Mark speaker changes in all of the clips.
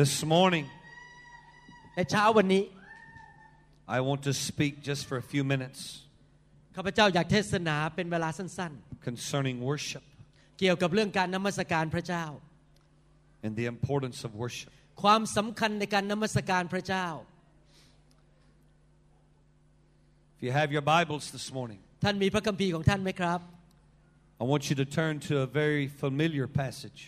Speaker 1: This morning,
Speaker 2: ในเช้าวันนี้
Speaker 1: I want to speak just for a few minutes
Speaker 2: ข้าพเจ้าอยากเทศนาเป็นเวลาสั้น
Speaker 1: concerning worship
Speaker 2: ๆ เกี่ยวกับเรื่องการนมัสการพระเจ้า
Speaker 1: and the importance of worship.
Speaker 2: ความสำคัญในการนมัสการพระเจ้า
Speaker 1: If you have your Bibles this morning,
Speaker 2: ท่านมีพระคัมภีร์ของท่านไหมครับ
Speaker 1: I want you to turn to a very familiar passage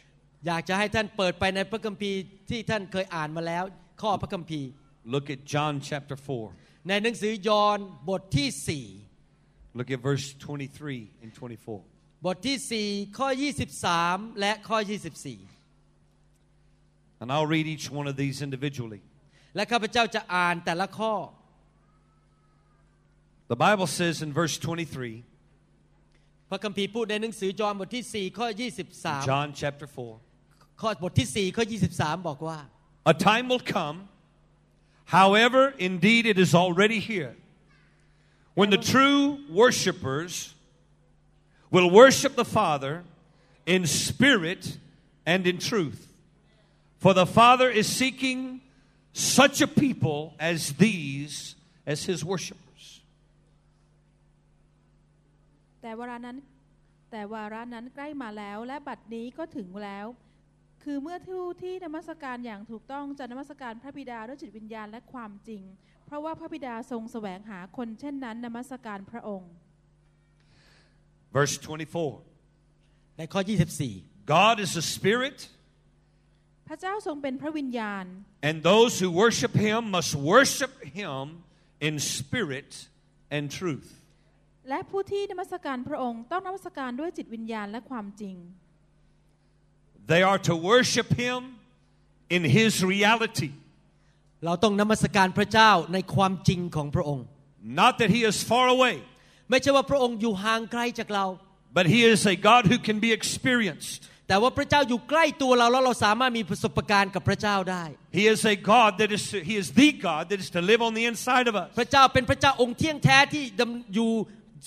Speaker 2: อยากจะให้ท่านเปิดไปในพระคัมภีร์ที่ท่านเคยอ่านมาแล้ว ข้อพระคัมภีร์
Speaker 1: Look at John chapter 4.
Speaker 2: ในหนังสือยอห์นบทที่
Speaker 1: Look at verse 23 and 24.
Speaker 2: 4 บทที่ 4 ข้อ 23 และข้อ 24
Speaker 1: And I'll read each one of these individually.
Speaker 2: และข้าพเจ้าจะอ่านแต่ละข้อ
Speaker 1: The Bible says in verse 23,
Speaker 2: พระคัมภีร์พูดในหนังสือยอห์นบทที่ 4 ข้อ 23
Speaker 1: John chapter 4,
Speaker 2: ข้อบทที่ 4 ข้อ 23 บอกว่า
Speaker 1: a time will come, however, indeed it is already here, when the true worshipers will worship the Father in spirit and in truth. For the Father is seeking such a people as these as his worshipers.
Speaker 3: แต่วาระนั้น แต่วาระนั้นใกล้มาแล้ว และบัดนี้ก็ถึงแล้ว คือเมื่อทู่ที่นมัสการอย่างถูกต้องจะนมัสการพระบิดาด้วยจิตวิญญาณและความจริง เพราะว่าพระบิดาทรงแสวงหาคนเช่นนั้นนมัสการพระองค์
Speaker 1: Verse 24
Speaker 2: ในข้อ 24
Speaker 1: God is a spirit,
Speaker 3: พระเจ้าทรงเป็นพระวิญญาณ
Speaker 1: and those who worship him must worship him in spirit and truth.
Speaker 3: และผู้ที่นมัสการพระองค์ต้องนมัสการด้วยจิตวิญญาณและความจริง
Speaker 1: They are to worship him in his reality.
Speaker 2: เราต้องนมัสการพระเจ้าในความจริงของพระองค์
Speaker 1: Not that he is far away,
Speaker 2: ไม่ใช่ว่าพระองค์อยู่ห่างไกลจากเรา
Speaker 1: but he is a God who can be experienced.
Speaker 2: แต่ว่าพระเจ้าอยู่ใกล้ตัวเราแล้วเราสามารถมีประสบการณ์กับพระเจ้าได้
Speaker 1: He is a God that is he is the God that is to live on the inside of us.
Speaker 2: พระเจ้าเป็นพระเจ้าองค์เที่ยงแท้ที่ดำอยู่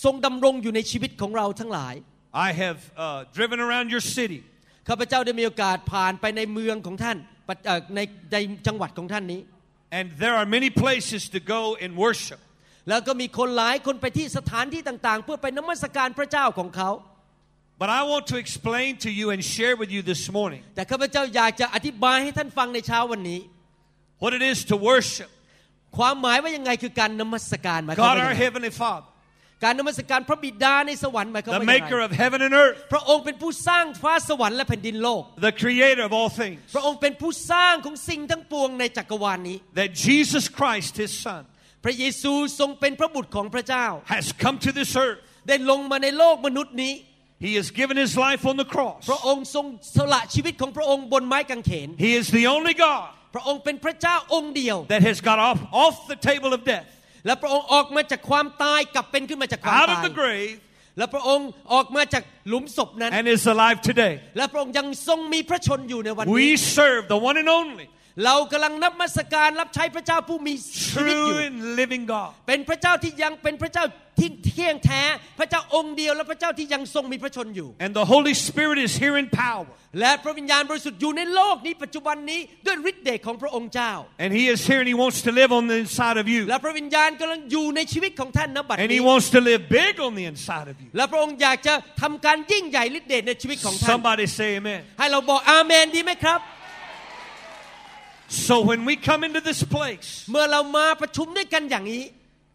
Speaker 2: ทรงดำรงอยู่ในชีวิตของเราทั้งหลาย
Speaker 1: I have uh, driven around your city
Speaker 2: ข้าพเจ้าได้มีโอกาสผ่านไปในเมืองของท่านปะเอ่อในในจังหวัดของท่านนี้
Speaker 1: and there are many places to go and worship.
Speaker 2: แล้วก็มีคนหลายคนไปที่สถานที่ต่างๆ เพื่อไปนมัสการพระเจ้าของเขา
Speaker 1: But I want to explain to you and share with you this morning
Speaker 2: แต่ข้าพเจ้าอยากจะอธิบายให้ท่านฟังในเช้าวันนี้
Speaker 1: what it is to worship
Speaker 2: ความหมายว่ายังไงคือการนมัสการหมายความ
Speaker 1: God our
Speaker 2: ว่ายังไง
Speaker 1: heavenly Father,
Speaker 2: การนมัสการพระบิดาในสวรรค์หมายความ
Speaker 1: the
Speaker 2: ว่าอย่าง
Speaker 1: maker
Speaker 2: ไร
Speaker 1: of heaven and earth,
Speaker 2: พระองค์เป็นผู้สร้างฟ้าสวรรค์และแผ่นดินโลก
Speaker 1: the creator of all things.
Speaker 2: พระองค์เป็นผู้สร้างของสิ่งทั้งปวงในจักรวาลนี้
Speaker 1: That Jesus Christ his son
Speaker 2: พระเยซูทรงเป็นพระบุตรของพระเจ้า
Speaker 1: has come to this earth.
Speaker 2: ได้ลงมาในโลกมนุษย์นี้
Speaker 1: He has given his life on the cross.
Speaker 2: พระองค์ทรงสละชีวิตของพระองค์บนไม้กางเขน
Speaker 1: He is the only God
Speaker 2: พระองค์เป็นพระเจ้าองค์เดียว
Speaker 1: that has got off, off the table of death,
Speaker 2: และพระองค์ออกมาจากความตายกลับเป็นขึ้นมาจากความ
Speaker 1: out
Speaker 2: ตา
Speaker 1: of
Speaker 2: ย
Speaker 1: the grave,
Speaker 2: และพระองค์ออกมาจากหลุมศพนั้น
Speaker 1: and is alive today.
Speaker 2: และพระองค์ยังทรงมีพระชนอยู่ในวันนี้
Speaker 1: We serve the one and only
Speaker 2: เรากำลังนับมัสการรับใช้พระเจ้าผู้มีชีวิตอ
Speaker 1: true
Speaker 2: ยู่
Speaker 1: and living God.
Speaker 2: เป็นพระเจ้าที่ยังเป็นพระเจ้าที่เที่ยงแท้ พระเจ้าองค์เดียวและพระเจ้าที่ยังทรงมีพระชนอยู่
Speaker 1: And the Holy Spirit is here in power.
Speaker 2: และพระวิญญาณบริสุทธิ์อยู่ในโลกนี้ปัจจุบันนี้ด้วยฤทธิ์เดชของพระองค์เจ้า
Speaker 1: And He is here and He wants to live on the inside of you.
Speaker 2: และพระวิญญาณกำลังอยู่ในชีวิตของท่านนะบัด
Speaker 1: And
Speaker 2: นี้
Speaker 1: He wants to live big on the inside of you.
Speaker 2: และพระองค์อยากจะทำการยิ่งใหญ่ฤทธิ์เดชในชีวิตของท่าน
Speaker 1: Somebody say amen.
Speaker 2: ให้เราบอกอาเมนดีไหมครับ
Speaker 1: So when we come into this place
Speaker 2: เมื่อเรามาประชุมด้วยกันอย่างนี้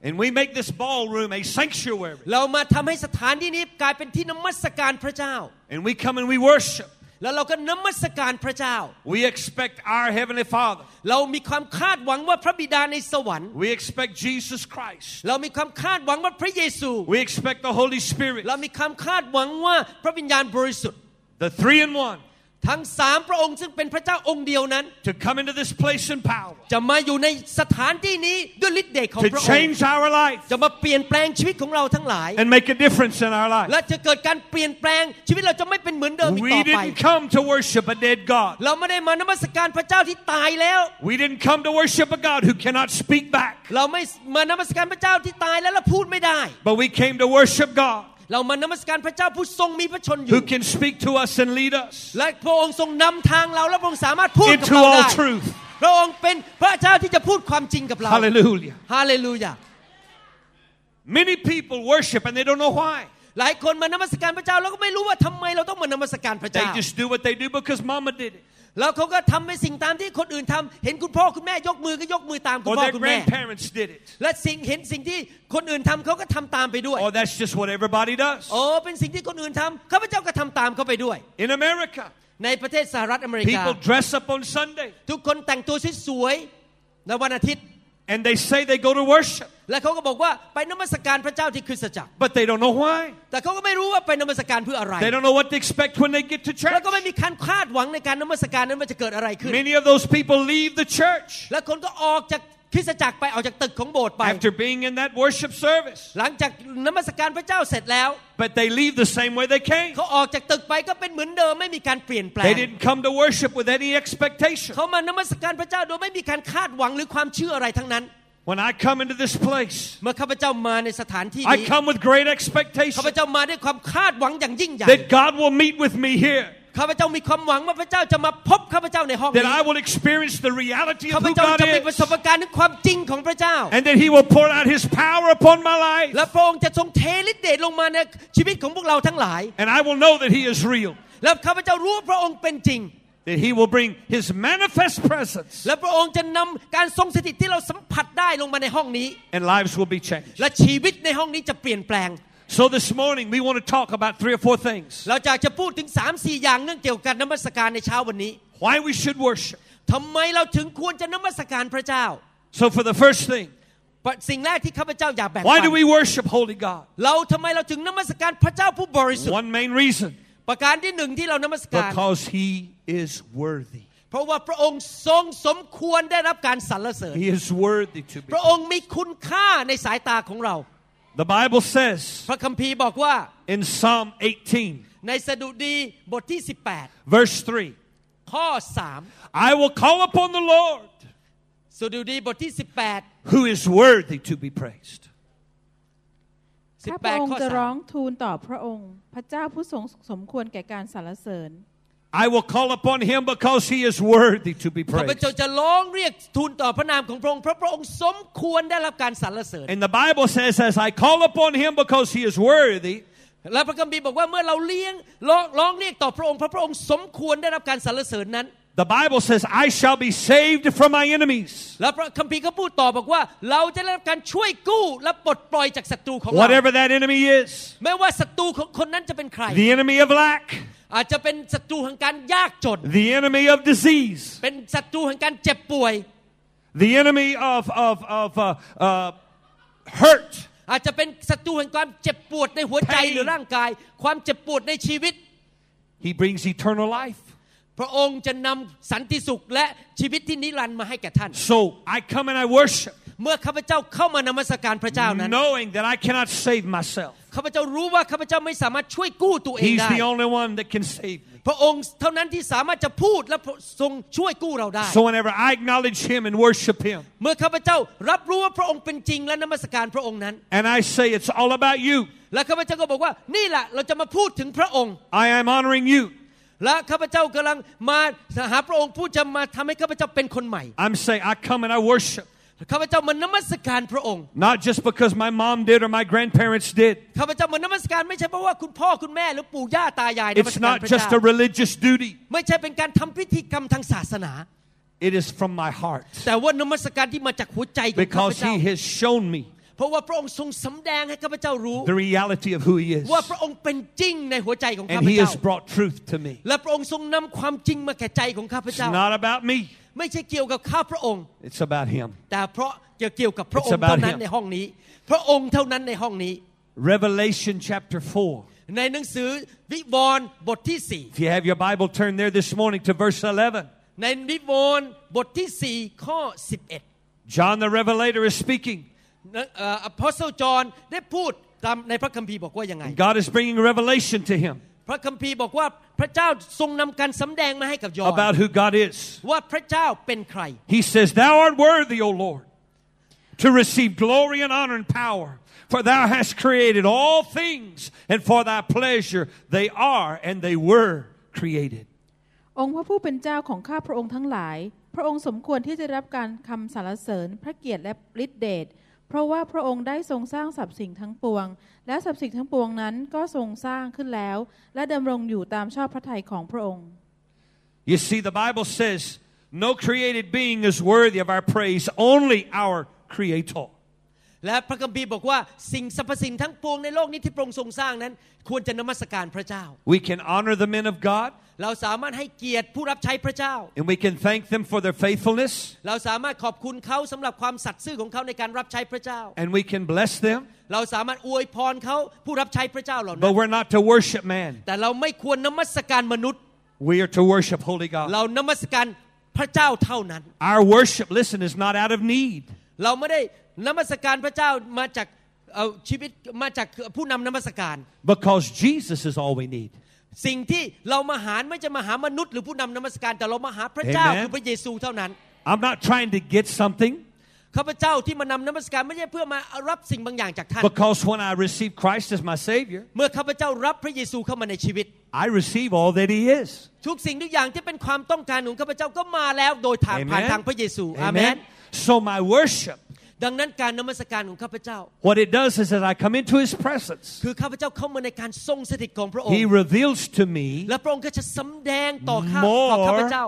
Speaker 1: and we make this ballroom a sanctuary
Speaker 2: เรามาทำให้สถานที่นี้กลายเป็นที่นมัสการพระเจ้า
Speaker 1: and we come and we worship,
Speaker 2: แล้วเราก็นมัสการพระเจ้า
Speaker 1: we expect our Heavenly Father.
Speaker 2: เรามีความคาดหวังว่าพระบิดาในสวรรค์
Speaker 1: We expect Jesus Christ.
Speaker 2: เรามีความคาดหวังว่าพระเยซู
Speaker 1: We expect the Holy Spirit.
Speaker 2: เรามีความคาดหวังว่าพระวิญญาณบริสุทธิ์
Speaker 1: The three in one
Speaker 2: ทั้งสามพระองค์ซึ่งเป็นพระเจ้าองค์เดียวนั้น
Speaker 1: to come into this place in power.
Speaker 2: จะมาอยู่ในสถานที่นี้ด้วยฤทธิ์เดชของ
Speaker 1: To
Speaker 2: พระองค์
Speaker 1: change our life
Speaker 2: จะมาเปลี่ยนแปลงชีวิตของเราทั้งหลาย
Speaker 1: and make a difference in our life.
Speaker 2: และจะเกิดการเปลี่ยนแปลงชีวิตเราจะไม่เป็นเหมือนเดิมอีกต่
Speaker 1: We
Speaker 2: อไป
Speaker 1: didn't come to worship a dead God.
Speaker 2: เราไม่ได้มานมัสการพระเจ้าที่ตายแล้ว
Speaker 1: We didn't come to worship a God who cannot speak back.
Speaker 2: เราไม่มานมัสการพระเจ้าที่ตายแล้วและพูดไม่ได้
Speaker 1: But we came to worship God
Speaker 2: เรามานมัสการพระเจ้าผู้ทรงมีพระชนอยู่
Speaker 1: who can speak to us and lead us
Speaker 2: และพระองค์ทรงนำทางเราและพระองค์สามารถพูด
Speaker 1: into
Speaker 2: กับเราได้
Speaker 1: all truth.
Speaker 2: พระองค์เป็นพระเจ้าที่จะพูดความจริงกับเรา
Speaker 1: Hallelujah.
Speaker 2: ฮาเลลูยา
Speaker 1: Many people worship and they don't know why.
Speaker 2: หลายคนมานมัสการพระเจ้าแล้วก็ไม่รู้ว่าทำไมเราต้องมานมัสการพระ
Speaker 1: They
Speaker 2: เจ้า
Speaker 1: just do what they do because mama did it.
Speaker 2: แล้วเขาก็ทำในสิ่งตามที่คนอื่นทำเห็นคุณพ่อคุณแม่ยกมือก็ยกมือตามคุณ
Speaker 1: Or
Speaker 2: พ่อ
Speaker 1: their
Speaker 2: คุณแม่
Speaker 1: grandparents did it.
Speaker 2: และสิ่งเห็นสิ่งที่คนอื่นทำเขาก็ทำตามไปด้วย
Speaker 1: Or Oh, that's just what everybody does.
Speaker 2: โอ้เป็นสิ่งที่คนอื่นทำข้าพเจ้าก็ทำตามเขาไปด้วย
Speaker 1: In America,
Speaker 2: ในประเทศสหรัฐอเมริกา
Speaker 1: people dress up on Sunday
Speaker 2: ทุกคนแต่งตัวสวยๆในวันอาทิตย์
Speaker 1: and they say they go to worship,
Speaker 2: และเขาก็บอกว่าไปนมัสการพระเจ้าที่คริสตจักร
Speaker 1: but they don't know why.
Speaker 2: แต่เขาก็ไม่รู้ว่าไปนมัสการเพื่ออะไร
Speaker 1: They don't know what to expect when they get to
Speaker 2: แล้
Speaker 1: church.
Speaker 2: วก็ไม่มีการคาดหวังในการนมัสการนั้นว่าจะเกิดอะไรขึ้น
Speaker 1: Many of those people leave the church
Speaker 2: และคนก็ออกจากคริสตจักรไปออกจากตึกของโบสถ์ไป
Speaker 1: after being in that worship service,
Speaker 2: หลังจากนมัสการพระเจ้าเสร็จแล้ว
Speaker 1: but they leave the same way they came.
Speaker 2: เขาออกจากตึกไปก็เป็นเหมือนเดิมไม่มีการเปลี่ยนแปลง
Speaker 1: They didn't come to worship with any expectation.
Speaker 2: เขามานมัสการพระเจ้าโดยไม่มีการคาดหวังหรือความเชื่ออะไรทั้งนั้น
Speaker 1: When I come into this place,
Speaker 2: เมื่อข้าพเจ้ามาในสถานที่
Speaker 1: I
Speaker 2: นี้
Speaker 1: come with great
Speaker 2: ข้า
Speaker 1: expectation
Speaker 2: พเจ้ามาด้วยความคาดหวังอย่างยิ่งใหญ่
Speaker 1: that God will meet with me here,
Speaker 2: ข้าพเจ้ามีความหวังว่าพระเจ้าจะมาพบข้าพเจ้าในห้องนี้
Speaker 1: that I will experience the reality
Speaker 2: ข้า
Speaker 1: of
Speaker 2: พ
Speaker 1: who
Speaker 2: เจ้า
Speaker 1: God
Speaker 2: จะมีประส
Speaker 1: is,
Speaker 2: บการณ์ถึงความจริงของพระเจ้า
Speaker 1: and that He will pour out His power upon my life,
Speaker 2: และพระองค์จะทรงเทฤทธิ์เดชลงมาในชีวิตของพวกเราทั้งหลาย
Speaker 1: and I will know that He is real,
Speaker 2: และข้าพเจ้ารู้ว่าพระองค์เป็นจริง
Speaker 1: that He will bring His manifest presence,
Speaker 2: และพระองค์จะนำการทรงสถิตที่เราสัมผัสได้ลงมาในห้องนี้
Speaker 1: and lives will be changed.
Speaker 2: และชีวิตในห้องนี้จะเปลี่ยนแปลง
Speaker 1: So this morning we want to talk about three or four things:
Speaker 2: เราอยากจะพูดถึง3าสี่อย่างเรื่องเกี่ยวกับนมัสการในเช้าวันนี้
Speaker 1: why we should worship.
Speaker 2: ทำไมเราถึงควรจะนมัสการพระเจ้า
Speaker 1: So for the first thing,
Speaker 2: สิ่งแรกที่ข้าพเจ้าอยากแบ่งปั
Speaker 1: why do
Speaker 2: น
Speaker 1: we worship Holy God?
Speaker 2: เราทำไมเราถึงนมัสการพระเจ้าผู้บริสุทธิ์
Speaker 1: One main reason:
Speaker 2: ประการที่หนึ่งที่เรานมัสการ
Speaker 1: because He is worthy.
Speaker 2: เพราะว่าพระองค์ทรงสมควรได้รับการสรรเสริญ
Speaker 1: He is worthy to be.
Speaker 2: พระองค์มีคุณค่าในสายตาของเรา
Speaker 1: The Bible says
Speaker 2: พระคัมภีร์บอกว่า
Speaker 1: in Psalm 18,
Speaker 2: ในสดุดีบทที่
Speaker 1: verse 3.
Speaker 2: 18 ข้อ
Speaker 1: I will call upon the Lord
Speaker 2: 3 สดุดีบทที่ 18
Speaker 1: who is worthy to be praised.
Speaker 3: ข้าพระอง
Speaker 2: 18
Speaker 3: ค์
Speaker 2: ข้อ
Speaker 3: จะร้อง
Speaker 2: 3
Speaker 3: ทูลต่อพระองค์ พระเจ้าผู้ทรงสมควรแก่การสรรเสริญ
Speaker 1: I will call upon him because he is worthy to be
Speaker 2: ข้าพเจ้า
Speaker 1: praised.
Speaker 2: จะร้องเรียกทูลต่อพระนามของพระองค์เพราะพระองค์สมควรได้รับการสรรเสริญ
Speaker 1: And the Bible says, as I call upon him because he is worthy,
Speaker 2: และพระคัมภีร์บอกว่าเมื่อเราเลี้ยงร้องร้องเรียกต่อพระองค์เพราะพระองค์สมควรได้รับการสรรเสริญนั้น
Speaker 1: the Bible says, I shall be saved from my enemies.
Speaker 2: และพระคัมภีร์ก็พูดต่อบอกว่า เราจะได้รับการช่วยกู้และปลดปล่อยจากศัตรูของเรา
Speaker 1: Whatever that enemy is,
Speaker 2: ไม่ว่าศัตรูของคนนั้นจะเป็นใคร
Speaker 1: the enemy of lack,
Speaker 2: อาจจะเป็นศัตรูแห่งการยากจน
Speaker 1: the enemy of disease,
Speaker 2: เป็นศัตรูแห่งการเจ็บป่วย
Speaker 1: the enemy of, of, of uh, uh, hurt,
Speaker 2: อาจจะเป็นศัตรูแห่งความเจ็บปวดในหัวใจ
Speaker 1: Pain
Speaker 2: หรือร่างกาย ความเจ็บปวดในชีวิต
Speaker 1: he brings eternal life.
Speaker 2: พระองค์จะนำสันติสุขและชีวิตที่นิรันดร์มาให้แก่ท่าน
Speaker 1: So I come and I worship,
Speaker 2: เมื่อข้าพเจ้าเข้ามานมัสการพระเจ้านั้น
Speaker 1: knowing that I cannot save myself.
Speaker 2: ข้าพเจ้ารู้ว่าข้าพเจ้าไม่สามารถช่วยกู้ตัวเอง
Speaker 1: He's
Speaker 2: ได้
Speaker 1: the only one that can save me.
Speaker 2: พระองค์เท่านั้นที่สามารถจะพูดและทรงช่วยกู้เราได้
Speaker 1: So whenever I acknowledge Him and worship Him,
Speaker 2: เมื่อข้าพเจ้ารับรู้ว่าพระองค์เป็นจริงและนมัสการพระองค์นั้น
Speaker 1: and I say it's all about you,
Speaker 2: และข้าพเจ้าก็บอกว่านี่แหละเราจะมาพูดถึงพระองค์
Speaker 1: I am honoring you.
Speaker 2: และข้าพเจ้ากำลังมาหาพระองค์ผู้จะมาทำให้ข้าพเจ้าเป็นคนใหม่
Speaker 1: I'm saying I come and I worship,
Speaker 2: ข้าพเจ้ามานมัสการพระองค์
Speaker 1: not just because my mom did or my grandparents did.
Speaker 2: ข้าพเจ้ามานมัสการไม่ใช่เพราะว่าคุณพ่อคุณแม่หรือปู่ย่าตายายนมัส
Speaker 1: It's
Speaker 2: การ
Speaker 1: not
Speaker 2: พระ
Speaker 1: just a
Speaker 2: เจ้า
Speaker 1: religious duty.
Speaker 2: ไม่ใช่เป็นการทำพิธีกรรมทางศาสนา
Speaker 1: It is from my heart
Speaker 2: แต่ว่านมัสการที่มาจากหัวใจของข้าพ
Speaker 1: because
Speaker 2: เจ้า
Speaker 1: He has shown me
Speaker 2: เพราะว่าพระองค์ทรงสำแดงให้ข้าพเจ้ารู้
Speaker 1: the reality of who He is,
Speaker 2: ว่าพระองค์เป็นจริงในหัวใจของข้า
Speaker 1: and
Speaker 2: พ
Speaker 1: He
Speaker 2: เจ้า
Speaker 1: has brought truth to me.
Speaker 2: และพระองค์ทรงนำความจริงมาแก่ใจของข้าพ
Speaker 1: It's
Speaker 2: เจ้า
Speaker 1: not about me.
Speaker 2: ไม่ใช่เกี่ยวกับข้าพระองค์
Speaker 1: It's about Him.
Speaker 2: แต่เพราะเกี่ยวกับพระอง
Speaker 1: It's
Speaker 2: ค์
Speaker 1: about
Speaker 2: เท่านั้น
Speaker 1: him.
Speaker 2: ในห้องนี้ พระองค์เท่านั้นในห้องนี้
Speaker 1: Revelation chapter four.
Speaker 2: ในหนังสือวิวรณ์บทที่
Speaker 1: If you have your Bible, turn there this morning to verse 11.
Speaker 2: 4 ในวิวรณ์บทที่ 4 ข้อ 11
Speaker 1: John the Revelator is speaking.
Speaker 2: นะเอ่อ Apostle John ได้พูดตามในพระคัมภีร์บอกว่ายังไง
Speaker 1: God is bringing revelation to him
Speaker 2: พระคัมภีร์บอกว่าพระเจ้าทรงนำการสำแดงมาให้กับยอห์
Speaker 1: about
Speaker 2: น
Speaker 1: who God is.
Speaker 2: ว่าพระเจ้าเป็นใคร
Speaker 1: He says, Thou art worthy, O Lord, to receive glory and honor and power. For thou hast created all things, and for thy pleasure they are and they were created.
Speaker 3: องค์พระผู้เป็นเจ้าของข้าพระองค์ทั้งหลาย พระองค์สมควรที่จะได้รับการคำสรรเสริญ พระเกียรติและฤทธิเดช เพราะว่าพระองค์ได้ทรงสร้างสรรพสิ่งทั้งปวง และสรรพสิ่งทั้งปวงนั้นก็ทรงสร้างขึ้นแล้ว และดำรงอยู่ตามชอบพระทัยของพระองค์
Speaker 1: You see, the Bible says, no created being is worthy of our praise, only our Creator.
Speaker 2: และพระคัมภีร์บอกว่าสิ่งสรรพสิ่งทั้งปวงในโลกนี้ที่พระองค์ทรงสร้างนั้น ควรจะนมัสการพระเจ้า
Speaker 1: We can honor the men of God,
Speaker 2: เราสามารถให้เกียรติผู้รับใช้พระเจ้า
Speaker 1: and we can thank them for their faithfulness,
Speaker 2: เราสามารถขอบคุณเขาสำหรับความสัตย์ซื่อของเขาในการรับใช้พระเจ้า
Speaker 1: and we can bless them,
Speaker 2: เราสามารถอวยพรเขาผู้รับใช้พระเจ้าเหล่านั้
Speaker 1: but
Speaker 2: น
Speaker 1: we're not to worship man.
Speaker 2: แต่เราไม่ควรนมัสการมนุษย์
Speaker 1: We are to worship Holy God.
Speaker 2: เรานมัสการพระเจ้าเท่านั้น
Speaker 1: Our worship, listen, is not out of need.
Speaker 2: เราไม่ได้นมัสการพระเจ้ามาจากเอ่อชีวิตมาจากผู้นำนมัสการ
Speaker 1: Because Jesus is all we need.
Speaker 2: สิ่งที่เรามาหาไม่จะมาหามนุษย์หรือผู้นำนมัสการแต่เรามาหาพระเจ้า
Speaker 1: Amen.
Speaker 2: คือพระเยซูเท่านั้น
Speaker 1: I'm not trying to get something
Speaker 2: ข้าพเจ้าที่มานำนมัสการไม่ใช่เพื่อมารับสิ่งบางอย่างจากท่าน
Speaker 1: because when I receive Christ as my Savior,
Speaker 2: เมื่อข้าพเจ้ารับพระเยซูเข้ามาในชีวิต
Speaker 1: I receive all that He is.
Speaker 2: ทุกสิ่งทุกอย่างที่เป็นความต้องการของข้าพเจ้าก็มาแล้วโดยทางผ่านทางพระเยซูอาเมน
Speaker 1: Amen. So my worship,
Speaker 2: ดังนั้นการนมัสการของข้าพเจ้า
Speaker 1: what it does is that I come into His presence.
Speaker 2: คือข้าพเจ้าเข้ามาในการทรงสถิตของพระองค์
Speaker 1: He reveals to me
Speaker 2: และพระองค์ก็จะสำแดงต่อข้า
Speaker 1: More
Speaker 2: ต่อข้าพเจ้า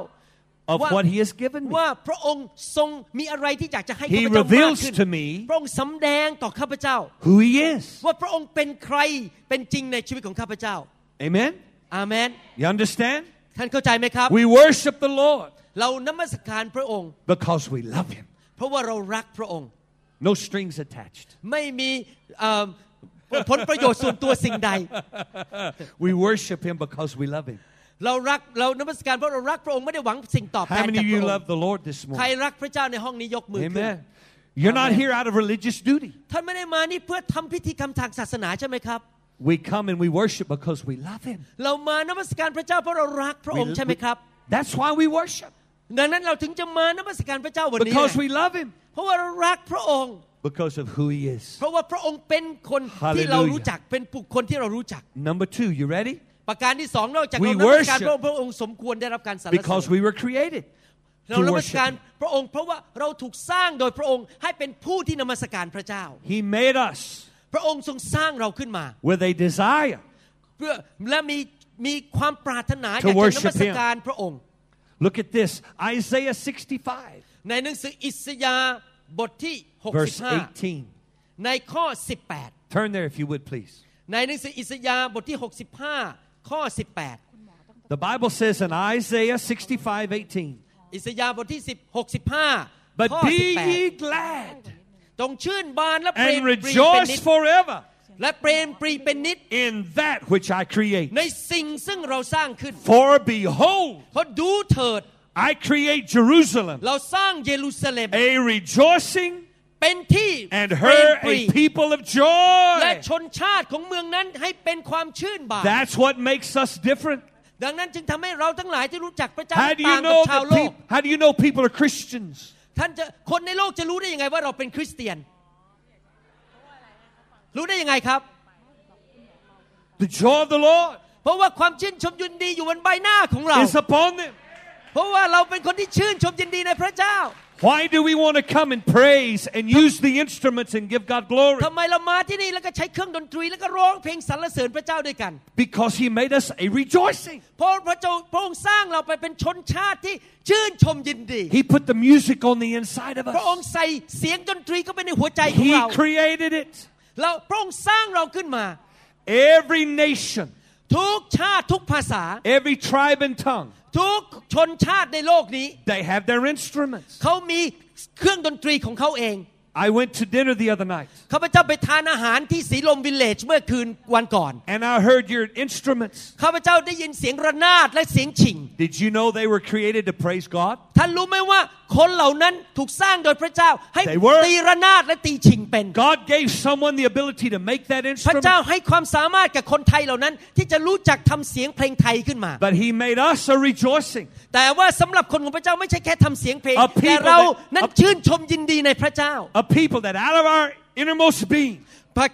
Speaker 1: of
Speaker 2: ว่า
Speaker 1: what He has given me.
Speaker 2: ว่าพระองค์ทรงมีอะไรที่อยากจะให้
Speaker 1: He
Speaker 2: ข้าพเจ้ามาก
Speaker 1: reveals
Speaker 2: ขึ้น
Speaker 1: to me
Speaker 2: พระองค์สำแดงต่อข้าพเจ้า
Speaker 1: who He is.
Speaker 2: ว่าพระองค์เป็นใครเป็นจริงในชีวิตของข้าพเจ้า
Speaker 1: Amen.
Speaker 2: อาเมน
Speaker 1: You understand?
Speaker 2: ท่านเข้าใจไหมครับ
Speaker 1: We worship the Lord
Speaker 2: เรานมัสการพระองค์
Speaker 1: because we love Him.
Speaker 2: เพราะว่าเรารักพระองค์
Speaker 1: No strings attached.
Speaker 2: ไม่มีเอ่อผลประโยชน์ส่วนตัวสิ่งใด
Speaker 1: We worship Him because we love Him.
Speaker 2: เรารักเรานมัสการเพราะเรารักพระองค์ไม่ได้หวังสิ่งตอบแท
Speaker 1: How
Speaker 2: น
Speaker 1: many
Speaker 2: จาก
Speaker 1: of
Speaker 2: พ
Speaker 1: you
Speaker 2: ระอง
Speaker 1: love
Speaker 2: ค์
Speaker 1: the Lord this
Speaker 2: ใคร
Speaker 1: morning?
Speaker 2: รักพระเจ้าในห้องนี้ยกมือขึ้น
Speaker 1: Amen. You're not
Speaker 2: Amen.
Speaker 1: here out of religious duty.
Speaker 2: ท่านไม่ได้มานี่เพื่อทำพิธีกรรมทางศาสนาใช่ไหมครับ
Speaker 1: We come and we worship because we love Him.
Speaker 2: เรามานมัสการพระเจ้าเพราะเรารักพระ
Speaker 1: We-
Speaker 2: องค์ใช่ไหมครับ
Speaker 1: That's why we worship
Speaker 2: ดังนั้นเราถึงจะมานมัสการพระเจ้าวันนี้
Speaker 1: because we love Him
Speaker 2: เพราะว่าเรารักพระองค์
Speaker 1: because of who He is.
Speaker 2: เพราะว่าพระองค์เป็นคนที่
Speaker 1: Hallelujah.
Speaker 2: เรารู้จักเป็นบุคคลที่เรารู้จัก
Speaker 1: Number two, you ready?
Speaker 2: ประการที่สองนอกจาก
Speaker 1: We
Speaker 2: เรานมัสการ
Speaker 1: worship.
Speaker 2: พระองค์พระองค์สมควรได้รับการสรรเส
Speaker 1: Because
Speaker 2: ริญ
Speaker 1: we were created.
Speaker 2: เรา
Speaker 1: to
Speaker 2: นมัสการ
Speaker 1: worship.
Speaker 2: พระองค์ เพราะว่าเราถูกสร้างโดยพระองค์ให้เป็นผู้ที่นมัสการพระเจ้า
Speaker 1: He made us
Speaker 2: พระองค์ทรงสร้างเราขึ้นมา
Speaker 1: with a desire.
Speaker 2: เพื่อและมีมีความปรารถนา
Speaker 1: To
Speaker 2: อยากจะน
Speaker 1: worship
Speaker 2: มัสการพระองค์
Speaker 1: Look at this Isaiah 65,
Speaker 2: ในหนังสืออิสยาห์บทที่
Speaker 1: verse
Speaker 2: 65
Speaker 1: 18.
Speaker 2: ในข้อ
Speaker 1: Turn there if you would, please.
Speaker 2: 18 ในหนังสืออิสยาห์บทที่ 65 ข้อ 18
Speaker 1: The Bible says in Isaiah 65, 18,
Speaker 2: อิสยาห์บทที่10
Speaker 1: But
Speaker 2: 65ข้อ
Speaker 1: be ye glad
Speaker 2: 18จงชื่นบานและเปรม
Speaker 1: and
Speaker 2: ปรีเป็นนิ
Speaker 1: rejoice
Speaker 2: ด
Speaker 1: forever
Speaker 2: และเปรมปรีเป็นนิด
Speaker 1: in that which I create.
Speaker 2: ในสิ่งซึ่งเราสร้างขึ้น
Speaker 1: For behold,
Speaker 2: เพราะดูเถิด
Speaker 1: I create Jerusalem
Speaker 2: เราสร้างเยรูซาเล็ม
Speaker 1: a rejoicing
Speaker 2: เป็นที่
Speaker 1: and
Speaker 2: เปร
Speaker 1: her
Speaker 2: มปรี
Speaker 1: a people of
Speaker 2: และ
Speaker 1: joy.
Speaker 2: ชนชาติของเมืองนั้นให้เป็นความชื่นบาน
Speaker 1: That's what makes us different.
Speaker 2: ดังนั้นจึงทำให้เราทั้งหลายที่รู้จักพระเจ้า
Speaker 1: How do you
Speaker 2: ต่างกับ
Speaker 1: know
Speaker 2: ชาว
Speaker 1: that
Speaker 2: โลก
Speaker 1: peop- how do you know people are Christians?
Speaker 2: ท่านจะคนในโลกจะรู้ได้ยังไงว่าเราเป็นคริสเตียน รู้ได้ยังไงครับ
Speaker 1: The joy of the Lord
Speaker 2: เพราะว่าความชื่นชมยินดีอยู่บนใบหน้าของเรา
Speaker 1: is upon them.
Speaker 2: เพราะว่าเราเป็นคนที่ชื่นชมยินดีในพระเจ้า
Speaker 1: Why do we want to come and praise and use the instruments and give God glory?
Speaker 2: ทำไมเรามาที่นี่แล้วก็ใช้เครื่องดนตรีแล้วก็ร้องเพลงสรรเสริญพระเจ้าด้วยกัน
Speaker 1: Because He made us a rejoicing.
Speaker 2: เพราะพระเจ้าพระองค์สร้างเราไปเป็นชนชาติที่ชื่นชมยินดี
Speaker 1: He put the music on the inside of
Speaker 2: พระองค์
Speaker 1: us.
Speaker 2: ใส่เสียงดนตรีเข้าไปในหัวใจของ
Speaker 1: He
Speaker 2: เรา
Speaker 1: created it.
Speaker 2: เราพระองค์สร้างเราขึ้นมา
Speaker 1: Every nation,
Speaker 2: ทุกชาติทุกภาษา
Speaker 1: every tribe and tongue,
Speaker 2: ทุกชนชาติในโลกนี้
Speaker 1: they have their instruments.
Speaker 2: เขามีเครื่องดนตรีของเขาเอง
Speaker 1: I went to dinner the other night
Speaker 2: ข้าพเจ้าไปทานอาหารที่สีลมวิลเลจเมื่อคืนวันก่อน
Speaker 1: and I heard your instruments.
Speaker 2: ข้าพเจ้าได้ยินเสียงระนาดและเสียงฉิง
Speaker 1: Did you know they were created to praise God?
Speaker 2: ท่านรู้ไหมว่า คนเหล่านั้นถูกสร้างโดยพระเจ้า ให้
Speaker 1: They were.
Speaker 2: ตีระนาดและตีชิงเป็น
Speaker 1: God gave someone the ability to make that
Speaker 2: พระ
Speaker 1: instrument,
Speaker 2: เจ้าให้ความสามารถกับคนไทยเหล่านั้น ที่จะรู้จักทำเสียงเพลงไทยขึ้นมา
Speaker 1: but He made us a rejoicing.
Speaker 2: แต่ว่าสำหรับคนของพระเจ้าไม่ใช่แค่ทำเสียงเพลง
Speaker 1: A people
Speaker 2: แต่เรา
Speaker 1: that-
Speaker 2: นั้น
Speaker 1: a-
Speaker 2: ชื่นชมยินดีในพระเจ้า
Speaker 1: A people that out of our innermost being,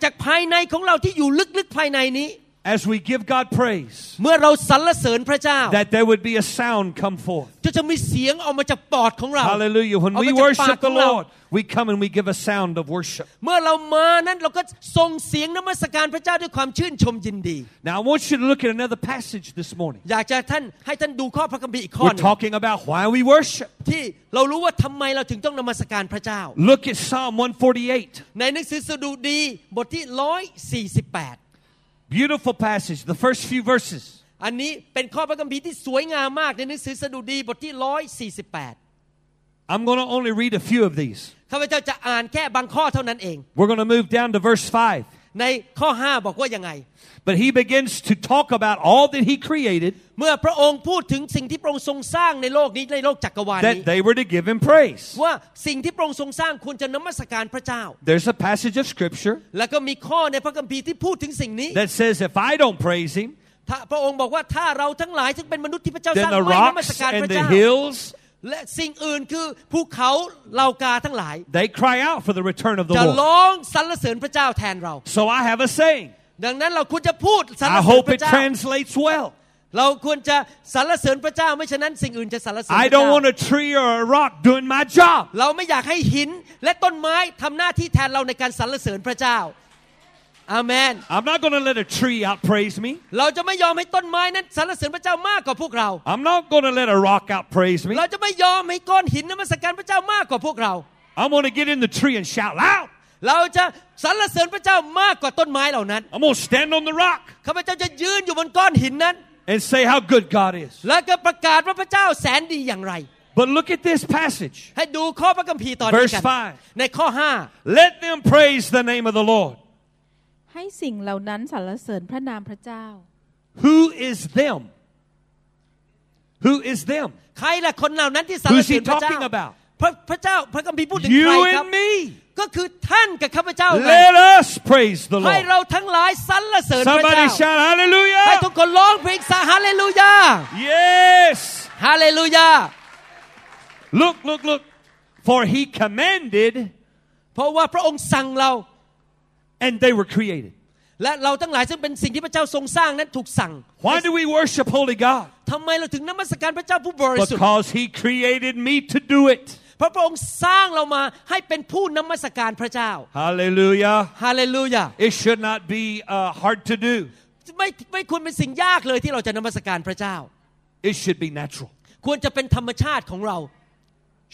Speaker 2: จากภายในของเราที่อยู่ลึกๆภายในนี้
Speaker 1: as we give God praise,
Speaker 2: เมื่อเราสรรเสริญพระเจ้า
Speaker 1: that there would be a sound come forth.
Speaker 2: จะจะมีเสียงออกมาจากปอดของเรา
Speaker 1: Hallelujah. When
Speaker 2: ออก
Speaker 1: we
Speaker 2: มาจากปาก
Speaker 1: worship
Speaker 2: ข
Speaker 1: the
Speaker 2: องเรา
Speaker 1: Lord, we come and we give a sound of worship.
Speaker 2: เมื่อเรามานั้นเราก็ส่งเสียงนมัสการพระเจ้าด้วยความชื่นชมยินดี
Speaker 1: Now, I want you to look at another passage this morning.
Speaker 2: อยากจะท่านให้ท่านดูข้อพระคัมภีร์อีกข้อ
Speaker 1: We're
Speaker 2: หนึง
Speaker 1: talking about why we worship.
Speaker 2: ที่เรารู้ว่าทำไมเราถึงต้องนมัสการพระเจ้า
Speaker 1: Look at Psalm 148.
Speaker 2: ในหนังสือสดุดีบทที่ 148
Speaker 1: Beautiful passage, the first few verses.
Speaker 2: อันนี้เป็นข้อพระคัมภีร์ที่สวยงามมากในหนังสือสดุดีบทที่ 148
Speaker 1: I'm going to only read a few of these.
Speaker 2: ข้าพเจ้าจะอ่านแค่บางข้อเท่านั้นเอง
Speaker 1: We're going to move down to verse 5.
Speaker 2: ในข้อ 5 บอกว่ายังไง
Speaker 1: But he begins to talk about all that he created
Speaker 2: เมื่อพระองค์พูดถึงสิ่งที่พระองค์ทรงสร้างในโลกนี้ในโลกจักรวาลนี้
Speaker 1: that they were to give him praise.
Speaker 2: ว่าสิ่งที่พระองค์ทรงสร้างควรจะนมัสการพระเจ้า
Speaker 1: There's a passage of scripture
Speaker 2: แล้วก็มีข้อในพระคัมภีร์ที่พูดถึงสิ่งนี้
Speaker 1: that says if I don't praise him,
Speaker 2: ถ้าพระองค์บอกว่าถ้าเราทั้งหลายซึ่งเป็นมนุษย์ที่พระเจ้าสร้า
Speaker 1: then
Speaker 2: ง
Speaker 1: the
Speaker 2: ไม่นมัส
Speaker 1: rocks
Speaker 2: การพ
Speaker 1: and
Speaker 2: ระ
Speaker 1: the
Speaker 2: เจ้า
Speaker 1: hills,
Speaker 2: และสิ่งอื่นคือภูเขาเหล่ากาทั้งหลาย
Speaker 1: they cry out for the return of the
Speaker 2: จะ
Speaker 1: Lord.
Speaker 2: ร้องสรรเสริญพระเจ้าแทนเรา
Speaker 1: So I have a saying.
Speaker 2: ดังนั้นเราควรจะพูดสร
Speaker 1: I
Speaker 2: รเสริญ
Speaker 1: hope
Speaker 2: พ
Speaker 1: it
Speaker 2: ระเจ้า
Speaker 1: translates well.
Speaker 2: เราควรจะสรรเสริญพระเจ้าไม่ฉะนั้นสิ่งอื่นจะสรรเสริญ
Speaker 1: I
Speaker 2: พระเจ้า
Speaker 1: don't want a tree or a rock doing my job.
Speaker 2: เราไม่อยากให้หินและต้นไม้ทำหน้าที่แทนเราในการสรรเสริญพระเจ้าอาเมน
Speaker 1: I'm not going to let a tree outpraise me.
Speaker 2: เราจะไม่ยอมให้ต้นไม้นั้นสรรเสริญพระเจ้ามากกว่าพวกเรา
Speaker 1: I'm not going to let a rock outpraise me.
Speaker 2: เราจะไม่ยอมให้ก้อนหินนมัสการพระเจ้ามากกว่าพวกเรา
Speaker 1: I'm going to get in the tree and shout loud.
Speaker 2: เราจะสรรเสริญพระเจ้ามากกว่าต้นไม้เหล่านั้น
Speaker 1: I'm going to stand on the rock
Speaker 2: ข้าพเจ้าจะยืนอยู่บนก้อนหินนั้น
Speaker 1: and say how good God is.
Speaker 2: แล้วก็ประกาศว่าพระเจ้าแสนดีอย่างไร
Speaker 1: But look at this passage.
Speaker 2: ให้ดูข้อพระคัมภีร์ตอนนี้กั
Speaker 1: Verse five
Speaker 2: ในข้อ
Speaker 1: Let them praise the name of the Lord.
Speaker 3: ให้สิ่งเหล่านั้นสรรเสริญพระนามพระเจ้า
Speaker 1: Who is them? Who is them?
Speaker 2: 5 ใครล่ะคนเหล่านั้นที่สรรเสริญพระเจ้า
Speaker 1: Who's he talking about?
Speaker 2: พระพระเจ้าพระคัมภีร์พูดถึงใคร
Speaker 1: You
Speaker 2: ครับ
Speaker 1: and me.
Speaker 2: ก็คือท่านกับข้าพเจ้านั้น
Speaker 1: Let us praise the
Speaker 2: ให้
Speaker 1: Lord.
Speaker 2: เราทั้งหลายสรรเสริญพระ
Speaker 1: Somebody
Speaker 2: เจ้า
Speaker 1: shout
Speaker 2: ให้ทุก
Speaker 1: hallelujah.
Speaker 2: คนร้องเพลงสาฮาเลลูยา
Speaker 1: Yes.
Speaker 2: ฮาเลลูยา
Speaker 1: Look, look, look. For he commanded
Speaker 2: เพราะว่าพระองค์สั่งเรา
Speaker 1: and they were created.
Speaker 2: และเราทั้งหลายซึ่งเป็นสิ่งที่พระเจ้าทรงสร้างนั้นถูกสั่ง
Speaker 1: Why do we worship holy God?
Speaker 2: ทำไมเราถึงนมัสการพระเจ้าผู้บริสุทธิ์
Speaker 1: Because he created me to do it.
Speaker 2: เพราะพระองค์สร้างเรามาให้เป็นผู้นมัสการพระเจ้า
Speaker 1: Hallelujah.
Speaker 2: ฮาเลลูยา
Speaker 1: It should not be uh, hard to do.
Speaker 2: ไม่ไม่ควรเป็นสิ่งยากเลยที่เราจะนมัสการพระเจ้า
Speaker 1: It should be natural.
Speaker 2: ควรจะเป็นธรรมชาติของเรา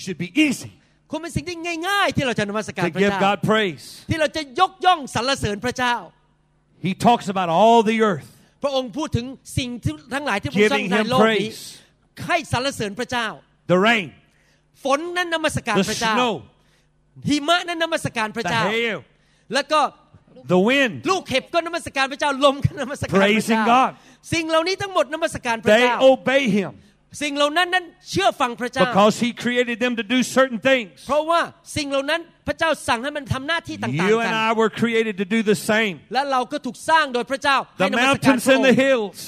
Speaker 1: Should be easy
Speaker 2: ควรเป็นสิ่งที่ง่ายๆ ที่เราจะนมัสการ
Speaker 1: to
Speaker 2: พระ
Speaker 1: give
Speaker 2: เจ้า
Speaker 1: God praise.
Speaker 2: ที่เราจะยกย่องสรรเสริญพระเจ้า
Speaker 1: He talks about all the earth.
Speaker 2: พระองค์พูดถึงสิ่งที่ทั้งหลายที่พระองค์สร้าง
Speaker 1: Giving
Speaker 2: ใน
Speaker 1: him
Speaker 2: โลกนี้
Speaker 1: praise
Speaker 2: ให้สรรเสริญพระเจ้า
Speaker 1: The rain,
Speaker 2: ฝนนั้นนมัสการ
Speaker 1: the
Speaker 2: พระเจ้า
Speaker 1: snow,
Speaker 2: หิมะนั้นนมัสการพ
Speaker 1: the
Speaker 2: ระเจ้า
Speaker 1: hail,
Speaker 2: แล้วก็
Speaker 1: the wind.
Speaker 2: ลูกเห็บก็นมัสการพระเจ้าลมก็นมัสการพระ
Speaker 1: Praising
Speaker 2: เจ้า
Speaker 1: God
Speaker 2: สิ่งเหล่านี้ทั้งหมดนมัสการพระ
Speaker 1: They
Speaker 2: เจ้า
Speaker 1: obey him
Speaker 2: สิ่งเหล่านั้นนั้นเชื่อฟังพระเจ้า
Speaker 1: because he created them to do certain things.
Speaker 2: เพราะว่าสิ่งเหล่านั้นพระเจ้าสั่งให้มันทำหน้าที่ต่าง
Speaker 1: You
Speaker 2: ๆ กั
Speaker 1: and
Speaker 2: น
Speaker 1: I were created to do the same.
Speaker 2: และเราก็ถูกสร้างโดยพระเจ้า
Speaker 1: The
Speaker 2: ให้นมัสการ
Speaker 1: mountains
Speaker 2: พระอ
Speaker 1: and
Speaker 2: ง
Speaker 1: the
Speaker 2: ค์
Speaker 1: hills.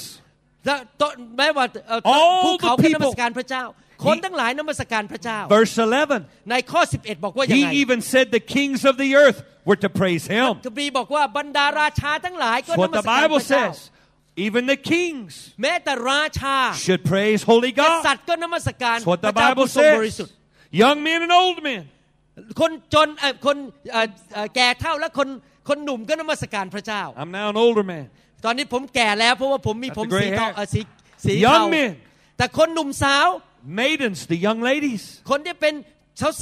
Speaker 2: และต้นแม้ว่าเอ่อ
Speaker 1: All
Speaker 2: ภูเขาก็
Speaker 1: the
Speaker 2: น
Speaker 1: people
Speaker 2: มัสการพระเจ้า คนทั้งหลายนมัสการพระเจ้า
Speaker 1: Verse 11.
Speaker 2: ในข้อ 11 บอกว่ายัง
Speaker 1: He
Speaker 2: ไง
Speaker 1: even said the kings of the earth were to praise him.
Speaker 2: กบีบอกว่าบรรดาราชาทั้งหลายก็
Speaker 1: That's
Speaker 2: น
Speaker 1: what
Speaker 2: มั
Speaker 1: the
Speaker 2: สการ
Speaker 1: Bible
Speaker 2: พระเจ้า
Speaker 1: says. Even the kings
Speaker 2: แม้แต่ราชา
Speaker 1: should praise holy
Speaker 2: ก
Speaker 1: God.
Speaker 2: ษัตริย์ก็นมัสการ
Speaker 1: That's what
Speaker 2: พ
Speaker 1: the
Speaker 2: ระเจ้า
Speaker 1: Bible
Speaker 2: ผู้ทรงบริ
Speaker 1: says.
Speaker 2: สุทธิ์
Speaker 1: Young men and old men.
Speaker 2: คนจนเอ่อคนเอ่อเอ่อแก่เท่าและคนคนหนุ่มก็นมัสการพระเจ้า
Speaker 1: I'm now an older man.
Speaker 2: ตอนนี้ผมแก่แล้วเพราะว่าผมมี
Speaker 1: That's
Speaker 2: ผม
Speaker 1: the
Speaker 2: สี
Speaker 1: gray
Speaker 2: เทา
Speaker 1: hair.
Speaker 2: เอ่อสีสี
Speaker 1: Young
Speaker 2: เทา
Speaker 1: men.
Speaker 2: แต่คนหนุ่มสาว
Speaker 1: Maidens, the young ladies.
Speaker 2: คนที่เป็น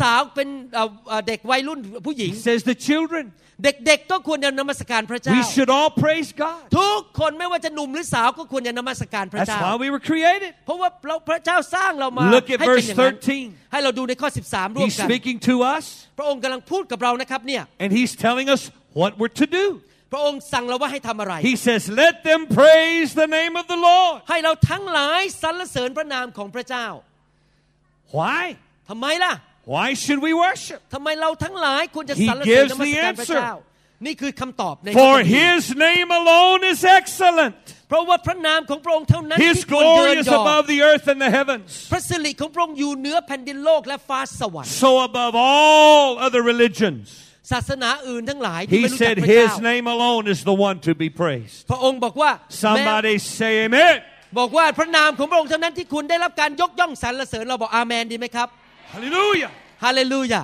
Speaker 2: สาวๆเป็นเอ่อเอ่อเด็กวัยรุ่นผู้หญิง
Speaker 1: He says the children.
Speaker 2: เด็กๆก็ควรจะนมัสการพระเจ้า
Speaker 1: We should all praise God.
Speaker 2: ทุกคนไม่ว่าจะหนุ่มหรือสาวก็ควรจะนมัสการพระ
Speaker 1: That's
Speaker 2: เจ้า
Speaker 1: why we were created.
Speaker 2: เพราะว่าเราพระเจ้าสร้างเรามา
Speaker 1: Look at
Speaker 2: ให้เป็นอย่างนั้น
Speaker 1: verse 13
Speaker 2: ให้เราดูในข้อ 13 ร่วม
Speaker 1: He's
Speaker 2: กัน
Speaker 1: speaking to us
Speaker 2: พระองค์กำลังพูดกับเรานะครับเนี่ย
Speaker 1: and he's telling us what we're to do.
Speaker 2: พระองค์สั่งเราว่าให้ทำอะไร
Speaker 1: He says, Let them praise the name of the Lord.
Speaker 2: ให้เราทั้งหลายสรรเสริญพระนามของพระเจ้า
Speaker 1: Why?
Speaker 2: ทำไมล่ะ
Speaker 1: Why should we worship?
Speaker 2: ทำไมเราทั้งหลายควรจะ
Speaker 1: He
Speaker 2: สรรเสริญ
Speaker 1: gives
Speaker 2: นมัส
Speaker 1: the
Speaker 2: การพระเจ้า
Speaker 1: answer.
Speaker 2: นี่คือคำตอบในพระ
Speaker 1: For
Speaker 2: คัมภีร์
Speaker 1: his name alone is excellent.
Speaker 2: เพราะว่าพระนามของพระองค์เท่านั้น
Speaker 1: His
Speaker 2: ที่ควรเยิน
Speaker 1: glory is
Speaker 2: ยอ
Speaker 1: above the earth and the heavens.
Speaker 2: พระสิริของพระองค์อยู่เหนือแผ่นดินโลกและฟ้าสวรรค์
Speaker 1: So above all other religions.
Speaker 2: ศาสนาอื่นทั้งหลายที่
Speaker 1: He
Speaker 2: ไม่รู้จัก
Speaker 1: said
Speaker 2: พระ
Speaker 1: his
Speaker 2: เจ้า
Speaker 1: name alone is the one to be praised.
Speaker 2: พระองค์บอกว่าแม้
Speaker 1: Somebody say amen.
Speaker 2: บอกว่าพระนามของพระองค์เท่านั้นที่คุณได้รับการยกย่องสรรเสริญเราบอกอาเมนดีไหมครับ
Speaker 1: Hallelujah.
Speaker 2: ฮาเลลูยา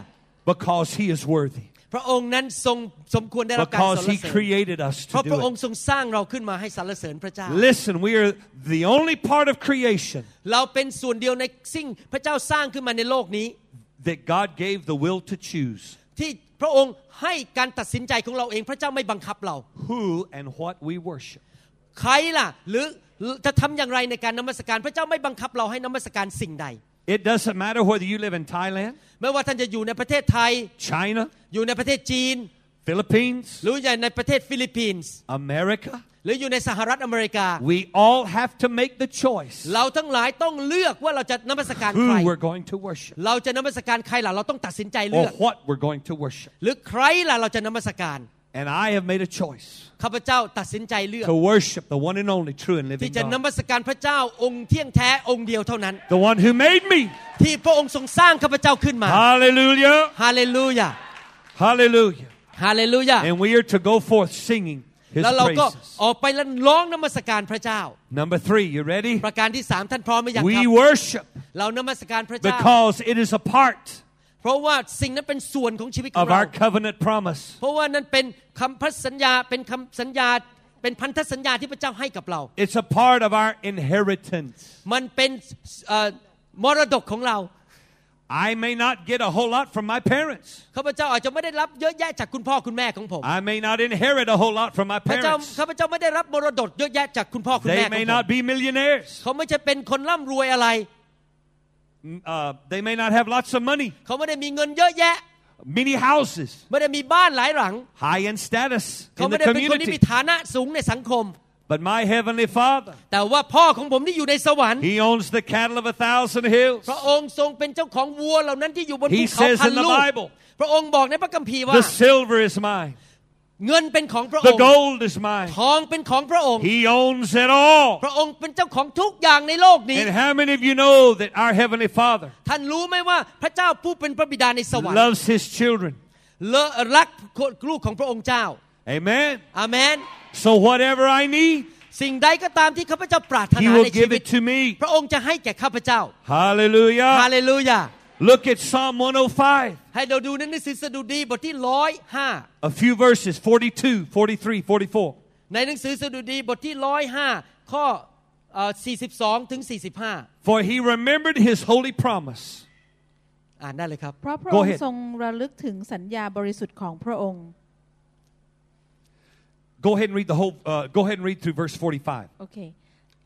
Speaker 1: Because he is worthy.
Speaker 2: พระองค์นั้นทรงสมควรได้รับการสรร
Speaker 1: Because
Speaker 2: เสริ
Speaker 1: he
Speaker 2: ญ
Speaker 1: created us
Speaker 2: เพราะ
Speaker 1: to
Speaker 2: พระ
Speaker 1: do
Speaker 2: องค์
Speaker 1: it.
Speaker 2: ทรงสร้างเราขึ้นมาให้สรรเสริญพระเจ้า
Speaker 1: Listen, we are the only part of creation
Speaker 2: เราเป็นส่วนเดียวในสิ่งพระเจ้าสร้างขึ้นมาในโลกนี้
Speaker 1: that God gave the will to choose
Speaker 2: ที่พระองค์ให้การตัดสินใจของเราเองพระเจ้าไม่บังคับเรา
Speaker 1: who and what we worship.
Speaker 2: ใครล่ะ หรือจะทำอย่างไรในการนมัสการพระเจ้าไม่บังคับเราให้นมัสการสิ่งใด
Speaker 1: It doesn't matter whether you live in Thailand,
Speaker 2: ไม่ว่าท่านจะอยู่ในประเทศไทย
Speaker 1: China,
Speaker 2: อยู่ในประเทศจีน ห
Speaker 1: Philippines,
Speaker 2: รืออยู่ในประเทศฟิลิปปินส์
Speaker 1: America.
Speaker 2: หรืออยู่ในสหรัฐอเมริกา
Speaker 1: We all have to make the choice
Speaker 2: เราทั้งหลายต้องเลือกว่าเราจะนมัสการใคร
Speaker 1: who we're going to worship
Speaker 2: เราจะนมัสการใครล่ะเราต้องตัดสินใจ
Speaker 1: or
Speaker 2: เลือก
Speaker 1: what we're going to worship.
Speaker 2: หรือใครล่ะเราจะนมัสการ
Speaker 1: And I have made a choice
Speaker 2: ข้าพเจ้าตัดสินใจเลือก
Speaker 1: to worship the one and only true and
Speaker 2: ที่
Speaker 1: living
Speaker 2: จะน
Speaker 1: God.
Speaker 2: มัสการพระเจ้าองค์เที่ยงแท้องค์เดียวเท่านั้น
Speaker 1: The one who made me.
Speaker 2: ที่พระองค์ทรงสร้างข้าพเจ้าขึ้นมา
Speaker 1: Hallelujah.
Speaker 2: ฮาเลลูยา
Speaker 1: Hallelujah.
Speaker 2: ฮาเลลูยา
Speaker 1: And we are to go forth singing his
Speaker 2: แล้วเราก็
Speaker 1: praises.
Speaker 2: ออกไปแล้วร้องนมัสการพระเจ้า
Speaker 1: Number three, you ready?
Speaker 2: ประการที่สามท่านพร้อมหรือยังครั
Speaker 1: We
Speaker 2: บ
Speaker 1: worship
Speaker 2: เรานมัสการพระเจ้า
Speaker 1: because it is a part
Speaker 2: เพราะว่าสิ่งนั้นเป็นส่วนของชีวิตของ
Speaker 1: of our
Speaker 2: เรา
Speaker 1: covenant promise.
Speaker 2: เพราะว่านั่นเป็นคำพันธสัญญาเป็นคำสัญญาเป็นพันธสัญญาที่พระเจ้าให้กับเรา
Speaker 1: It's a part of our inheritance.
Speaker 2: มันเป็นเอ่อมรดกของเรา
Speaker 1: I may not get a whole lot from my parents.
Speaker 2: ข้าพเจ้าอาจจะไม่ได้รับเยอะแยะจากคุณพ่อคุณแม่ของผม
Speaker 1: I may not inherit a whole lot from my
Speaker 2: พระเจ้า
Speaker 1: parents.
Speaker 2: ข้าพเจ้าไม่ได้รับมรดกเยอะแยะจากคุณพ่อคุณแม่
Speaker 1: They
Speaker 2: ของ
Speaker 1: may
Speaker 2: ผม
Speaker 1: not be millionaires.
Speaker 2: เขาไม่ใช่เป็นคนร่ำรวยอะไร
Speaker 1: Uh, they may not have lots of money,
Speaker 2: เขาไม่ได้มีเงินเยอะแยะ
Speaker 1: many houses,
Speaker 2: ไม่ได้มีบ้านหลายหลัง
Speaker 1: high in status
Speaker 2: เขา
Speaker 1: in
Speaker 2: ไม่
Speaker 1: the
Speaker 2: ได้เป็นคนที่มี
Speaker 1: community.
Speaker 2: ฐานะสูงในสังคม
Speaker 1: But my heavenly Father,
Speaker 2: แต่ว่าพ่อของผมที่อยู่ในสวรรค์
Speaker 1: He owns the cattle of a thousand hills.
Speaker 2: พระองค์ทรงเป็นเจ้าของวัวเหล่านั้นที่อยู่บน
Speaker 1: He
Speaker 2: ภูเขา
Speaker 1: says
Speaker 2: พัน
Speaker 1: in the
Speaker 2: ลูก
Speaker 1: Bible,
Speaker 2: พระองค์บอกในพระคัมภีร์ว่า
Speaker 1: The silver is mine.
Speaker 2: เงินเป็นของพระอ
Speaker 1: The
Speaker 2: งค์
Speaker 1: gold is mine.
Speaker 2: ทองเป็นของพระองค์
Speaker 1: He owns it all.
Speaker 2: พระองค์เป็นเจ้าของทุกอย่างในโลกนี้
Speaker 1: And how many of you know that our heavenly Father
Speaker 2: ท่านรู้ไหมว่าพระเจ้าผู้เป็นพระบิดาในสวรรค์
Speaker 1: loves His children?
Speaker 2: เลอะรักลูกของพระองค์เจ้า
Speaker 1: Amen.
Speaker 2: อาเมน
Speaker 1: So whatever I need,
Speaker 2: สิ่งใดก็ตามที่ข้าพเจ้าปรารถ
Speaker 1: He
Speaker 2: นา
Speaker 1: will
Speaker 2: ในชี
Speaker 1: give
Speaker 2: วิต
Speaker 1: it to me.
Speaker 2: พระองค์จะให้แก่ข้าพเจ้า ฮา
Speaker 1: Hallelujah.
Speaker 2: เลลูยา
Speaker 1: Look at Psalm 105.
Speaker 2: ให้เราดูในหนังสือสดุดีบทที่ร้อยห้า
Speaker 1: A few verses 42, 43, 44.
Speaker 2: ในหนังสือสดุดีบทที่ร้อยห้าข้อเอ่อ42 ถึง 45
Speaker 1: For he remembered his holy promise.
Speaker 2: อ่านได้เลยครับ
Speaker 3: เพราะพระอ
Speaker 1: Go
Speaker 3: งค์
Speaker 1: ahead.
Speaker 3: ทรงระลึกถึงสัญญาบริสุทธิ์ของพระองค์
Speaker 1: Go ahead and read the whole. Uh, go ahead and read through verse 45.
Speaker 3: โอเค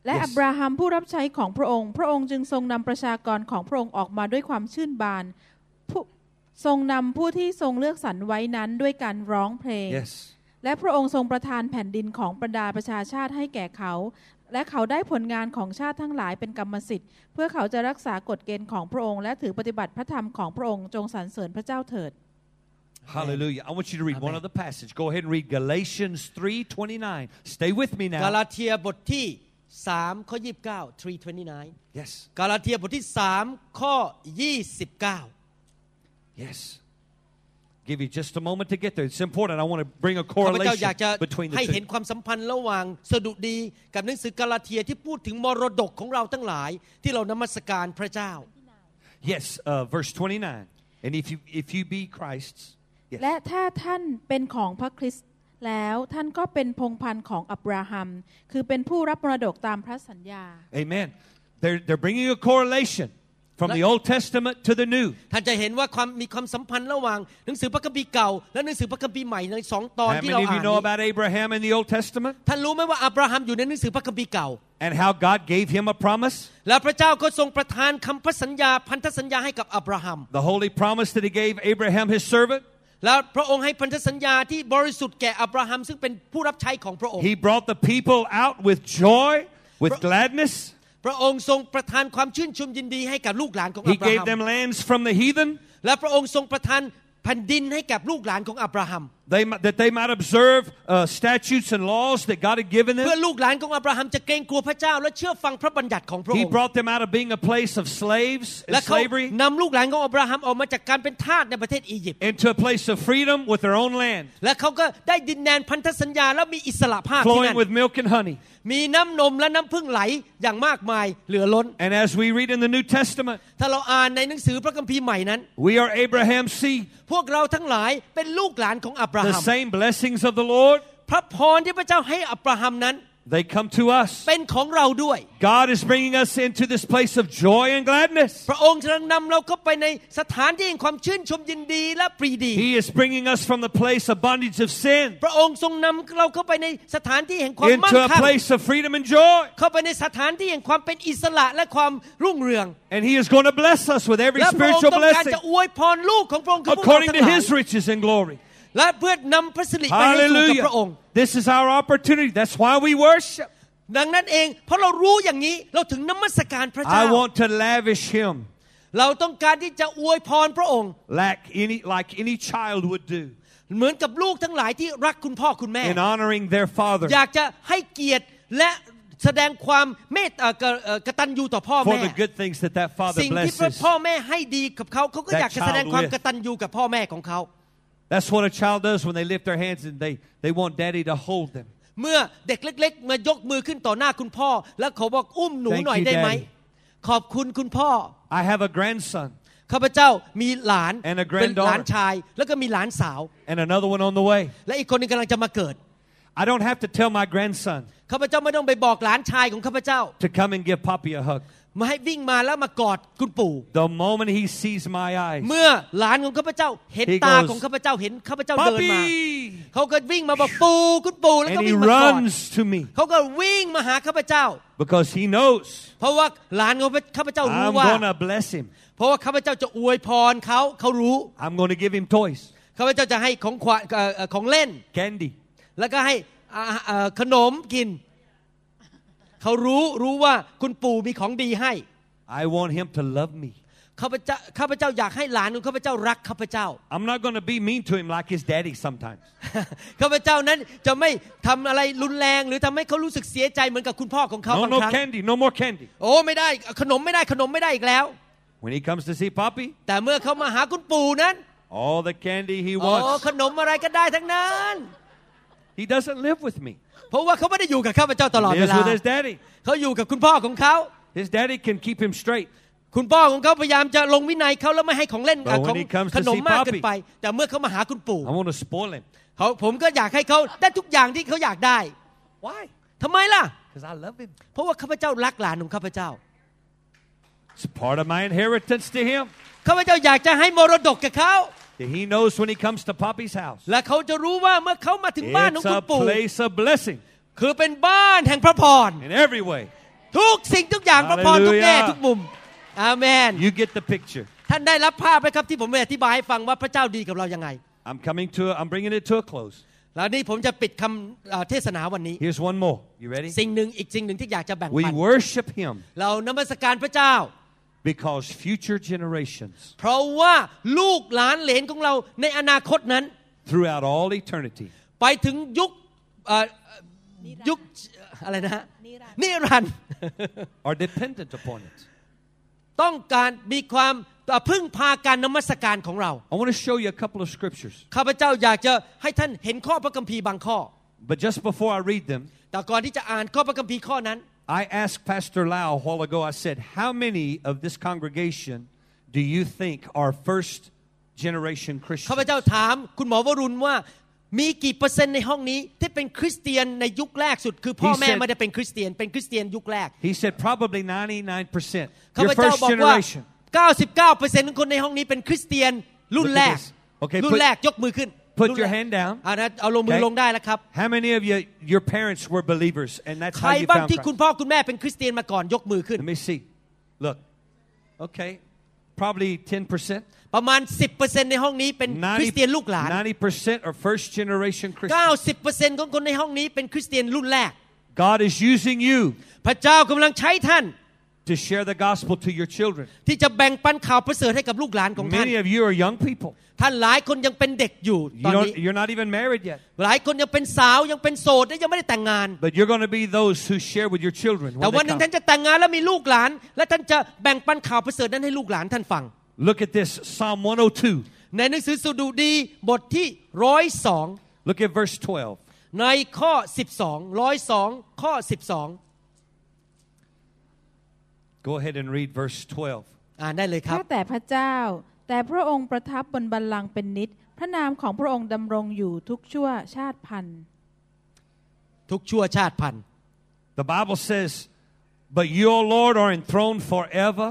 Speaker 3: และ
Speaker 1: Yes.
Speaker 3: อับราฮัมผู้รับใช้ของพระองค์ พระองค์จึงทรงนำประชากรของพระองค์ออกมาด้วยความชื่นบานผู้ทรงนำผู้ที่ทรงเลือกสรรไว้นั้นด้วยการร้องเพลง
Speaker 1: Yes.
Speaker 3: และพระองค์ทรงประทานแผ่นดินของบรรดาประชาชาติให้แก่เขา และเขาได้ผลงานของชาติทั้งหลายเป็นกรรมสิทธิ์ เพื่อเขาจะรักษากฎเกณฑ์ของพระองค์ และถือปฏิบัติพระธรรมของพระองค์จงสรรเสริญพระเจ้าเถิด
Speaker 1: Hallelujah. I want you to read one
Speaker 2: Amen.
Speaker 1: other passage. Go ahead and read Galatians 3:29. Stay with me
Speaker 2: กา
Speaker 1: now.
Speaker 2: ลาเทียบทที่3ข้อ29 329
Speaker 1: yes.
Speaker 2: กาลาเทียบทที่3ข้อ29
Speaker 1: Yes. Give you just a moment to get there. It's important. I want to bring a
Speaker 2: ข้าพเจ้าอยากจะ
Speaker 1: correlation between
Speaker 2: ให้
Speaker 1: the
Speaker 2: เห็น
Speaker 1: two.
Speaker 2: ความสัมพันธ์ระหว่างสดุดีกับหนังสือกาลาเทียที่พูดถึงมรดกของเราทั้งหลาย ที่เรานมัสการพระเจ้า
Speaker 1: Yes, uh, verse 29. And if you if you be Christ's, yes.
Speaker 3: และถ้าท่านเป็นของพระคริสต์แล้วท่านก็เป็นพงศ์พันธุ์ของอับราฮัม คือเป็นผู้รับมรดกตามพระสัญญา
Speaker 1: Amen. They're they're bringing a correlation from the Old Testament to the New.
Speaker 2: ท่านจะเห็นว่าความมีความสัมพันธ์ระหว่างหนังสือพระคัมภีร์เก่า และหนังสือพระคัมภีร์ใหม่ในสองตอน
Speaker 1: How
Speaker 2: ที่เรา
Speaker 1: many of
Speaker 2: อ่า
Speaker 1: Oh, you
Speaker 2: น
Speaker 1: know
Speaker 2: นี้
Speaker 1: about Abraham in the Old Testament
Speaker 2: ท่านรู้ไหมว่าอับราฮัมอยู่ในหนังสือพระคัมภีร์เก่า
Speaker 1: and how God gave him a promise?
Speaker 2: และพระเจ้าก็ทรงประทานคำพันธสัญญาพันธสัญญาให้กับอับราฮัม
Speaker 1: The holy promise that he gave Abraham his servant.
Speaker 2: และพระองค์ให้พันธสัญญาที่บริสุทธิ์แก่อับราฮัมซึ่งเป็นผู้รับใช้ของพระองค์
Speaker 1: He brought the people out with joy, with
Speaker 2: Bro-
Speaker 1: gladness.
Speaker 2: พระองค์ทรงประทานความชื่นชมยินดีให้กับลูกหลานของอั
Speaker 1: He
Speaker 2: บรา
Speaker 1: gave
Speaker 2: ฮัม
Speaker 1: them lands from the heathen
Speaker 2: และพระองค์ทรงประทานแผ่นดินให้กับลูกหลานของอับราฮัม
Speaker 1: they, mi- that they might observe uh, statutes and laws that God had given
Speaker 2: เพื่อ
Speaker 1: them.
Speaker 2: ลูกหลานของอับราฮัมจะเกรงกลัวพระเจ้า และเชื่อฟังพระบัญญัติของพระอ
Speaker 1: He
Speaker 2: งค์
Speaker 1: brought them out of being a place of slaves
Speaker 2: และ
Speaker 1: and
Speaker 2: เขา
Speaker 1: slavery
Speaker 2: นำลูกหลานของอับราฮัมออกมาจากการเป็นทาสในประเทศอียิปต์
Speaker 1: into a place of freedom with their own land,
Speaker 2: และเขาก็ได้ดินแดนพันธสัญญาและมีอิสระภาพที่
Speaker 1: flowing
Speaker 2: นั่น
Speaker 1: with milk and honey.
Speaker 2: มีน้ำนมและน้ำพึ่งไหลอย่างมากมายเหลือล้น
Speaker 1: And as we read in the New Testament,
Speaker 2: ถ้าเราอ่านในหนังสือพระคัมภีร์ใหม่นั้น
Speaker 1: we are Abraham's seed.
Speaker 2: พวกเราทั้งหลายเป็นลูกหลานของอับรา
Speaker 1: The
Speaker 2: ฮัม
Speaker 1: same blessings of the Lord,
Speaker 2: พระพรที่พระเจ้าให้อับราฮัมนั้น
Speaker 1: they come to us.
Speaker 2: เป็นของเราด้วย
Speaker 1: God is bringing us into this place of joy and gladness.
Speaker 2: พระองค์กำลังนำเราเข้าไปในสถานที่แห่งความชื่นชมยินดีและปรีดี
Speaker 1: He is bringing us from the place of bondage of sin
Speaker 2: พระองค์ทรงนำเราเข้าไปในสถานที่แห่งความมั่ง
Speaker 1: into a
Speaker 2: คั่ง
Speaker 1: place of freedom and joy.
Speaker 2: เข้าไปในสถานที่แห่งความเป็นอิสระและความรุ่งเรือง
Speaker 1: And He is going to bless us with every
Speaker 2: และพระองค์
Speaker 1: spiritual
Speaker 2: ต้องการ
Speaker 1: blessing
Speaker 2: จะอวยพรลูกของพระองค์คือพวกเรา
Speaker 1: according to
Speaker 2: ทั้งหลาย
Speaker 1: His riches and glory.
Speaker 2: และเพื่อนำพระสิริไปให้สู่กับ
Speaker 1: Hallelujah.
Speaker 2: พระองค์
Speaker 1: This is our opportunity. That's why we worship.
Speaker 2: ดังนั้นเองเพราะเรารู้อย่างนี้เราถึงนมัสการพระเจ้า
Speaker 1: I want to lavish Him
Speaker 2: เราต้องการที่จะอวยพรพระองค์
Speaker 1: like any, like any child would do
Speaker 2: เหมือนกับลูกทั้งหลายที่รักคุณพ่อคุณแม่
Speaker 1: in honoring their father
Speaker 2: อยากจะให้เกียรติและแสดงความเมตตาเอ่อเอ่อกตัญญูต่อพ่อ
Speaker 1: for
Speaker 2: แม่
Speaker 1: the good things that that father
Speaker 2: สิ่งที่พระ
Speaker 1: blesses.
Speaker 2: พ่อแม่ให้ดีกับเขาเขาก็
Speaker 1: That
Speaker 2: อยากจะแสดงความ
Speaker 1: child with
Speaker 2: กตัญญูกับพ่อแม่ของเขา
Speaker 1: That's what a child does when they lift their hands and they, they want daddy to hold them.
Speaker 2: เมื่อเด็กเล็ก ๆ มายกมือขึ้นต่อหน้าคุณพ่อ แล้วเขาบอกอุ้มหนู
Speaker 1: Thank
Speaker 2: หน่อย
Speaker 1: you,
Speaker 2: ได้ไหม
Speaker 1: Daddy.
Speaker 2: ขอบคุณคุณพ่อ
Speaker 1: I have a grandson
Speaker 2: ข้าพเจ้ามีหลาน
Speaker 1: And a
Speaker 2: เป็นหลาน
Speaker 1: granddaughter.
Speaker 2: ชาย แล้วก็มีหลานสาว
Speaker 1: and another one on the way.
Speaker 2: และอีกคนหนึงกำลังจะมาเกิด
Speaker 1: I don't have to tell my grandson
Speaker 2: ข้าพเจ้าไม่ต้องไปบอกหลานชายของข้าพเจ้า
Speaker 1: to come and give Poppy a hug.
Speaker 2: มาให้วิ่งมาแล้วมากอดคุณปู่
Speaker 1: The moment he sees my eyes,
Speaker 2: เมื่อหลานของข้าพเจ้าเห็น
Speaker 1: He
Speaker 2: ตา
Speaker 1: goes,
Speaker 2: ของข้าพเจ้าเห็นข้าพเจ้าเดินมา
Speaker 1: Poppy!
Speaker 2: เขาก็วิ่งมาบอกปู่คุณปู่แล้วก็
Speaker 1: And he
Speaker 2: วิ่งมากอด
Speaker 1: runs to me
Speaker 2: เขาก็วิ่งมาหาข้าพเจ้า
Speaker 1: because he knows
Speaker 2: เพราะว่าหลานของข้าพเจ้ารู้
Speaker 1: I'm
Speaker 2: ว่า
Speaker 1: going to bless him.
Speaker 2: เพราะว่าข้าพเจ้าจะอวยพรเขาเขารู้
Speaker 1: I'm going to give him toys,
Speaker 2: ข้าพเจ้าจะให้ของขวัญเอ่อเอ่อของเล่น
Speaker 1: candy.
Speaker 2: แล้วก็ให้อ่าเอ่อขนมกิน เขารู้รู้ว่าคุณปู่มีของดีให้
Speaker 1: I want him to love me.
Speaker 2: ข้าพเจ้าข้าพเจ้าอยากให้หลานของข้าพเจ้ารักข้าพเจ้า
Speaker 1: I'm not going to be mean to him like his daddy sometimes.
Speaker 2: ข้าพเจ้านั้นจะไม่ทำอะไรรุนแรง หรือทำให้เขารู้สึกเสียใจเหมือนกับคุณพ่อของเขา
Speaker 1: No,
Speaker 2: บาง
Speaker 1: no
Speaker 2: ครั้ง
Speaker 1: candy, no more candy.
Speaker 2: โอ้ไม่ได้ขนมไม่ได้ขนมไม่ได้อีกแล้ว
Speaker 1: When he comes to see Poppy,
Speaker 2: แต่เมื่อเขามาหาคุณปู่นั้น
Speaker 1: all the candy he
Speaker 2: โอ้
Speaker 1: wants.
Speaker 2: ขนมอะไรก็ได้ทั้งนั้น
Speaker 1: He doesn't live with me.
Speaker 2: เพราะว่าเขาไม่ได้อยู่กับข้าพเจ้าตลอด
Speaker 1: He
Speaker 2: เว
Speaker 1: lives
Speaker 2: ลา
Speaker 1: with his daddy.
Speaker 2: เขาอยู่กับคุณพ่อของเขา
Speaker 1: His daddy can keep him straight.
Speaker 2: คุณพ่อของเขาพยายามจะลงวินัยเขาแล้วไม่ให้ของเล่น
Speaker 1: But
Speaker 2: อ่ะ
Speaker 1: when
Speaker 2: ของ
Speaker 1: he comes to
Speaker 2: ขนมมาก
Speaker 1: see Papi
Speaker 2: เกินไป แต่เมื่อเขามาหาคุณปู่
Speaker 1: I want to spoil him.
Speaker 2: เขาผมก็อยากให้เขาได้ทุกอย่างที่เขาอยากได้
Speaker 1: Why?
Speaker 2: ทำไมล่ะ
Speaker 1: Because I love him.
Speaker 2: เพราะว่าข้าพเจ้ารักหลานของข้าพเจ้า
Speaker 1: It's part of my inheritance to him.
Speaker 2: ข้าพเจ้าอยากจะให้มรดกกับเขา
Speaker 1: That he knows when he comes to Poppy's house.
Speaker 2: และเขาจะรู้ว่าเมื่อเขามาถึงบ้านของ
Speaker 1: It's
Speaker 2: คุ
Speaker 1: a
Speaker 2: ณปู่
Speaker 1: place of blessing
Speaker 2: คือเป็นบ้านแห่งพระพร
Speaker 1: in every way.
Speaker 2: ทุกสิ่งทุกอย่างพระพรทุกแง่
Speaker 1: Hallelujah
Speaker 2: ทุกมุม อาเมน
Speaker 1: You get the picture.
Speaker 2: ท่านได้รับภาพไหมครับที่ผมได้อธิบายให้ฟังว่าพระเจ้าดีกับเรายังไง
Speaker 1: I'm coming to. I'm bringing it to a close.
Speaker 2: แล้วนี่ผมจะปิดคำเอ่อเทศนาวันนี้
Speaker 1: Here's one more. You ready?
Speaker 2: สิ่งหนึ่งอีกสิ่งหนึ่งที่อยากจะแบ่ง
Speaker 1: We
Speaker 2: ปัน
Speaker 1: worship him
Speaker 2: เรานมัสการพระเจ้า
Speaker 1: because future generations
Speaker 2: เพราะว่าลูกหลานเหลนของเราในอนาคตนั้น
Speaker 1: throughout all eternity
Speaker 2: ไปถึงยุคเอ่อยุคอะไรนะฮะ
Speaker 3: นิรันดร์
Speaker 2: นิรันดร์
Speaker 1: are dependent upon it.
Speaker 2: ต้องการมีความเอ่อพึ่งพาการนมัสการของเรา
Speaker 1: I want to show you a couple of scriptures,
Speaker 2: ข้าพเจ้าอยากจะให้ท่านเห็นข้อพระคัมภีร์บางข้อ
Speaker 1: but just before I read them,
Speaker 2: แต่ก่อนที่จะอ่านข้อพระคัมภีร์ข้อนั้น
Speaker 1: I asked Pastor Lau a while ago. I said, "How many of this congregation do you think are first generation
Speaker 2: ข้าพเจ้า
Speaker 1: Christians?"
Speaker 2: ถามคุณหมอวรุณว่ามีกี่เปอร์เซ็นต์ในห้องนี้ ที่เป็นคริสเตียนในยุคแรกสุด คือพ่อ
Speaker 1: He
Speaker 2: แม่
Speaker 1: said-
Speaker 2: ไม่ได้เป็นคริสเตียนเป็นคริสเตียนยุคแรก
Speaker 1: He said, "Probably 99 percent.
Speaker 2: ข้าพ
Speaker 1: Your
Speaker 2: เจ้า
Speaker 1: first
Speaker 2: บอกว่า
Speaker 1: generation."
Speaker 2: 99%ของคนในห้องนี้เป็นคริสเตียนรุ่น
Speaker 1: Look at
Speaker 2: แรก
Speaker 1: this. Okay,
Speaker 2: รุ่น
Speaker 1: put-
Speaker 2: แรกยกมือขึ้น
Speaker 1: Put
Speaker 2: รุ่น
Speaker 1: your
Speaker 2: แรก
Speaker 1: hand down.
Speaker 2: อ่านะเอาลงมือ
Speaker 1: Okay.
Speaker 2: ลงได้แล้วครับ
Speaker 1: How many of you, your parents were believers, and that's
Speaker 2: ใคร
Speaker 1: how you
Speaker 2: บ้าง
Speaker 1: found
Speaker 2: ที่คุณ
Speaker 1: Christ?
Speaker 2: พ่อคุณแม่เป็นคริสเตียนมาก่อนยกมือขึ้น
Speaker 1: Let me see. Look. Okay. Probably 10%.
Speaker 2: ประมาณ 10%ในห้องนี้เป็นคริสเตียนลูกหลาน
Speaker 1: 90% are first generation Christians.
Speaker 2: 90%ของคนในห้องนี้เป็นคริสเตียนรุ่นแรก
Speaker 1: God is using you
Speaker 2: พระเจ้ากำลังใช้ท่าน
Speaker 1: to share the gospel to your children.
Speaker 2: ที่จะแบ่งปันข่าวประเสริฐให้กับลูกหลานของท่าน
Speaker 1: Many of you are young people.
Speaker 2: ท่านหลายคนยังเป็นเด็กอยู่ต
Speaker 1: You
Speaker 2: อนนี้
Speaker 1: don't, you're not even married yet.
Speaker 2: หลายคนยังเป็นสาวยังเป็นโสดและยังไม่ได้แต่งงาน
Speaker 1: But you're going to be those who share with your children.
Speaker 2: แต่
Speaker 1: When
Speaker 2: วัน
Speaker 1: they
Speaker 2: หนึ่ง
Speaker 1: come.
Speaker 2: ท่านจะแต่งงานและมีลูกหลาน และท่านจะแบ่งปันข่าวประเสริฐนั้นให้ลูกหลานท่านฟัง
Speaker 1: Look at this Psalm 102.
Speaker 2: ในหนังสือสดุดีบทที่ร้อยสอง
Speaker 1: Look at verse 12.
Speaker 2: ในข้อ 12ร้อยสองข้อ 12
Speaker 1: Go ahead and read verse 12.
Speaker 2: อ่านได้เลยครับ
Speaker 3: ข้าแต่พระเจ้า แต่พระองค์ประทับบนบัลลังก์เป็นนิจพระนามของพระองค์ดำรงอยู่ทุกชั่วชาติพันธุ์
Speaker 2: ทุกชั่วชาติพันธุ์
Speaker 1: The Bible says, But you, O Lord, are enthroned forever,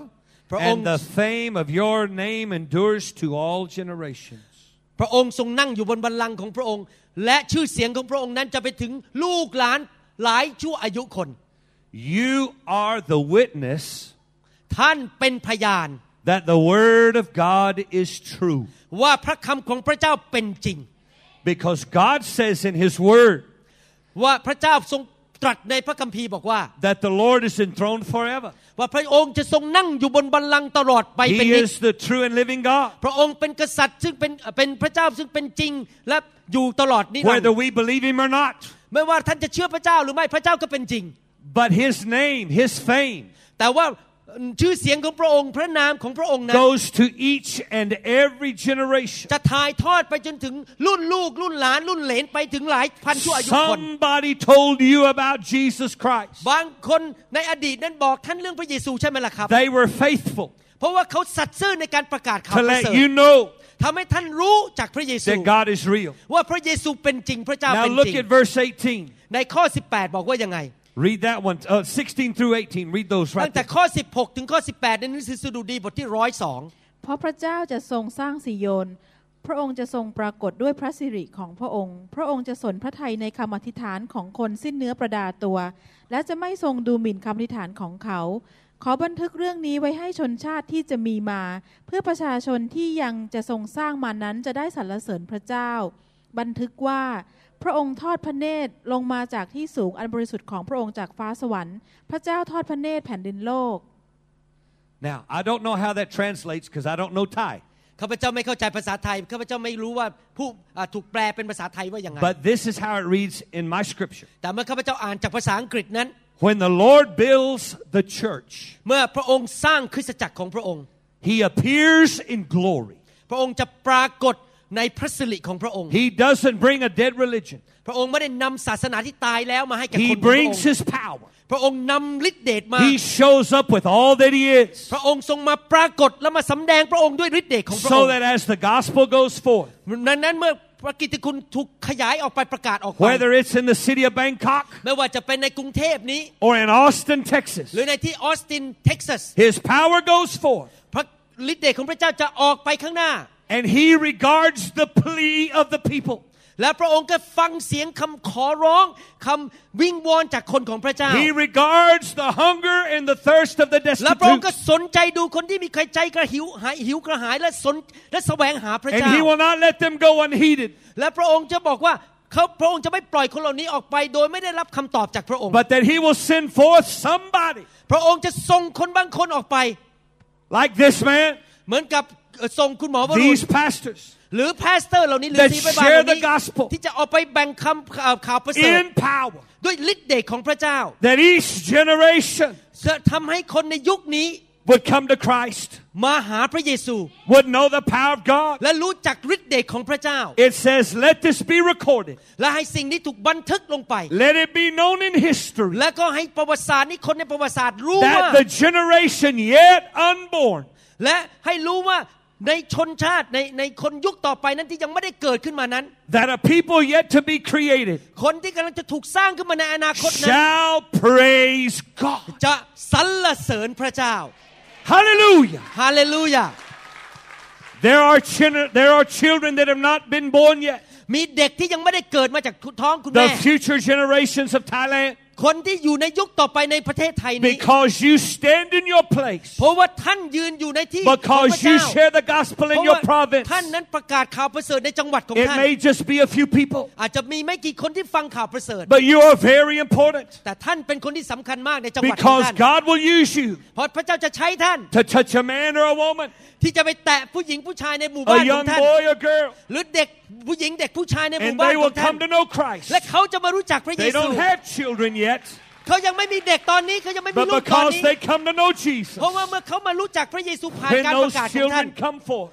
Speaker 2: For
Speaker 1: and the
Speaker 2: ons-
Speaker 1: fame of your name endures to all generations.
Speaker 2: พระองค์ทรงนั่งอยู่บนบัลลังก์ของพระองค์ และชื่อเสียงของพระองค์นั้นจะไปถึงลูกหลานหลายชั่วอายุคน
Speaker 1: You are the witness
Speaker 2: ท่านเป็นพยาน
Speaker 1: that the Word of God is true.
Speaker 2: ว่าพระคำของพระเจ้าเป็นจริง
Speaker 1: Because God says in His Word
Speaker 2: ว่าพระเจ้าทรงตรัสในพระคัมภีร์บอกว่า
Speaker 1: that the Lord is enthroned forever.
Speaker 2: ว่าพระองค์จะทรงนั่งอยู่บนบัลลังก์ตลอดไปเป็น
Speaker 1: He
Speaker 2: นิจ
Speaker 1: is the true and living God.
Speaker 2: พระองค์เป็นกษัตริย์ซึ่งเป็นเป็นพระเจ้าซึ่งเป็นจริง และอยู่ตลอดนิรันด
Speaker 1: Whether
Speaker 2: ร์
Speaker 1: we believe Him or not,
Speaker 2: ไม่ว่าท่านจะเชื่อพระเจ้าหรือไม่พระเจ้าก็เป็นจริง
Speaker 1: but His name, His fame,
Speaker 2: แต่ว่าชื่อเสียงของพระองค์ พระนามของพระองค์นั้น
Speaker 1: goes to each and every generation.
Speaker 2: จะถ่ายทอดไปจนถึงรุ่นลูก รุ่นหลาน รุ่นเหลนไปถึงหลายพันชั่วอายุคน
Speaker 1: Somebody told you about Jesus Christ.
Speaker 2: บางคนในอดีตนั้นบอกท่านเรื่องพระเยซูใช่ไหมล่ะครับ
Speaker 1: They were faithful
Speaker 2: เพราะว่าเขาสัตย์ซื่อในการประกาศข่าว
Speaker 1: to
Speaker 2: ประเสริ
Speaker 1: let
Speaker 2: ฐ
Speaker 1: you know
Speaker 2: ทำให้ท่านรู้จากพระเยซู
Speaker 1: that God is real.
Speaker 2: ว่าพระเยซูเป็นจริงพระเจ้า
Speaker 1: Now
Speaker 2: เป็นจริ
Speaker 1: look
Speaker 2: ง
Speaker 1: at verse 18.
Speaker 2: ในข้อ 18 บอกว่ายังไง
Speaker 1: Read that one, uh, 16 through 18. Read those
Speaker 2: ตั้
Speaker 1: right
Speaker 2: งแต่
Speaker 1: there.
Speaker 2: ข้อ 16 ถึงข้อ 18 ในหนังสือสดุดีบทที่ร้อยสอง
Speaker 3: เพราะพระเจ้าจะทรงสร้างสิโยน พระองค์จะทรงปรากฏด้วยพระสิริของพระองค์ พระองค์จะสนพระทัยในคำอธิษฐานของคนสิ้นเนื้อประดาตัว และจะไม่ทรงดูหมิ่นคำอธิษฐานของเขา ขอบันทึกเรื่องนี้ไว้ให้ชนชาติที่จะมีมา เพื่อประชาชนที่ยังจะทรงสร้างมานั้นจะได้สรรเสริญพระเจ้า บันทึกว่า พระองค์ทอดพระเนตรลงมาจากที่สูงอันบริสุทธิ์ของพระองค์จากฟ้าสวรรค์ พระเจ้าทอดพระเนตรแผ่นดินโลก
Speaker 1: Now, I don't know how that translates because I don't know Thai.
Speaker 2: ข้าพเจ้าไม่เข้าใจภาษาไทยข้าพเจ้าไม่รู้ว่าผู้อ่าถูกแปลเป็นภาษาไทยว่ายังไง
Speaker 1: But this is how it reads in my scripture.
Speaker 2: แต่เมื่อข้าพเจ้าอ่านจากภาษาอังกฤษนั้น
Speaker 1: When the Lord builds the church,
Speaker 2: เมื่อพระองค์สร้างคริสตจักรของพระองค์
Speaker 1: he appears in glory.
Speaker 2: พระองค์จะปรากฏในพระสิริของพระองค์
Speaker 1: He doesn't bring a dead religion.
Speaker 2: พระองค์ไม่ได้นำศาสนาที่ตายแล้วมาให้แก่คนข
Speaker 1: He
Speaker 2: องพระองค์
Speaker 1: brings his power.
Speaker 2: พระองค์นำฤทธิเดชมา
Speaker 1: He shows up with all that he is.
Speaker 2: พระองค์ทรงมาปรากฏและมาสำแดงพระองค์ด้วยฤทธิเดชของพระอง
Speaker 1: So
Speaker 2: ค์
Speaker 1: that as the gospel goes forth,
Speaker 2: ดังนั้นเมื่อพระกิตติคุณถูกขยายออกไปประกาศออกไป
Speaker 1: whether it's in the city of Bangkok
Speaker 2: ไม่ว่าจะเป็นในกรุงเทพนี้
Speaker 1: or in Austin, Texas,
Speaker 2: หรือในที่ออสตินเท็กซัส
Speaker 1: his power goes forth.
Speaker 2: พระฤทธิเดชของพระเจ้าจะออกไปข้างหน้า
Speaker 1: And he regards the plea of the people.
Speaker 2: และพระองค์ก็ฟังเสียงคำขอร้องคำวิงวอนจากคนของพระเจ้า
Speaker 1: He regards the hunger and the thirst of the
Speaker 2: และพระองค์ก็
Speaker 1: destitute.
Speaker 2: สนใจดูคนที่มีใครใจกระหิวหายหิวกระหายและสนและแสวงหาพระ
Speaker 1: And
Speaker 2: เจ้า
Speaker 1: he will not let them go unheeded.
Speaker 2: และพระองค์จะบอกว่าเขาพระองค์จะไม่ปล่อยคนเหล่านี้ออกไป โดยไม่ได้รับคำตอบจากพระองค์
Speaker 1: But that he will send forth somebody
Speaker 2: พระองค์จะส่งคนบางคนออกไป
Speaker 1: like this man,
Speaker 2: เหมือนกับเอ่อส่งคุณหมอวรุณ
Speaker 1: these pastors,
Speaker 2: หรือพาสเตอร์เหล่านี้หรือ
Speaker 1: That
Speaker 2: สีไปบ้านเห
Speaker 1: share
Speaker 2: ล่า
Speaker 1: the
Speaker 2: นี้
Speaker 1: gospel
Speaker 2: ที่จะออกไปแบ่งคำข่าวข่าวประเสริฐ
Speaker 1: in power.
Speaker 2: ด้วยฤทธิ์เดชของพระเจ้า
Speaker 1: That each generation
Speaker 2: จะทำให้คนในยุคนี้
Speaker 1: would come to Christ,
Speaker 2: มาหาพระเยซู
Speaker 1: would know the power of God.
Speaker 2: และรู้จักฤทธิ์เดชของพระเจ้า
Speaker 1: It says, let this be recorded.
Speaker 2: และให้สิ่งนี้ถูกบันทึกลงไป
Speaker 1: Let it be known in history
Speaker 2: และก็ให้ประวัติศาสตร์นี้คนในประวัติศาสตร์รู้ว่า
Speaker 1: that the generation yet unborn
Speaker 2: และให้รู้ว่าในชนชาติในในคนยุคต่อไปนั้นที่ยังไม่ได้เกิดขึ้นมานั้น
Speaker 1: that a people yet to be created
Speaker 2: คนที่กำลังจะถูกสร้างขึ้นมาในอนาคตนั้น
Speaker 1: shall praise God.
Speaker 2: จะสรรเสริญพระเจ้า
Speaker 1: Hallelujah.
Speaker 2: ฮาเลลูยา
Speaker 1: There are, chil- there are children that have not been born yet.
Speaker 2: มีเด็กที่ยังไม่ได้เกิดมาจากท้องคุณ
Speaker 1: The
Speaker 2: แม่
Speaker 1: future generations of Thailand.
Speaker 2: คนที่อยู่ในยุคต่อไปในประเทศไทยนี้
Speaker 1: because you stand in your place,
Speaker 2: เพราะว่าท่านยืนอยู่ในที่ของพระ
Speaker 1: because
Speaker 2: เจ้า
Speaker 1: you share the gospel
Speaker 2: เพ
Speaker 1: in
Speaker 2: ราะ
Speaker 1: your
Speaker 2: ว่า
Speaker 1: province.
Speaker 2: ท่านนั้นประกาศข่าวประเสริฐในจังหวัดของ
Speaker 1: It
Speaker 2: ท่าน
Speaker 1: may just be a few people,
Speaker 2: อาจจะมีไม่กี่คนที่ฟังข่าวประเสริฐ
Speaker 1: but you are very important
Speaker 2: แต่ท่านเป็นคนที่สำคัญมากในจังหวัดของ
Speaker 1: because
Speaker 2: ท่าน
Speaker 1: God will use you
Speaker 2: เพราะพระเจ้าจะใช้ท่าน
Speaker 1: to touch a man or a woman,
Speaker 2: ที่จะไปแตะผู้หญิงผู้ชายในหมู่บ้า
Speaker 1: a
Speaker 2: นขอ
Speaker 1: young
Speaker 2: งท่าน
Speaker 1: boy or girl,
Speaker 2: หรือเด็กผู้หญิงเด็กผู้ชายในหมู่
Speaker 1: and
Speaker 2: บ้าน
Speaker 1: they
Speaker 2: ข
Speaker 1: will
Speaker 2: องท่าน
Speaker 1: come to know Christ.
Speaker 2: และเขาจะมารู้จักพระเย
Speaker 1: They
Speaker 2: ซู
Speaker 1: don't have children yet,
Speaker 2: เขายังไม่มีเด็กตอนนี้เขายังไม่มี
Speaker 1: but
Speaker 2: ลูกตอน
Speaker 1: because
Speaker 2: นี้
Speaker 1: they come to know Jesus,
Speaker 2: เพราะว่าเมื่อเขามารู้จักพระเยซูผ่าน
Speaker 1: then
Speaker 2: การป
Speaker 1: those
Speaker 2: ระกาศของท่าน
Speaker 1: children come forth.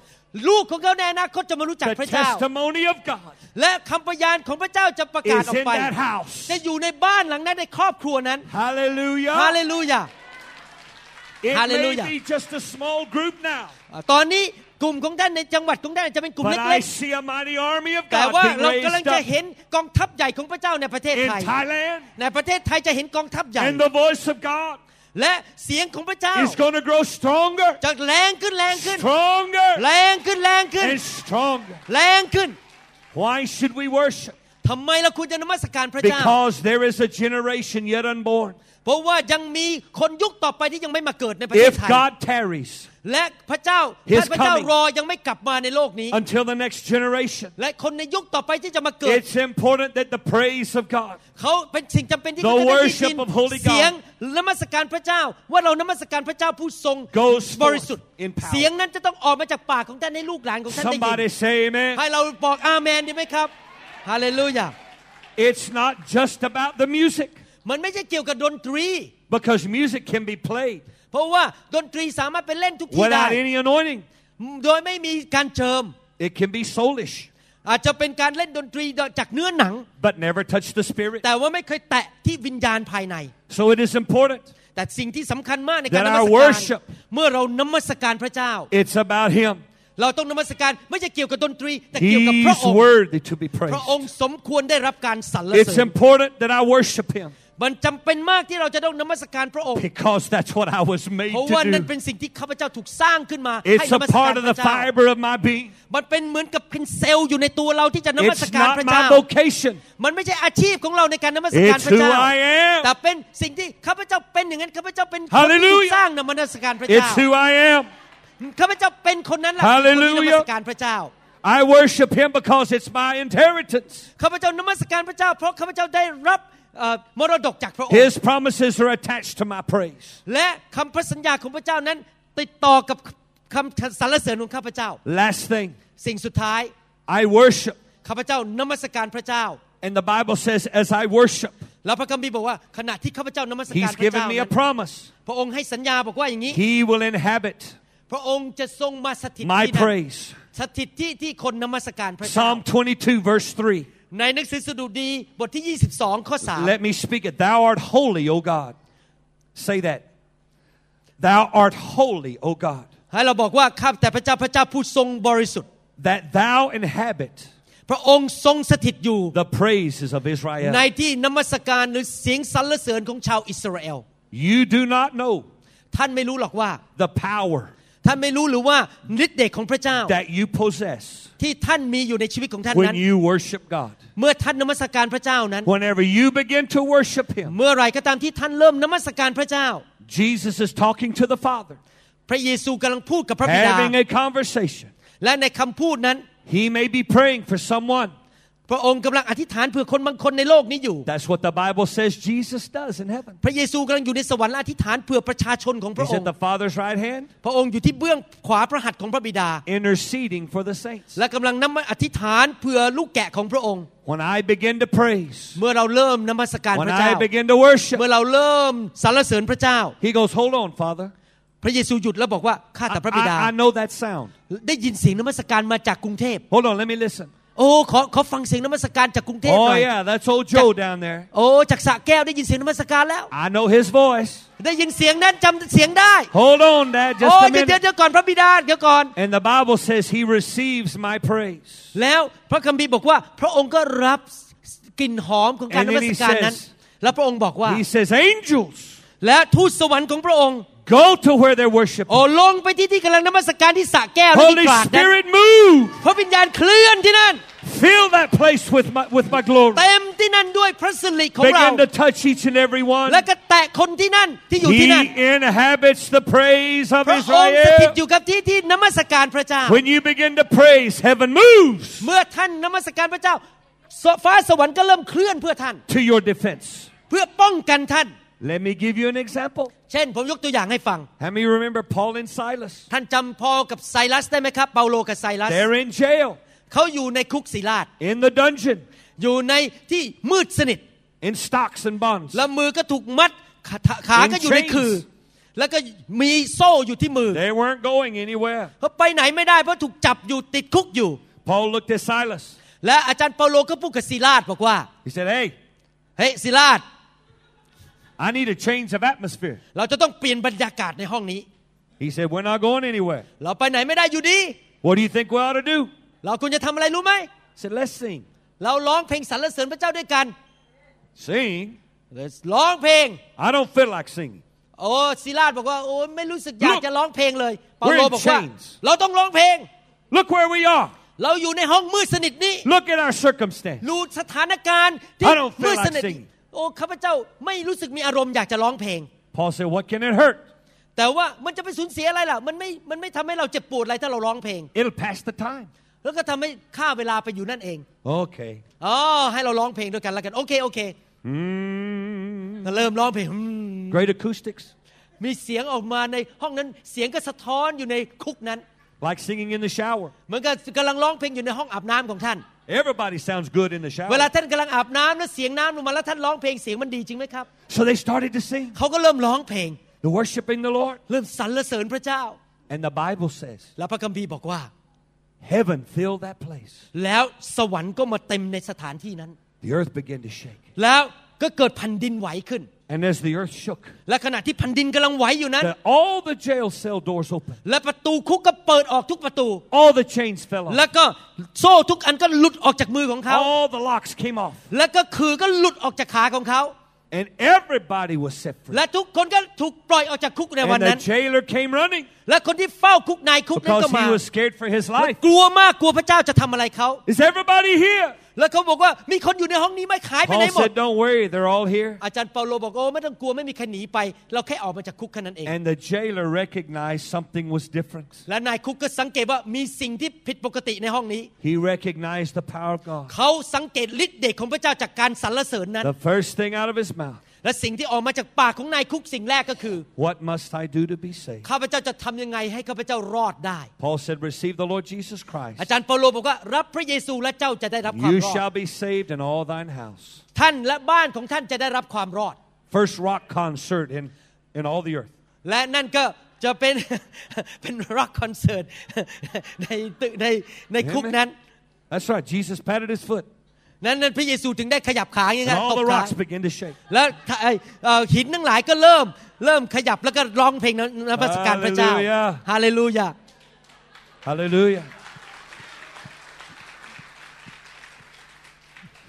Speaker 2: ลูกของเขาในอนาคตจะมารู้จัก
Speaker 1: The
Speaker 2: พระเจ้า
Speaker 1: testimony of God
Speaker 2: และคำพยานของพระเจ้าจะประกาศ
Speaker 1: is
Speaker 2: ออ
Speaker 1: in
Speaker 2: กไป
Speaker 1: that house.
Speaker 2: จะอยู่ในบ้านหลังนั้นในครอบครัวนั้น ฮา
Speaker 1: Hallelujah.
Speaker 2: เลลูยา
Speaker 1: It
Speaker 2: Hallelujah.
Speaker 1: may be just a small group now,
Speaker 2: ตอนนี้กลุ่มของท่านในจังหวัดของท่านอาจจะเป็นกลุ่ม
Speaker 1: but
Speaker 2: เล็
Speaker 1: I
Speaker 2: ก
Speaker 1: see a mighty army of
Speaker 2: ๆ แต่
Speaker 1: God
Speaker 2: ว่า
Speaker 1: being
Speaker 2: เรากำลัง
Speaker 1: raised
Speaker 2: จะ
Speaker 1: up
Speaker 2: เห็นกองทัพใหญ่ของพระเจ้าในประเทศ
Speaker 1: in
Speaker 2: ไทย
Speaker 1: Thailand,
Speaker 2: ในประเทศไทยจะเห็นกองทัพใหญ่
Speaker 1: and the voice of God
Speaker 2: และเสียงของพระเจ้า
Speaker 1: is going to grow stronger,
Speaker 2: จะแรงขึ้นแรงขึ้น
Speaker 1: stronger,
Speaker 2: แรงขึ้นแรงขึ้น
Speaker 1: and stronger.
Speaker 2: แรงขึ้น
Speaker 1: Why should we worship?
Speaker 2: ทำไมเราควรจะนมัสการพระเจ้า
Speaker 1: Because there is a generation yet unborn.
Speaker 2: เพราะว่ายังมีคนยุคต่อไปที่ยังไม่มาเกิดในประเทศ
Speaker 1: If
Speaker 2: ไทย
Speaker 1: God tarries
Speaker 2: และพระเจ้า
Speaker 1: His
Speaker 2: ท่านพระเจ้า
Speaker 1: coming
Speaker 2: รอยังไม่กลับมาในโลกนี้
Speaker 1: until the next generation,
Speaker 2: และคนในยุคต่อไปที่จะมาเกิด
Speaker 1: it's important that the praise of God
Speaker 2: เขาเป็นสิ่งจำเป็นที่
Speaker 1: The
Speaker 2: เขาจะได้
Speaker 1: worship
Speaker 2: ยิน
Speaker 1: of Holy God
Speaker 2: เสียงนมัสการพระเจ้า ว่าเรานมัสการพระเจ้าผู้ทรง
Speaker 1: goes
Speaker 2: บ
Speaker 1: forth
Speaker 2: ริสุทธิ์
Speaker 1: in power.
Speaker 2: เสียงนั้นจะต้องออกมาจากปากของท่านให้ลูกหลานของท่านได้ยิ
Speaker 1: Somebody
Speaker 2: น
Speaker 1: say amen.
Speaker 2: ให้เราบอกอาเมนดีไหมครับฮาเลลูยา
Speaker 1: It's not just about the music
Speaker 2: มันไม่ใช่เกี่ยวกับดนตรี
Speaker 1: because music can be played
Speaker 2: เพราะว่าดนตรีสามารถไปเล่นทุกที่ได้
Speaker 1: without any anointing.
Speaker 2: โดยไม่มีการเจิม
Speaker 1: It can be soulish
Speaker 2: อาจจะเป็นการเล่นดนตรีจากเนื้อหนัง
Speaker 1: but never touch the spirit.
Speaker 2: แต่ว่าไม่เคยแตะที่วิญญาณภายใน
Speaker 1: So it is important.
Speaker 2: แต่สิ่งที่สำคัญมากในการ
Speaker 1: That
Speaker 2: น
Speaker 1: our
Speaker 2: มัสการ
Speaker 1: worship
Speaker 2: เมื่อเรานมัสการพระเจ้า
Speaker 1: It's about him.
Speaker 2: เราต้องนมัสการไม่ใช่เกี่ยวกับดนตรี แต่เกี่ยวกับพระ
Speaker 1: He's
Speaker 2: องค์
Speaker 1: worthy to be
Speaker 2: พ
Speaker 1: praised.
Speaker 2: ระองค์สมควรได้รับการสรรเส
Speaker 1: It's
Speaker 2: ริญ
Speaker 1: important that I worship him
Speaker 2: มันจำเป็นมากที่เราจะต้องนมัสการพระองค์
Speaker 1: because that's what I was made
Speaker 2: เพราะว่านั่น
Speaker 1: to
Speaker 2: เป็
Speaker 1: do.
Speaker 2: นสิ่งที่ข้าพเจ้าถูกสร้างขึ้นมาให้
Speaker 1: It's
Speaker 2: น
Speaker 1: a
Speaker 2: มัสการ
Speaker 1: part of
Speaker 2: พ
Speaker 1: the
Speaker 2: ระเจ้า
Speaker 1: fiber of my being.
Speaker 2: มันเป็นเหมือนกับเป็นเซลล์อยู่ในตัวเราที่จะนมัส
Speaker 1: It's
Speaker 2: การ
Speaker 1: not
Speaker 2: พระเจ้า
Speaker 1: my vocation.
Speaker 2: มันไม่ใช่อาชีพของเราในการนมัสการ
Speaker 1: It's
Speaker 2: พระ
Speaker 1: who
Speaker 2: เจ้า
Speaker 1: I am.
Speaker 2: แต่เป็นสิ่งที่ข้าพเจ้าเป็นอย่างนั้นข้าพเจ้าเป็นคนที่ถู
Speaker 1: Hallelujah.
Speaker 2: กสร้างนมัสการพระ
Speaker 1: It's
Speaker 2: เจ้า
Speaker 1: who I am.
Speaker 2: ข้าพเจ้าเป็นคนนั้นแหละคนที่น
Speaker 1: Hallelujah.
Speaker 2: มัสการพระเจ้า
Speaker 1: I worship him because it's my inheritance.
Speaker 2: ข้าพเจ้านมัสการพระเจ้า เพราะข้าพเจ้าได้รับเอ่อมรดกจากพระองค์
Speaker 1: His promises are attached to my praise.
Speaker 2: และคำพระสัญญาของพระเจ้านั้น ติดต่อกับคำสรรเสริญของข้าพเจ้า
Speaker 1: Last thing,
Speaker 2: สิ่งสุดท้าย
Speaker 1: I worship.
Speaker 2: ข้าพเจ้านมัสการพระเจ้า
Speaker 1: And the Bible says, as I worship,
Speaker 2: แล้วพระคัมภีร์บอกว่าขณะที่ข้าพเจ้านมัสการ
Speaker 1: He's
Speaker 2: พระเจ้า
Speaker 1: given me a
Speaker 2: นั้น
Speaker 1: promise.
Speaker 2: พระองค์ให้สัญญาบอกว่าอย่างนี้
Speaker 1: He will inhabit
Speaker 2: พระองค์จะทรงมาสถิต
Speaker 1: my
Speaker 2: ที่นั่น
Speaker 1: praise.
Speaker 2: สถิตที่ที่คนนมัสการพระเจ้า
Speaker 1: Psalm 22, verse 3.
Speaker 2: ในหนังสือสดุดีบทที่ 22 ข้อ
Speaker 1: Let me speak it. Thou art holy, O God. Say that. Thou art holy, O God,
Speaker 2: 3 ให้เราบอกว่าข้าแต่พระเจ้าพระเจ้าผู้ทรงบริสุทธิ์
Speaker 1: that thou inhabit
Speaker 2: พระองค์ทรงสถิตอยู่
Speaker 1: the praises of
Speaker 2: ใน
Speaker 1: Israel.
Speaker 2: ที่นมัสการหรือเสียงสรรเสริญของชาวอิสราเอล
Speaker 1: You do not know
Speaker 2: ท่านไม่รู้หรอกว่า
Speaker 1: the power
Speaker 2: ท่านไม่รู้หรือว่าฤทธิ์เดชของพระเจ้า
Speaker 1: that you possess
Speaker 2: ที่ท่านมีอยู่ในชีวิตของท่านนั้
Speaker 1: when
Speaker 2: น
Speaker 1: you worship God.
Speaker 2: เมื่อท่านนมัสการพระเจ้านั้น
Speaker 1: Whenever you begin to worship Him,
Speaker 2: เมื่อไหรก็ตามที่ท่านเริ่มนมัสการพระเจ้า
Speaker 1: Jesus is talking to the Father,
Speaker 2: พระเยซูกำลังพูดกับพระบิดา
Speaker 1: having a conversation.
Speaker 2: และในคำพูดนั้น
Speaker 1: He may be praying for someone.
Speaker 2: พระองค์กำลังอธิษฐานเผื่อคนบางคนในโลกนี้อยู่
Speaker 1: That's what the Bible says Jesus does in heaven.
Speaker 2: พระเยซูกำลังอยู่ในสวรรค์และอธิษฐานเผื่อประชาชนของพระ
Speaker 1: He's
Speaker 2: อ
Speaker 1: at
Speaker 2: งค์
Speaker 1: the Father's right hand,
Speaker 2: พระองค์อยู่ที่เบื้องขวาพระหัตถ์ของพระบิดา
Speaker 1: interceding for the saints.
Speaker 2: และกำลังนำอธิษฐานเผื่อลูกแกะของพระองค์
Speaker 1: When I begin to praise,
Speaker 2: เมื่อเราเริ่มนมัสการพ
Speaker 1: when
Speaker 2: ระเจ้า
Speaker 1: I begin to worship,
Speaker 2: เมื่อเราเริ่มสรรเสริญพระเจ้า
Speaker 1: He goes, Hold on, Father.
Speaker 2: พระเยซูหยุดแล้วบอกว่าข้า
Speaker 1: I,
Speaker 2: แต่พระบิดา
Speaker 1: I- I know that sound.
Speaker 2: ได้ยินเสียงนมัสการมาจากกรุงเทพ
Speaker 1: Hold on, let me listen.
Speaker 2: โอ้ขอขอฟังเสียงนมัสการจากกรุงเทพห
Speaker 1: Oh,
Speaker 2: น่อย
Speaker 1: yeah, that's old Joe down there.
Speaker 2: โอ้จากสระแก้วได้ยินเสียงนมัสการแล้ว
Speaker 1: I know his voice.
Speaker 2: ได้ยินเสียงนั้นจำเสียงได้
Speaker 1: Hold on, Dad,
Speaker 2: โอ้
Speaker 1: just a
Speaker 2: เดี๋ยวเดี๋ยว
Speaker 1: minute.
Speaker 2: เดี๋ยวก่อนพระบิดาเดี๋ยวก่อน
Speaker 1: And the Bible says He receives my praise.
Speaker 2: แล้วพระคัมภีร์บอกว่า พระองค์ก็รับกลิ่นหอมของการ
Speaker 1: And
Speaker 2: น
Speaker 1: then
Speaker 2: มัสการนั้น
Speaker 1: he says-
Speaker 2: แล้วพระองค์บอกว่า
Speaker 1: He says, Angels,
Speaker 2: และทูตสวรรค์ของพระองค์
Speaker 1: go to where they're worshiping.
Speaker 2: โอ้ลงไปที่ที่กำลังนมัสการที่สระแก้วและที่
Speaker 1: Holy
Speaker 2: กลาดนั้น
Speaker 1: Spirit, move.
Speaker 2: พระวิญญาณเคลื่อนที่นั่น
Speaker 1: Fill Fill that place with my, with my glory.
Speaker 2: เต็มที่นั่นด้วยพระสิริของเรา
Speaker 1: Begin to touch each and every one.
Speaker 2: และก็แตะคนที่นั่นที่อยู่ที่
Speaker 1: He
Speaker 2: นั่น
Speaker 1: inhabits the praise of
Speaker 2: พระองค์สถิต
Speaker 1: Israel.
Speaker 2: อยู่กับที่ที่นมัสการพระเจ้า
Speaker 1: When you begin to praise, heaven moves
Speaker 2: เมื่อท่านนมัสการพระเจ้าสฟ้าสวรรค์ก็เริ่มเคลื่อนเพื่อท่าน
Speaker 1: to your defense.
Speaker 2: เพื่อป้องกันท่าน
Speaker 1: Let me give you an example.
Speaker 2: เช่น ผมยกตัวอย่างให้ฟัง
Speaker 1: How many remember Paul and Silas?
Speaker 2: ท่านจำพอลกับไซรัสได้ไหมครับ เปาโลกับไซรัส
Speaker 1: They're in jail,
Speaker 2: เขาอยู่ในคุกศิลาด
Speaker 1: in the dungeon,
Speaker 2: อยู่ในที่มืดสนิท
Speaker 1: in stocks and bonds.
Speaker 2: แล้วมือก็ถูกมัดขาขาก็อยู่ในคือ
Speaker 1: chains
Speaker 2: แล้วก็มีโซ่อยู่ที่มือ
Speaker 1: They weren't going anywhere.
Speaker 2: เขาไปไหนไม่ได้เพราะถูกจับอยู่ติดคุกอยู่
Speaker 1: Paul looked at Silas.
Speaker 2: และอาจารย์เปาโลก็พูดกับศิลาดบอกว่า
Speaker 1: He said, Hey,
Speaker 2: เฮ้ยศิลาด
Speaker 1: I need a change of atmosphere.
Speaker 2: เราจะต้องเปลี่ยนบรรยากาศในห้องนี้
Speaker 1: He said, We're not going anywhere.
Speaker 2: เราไปไหนไม่ได้อยู่ดี
Speaker 1: What do you think we ought to do? He
Speaker 2: เราควรจะทำอะไรรู้ไหม
Speaker 1: said, Let's sing.
Speaker 2: เราร้องเพลงสรรเสริญพระเจ้าด้วยกัน
Speaker 1: Sing?
Speaker 2: ร้องเพลง
Speaker 1: I don't feel like singing.
Speaker 2: โอ้ศิลาดบอกว่าโอ้ไม่รู้สึกอยากจะร้องเพลงเลยเปาโล
Speaker 1: We're in
Speaker 2: บอกว่า
Speaker 1: chains.
Speaker 2: เราต้องร้องเพลง
Speaker 1: Look where we are.
Speaker 2: เราอยู่ในห้องมืดสนิทนี้
Speaker 1: Look at our circumstance.
Speaker 2: ดูสถานการณ์ที่
Speaker 1: I don't feel
Speaker 2: มืดสนิท
Speaker 1: like singing.
Speaker 2: โอ้ข้าพเจ้าไม่รู้สึกมีอารมณ์อยากจะร้องเพลง
Speaker 1: Paul said, What can it hurt?
Speaker 2: แต่ว่ามันจะไปสูญเสียอะไรล่ะ มันไม่มันไม่ทำให้เราเจ็บปวดอะไรถ้าเราร้องเพลง
Speaker 1: It'll pass the time.
Speaker 2: แล้วก็ทำให้ค่าเวลาไปอยู่นั่นเอง
Speaker 1: Okay.
Speaker 2: อ๋อให้เราร้องเพลงด้วยกันแล้วกันโอเคโอเค
Speaker 1: Mm.
Speaker 2: เริ่มร้องเพลงอืม
Speaker 1: Great acoustics.
Speaker 2: มีเสียงออกมาในห้องนั้นเสียงก็สะท้อนอยู่ในคุกนั้น
Speaker 1: Like singing in the shower.
Speaker 2: เหมือนกับกำลังร้องเพลงอยู่ในห้องอาบน้ำของท่าน
Speaker 1: Everybody sounds good in the shower.
Speaker 2: เวลาท่านกำลังอาบน้ำแล้วเสียงน้ำลงมาแล้วท่านร้องเพลงเสียงมันดีจริงไหมครับ
Speaker 1: so they started to sing,
Speaker 2: เขาก็เริ่มร้องเพลง
Speaker 1: the worshiping the Lord.
Speaker 2: เริ่มสรรเสริญพระเจ้า
Speaker 1: And the Bible says,
Speaker 2: แล้วพระคัมภีร์บอกว่า
Speaker 1: Heaven filled that place.
Speaker 2: แล้วสวรรค์ก็มาเต็มในสถานที่นั้น
Speaker 1: The earth began to shake.
Speaker 2: แล้วก็เกิดแผ่นดินไหวขึ้น
Speaker 1: And as the earth shook,
Speaker 2: และขณะที่แผ่นดินกำลังไหวอยู่นั้น
Speaker 1: the, all the jail cell doors opened.
Speaker 2: และประตูคุกก็เปิดออกทุกประตู
Speaker 1: All the chains fell off.
Speaker 2: แล้วก็โซ่ทุกอันก็หลุดออกจากมือของเขา
Speaker 1: All the locks came off.
Speaker 2: แล้วก็คือก็หลุดออกจากขาของเขา
Speaker 1: And everybody was set free.
Speaker 2: และทุกคนก็ถูกปล่อยออกจากคุกในวัน
Speaker 1: And the
Speaker 2: นั้น
Speaker 1: jailer came running
Speaker 2: และคนที่เฝ้าคุกนายคุกนั้น
Speaker 1: because
Speaker 2: ก็มา
Speaker 1: he was scared for his
Speaker 2: และ
Speaker 1: life.
Speaker 2: กลัวมากกลัวพระเจ้าจะทำอะไรเขา
Speaker 1: Is everybody here?
Speaker 2: แล้วเขาบอกว่ามีคนอยู่ในห้องนี้ไหม่ขายไปไหน
Speaker 1: Paul
Speaker 2: หมด
Speaker 1: said, Don't worry, they're all here.
Speaker 2: อาจารย์เปาโลบอกโอ้ไม่ต้องกลัวไม่มีใครหนีไป เราแค่ออกมาจากคุกแค่นั้นเอง
Speaker 1: And the jailer recognized something was different.
Speaker 2: และนายคุกก็สังเกตว่ามีสิ่งที่ผิดปกติในห้องนี้
Speaker 1: He recognized the power of God.
Speaker 2: เขาสังเกตฤทธิ์เดชของพระเจ้าจากการสรรเสริญนั้น
Speaker 1: The first thing out of his mouth,
Speaker 2: และสิ่งที่ออกมาจากปากของนายคุกสิ่งแรกก็คือ
Speaker 1: What must I do to be saved?
Speaker 2: ข้าพเจ้าจะทำยังไงให้ข้าพเจ้ารอดได้
Speaker 1: Paul said, Receive the Lord Jesus Christ.
Speaker 2: อาจารย์เปาโลบอกว่ารับพระเยซูและเจ้าจะได้รับความ
Speaker 1: You
Speaker 2: รอ
Speaker 1: shall
Speaker 2: ด
Speaker 1: be saved and all thine house.
Speaker 2: ท่านและบ้านของท่านจะได้รับความรอด
Speaker 1: First rock concert in, in all the earth.
Speaker 2: และนั่นก็จะเป็น เป็นร็อกคอนเสิร์ต ในตึกในในคุกนั้น
Speaker 1: That's right. Jesus patted his foot,
Speaker 2: นั้นนั้นพระเยซูถึงได้ขยับขาอย่าง
Speaker 1: and
Speaker 2: เงี้ยต
Speaker 1: all
Speaker 2: บ
Speaker 1: the
Speaker 2: ขา
Speaker 1: rocks began to shake.
Speaker 2: แล้วไอ้เอ่อหินทั้งหลายก็เริ่ม เริ่มขยับแล้วก็ร้องเพลงนมัสการพระเจ้า
Speaker 1: Hallelujah
Speaker 2: ฮาเลลูยา
Speaker 1: Hallelujah.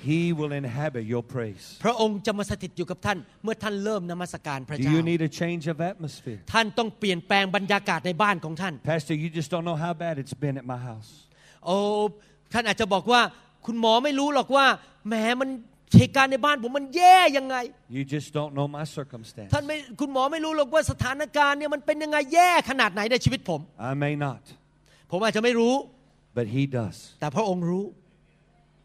Speaker 1: He will inhabit your praise.
Speaker 2: พระองค์จะมาสถิตอยู่กับท่าน เมื่อท่านเริ่มนมัสการพระ
Speaker 1: Do
Speaker 2: เจ้า
Speaker 1: you need a change of atmosphere?
Speaker 2: ท่านต้องเปลี่ยนแปลงบรรยากาศในบ้านของท่าน
Speaker 1: Pastor, you just don't know how bad it's been at my house.
Speaker 2: โอ้ท่านอาจจะบอกว่าคุณหมอไม่รู้หรอกว่าแหมมันเหตุการณ์ในบ้านผมมันแย่ยังไง
Speaker 1: You just don't know my circumstance.
Speaker 2: ท่านไม่คุณหมอไม่รู้หรอกว่าสถานการณ์เนี่ยมันเป็นยังไงแย่ขนาดไหนในชีวิตผม
Speaker 1: I may not,
Speaker 2: ผมอาจจะไม่รู้
Speaker 1: but He does.
Speaker 2: แต่พระองค์รู้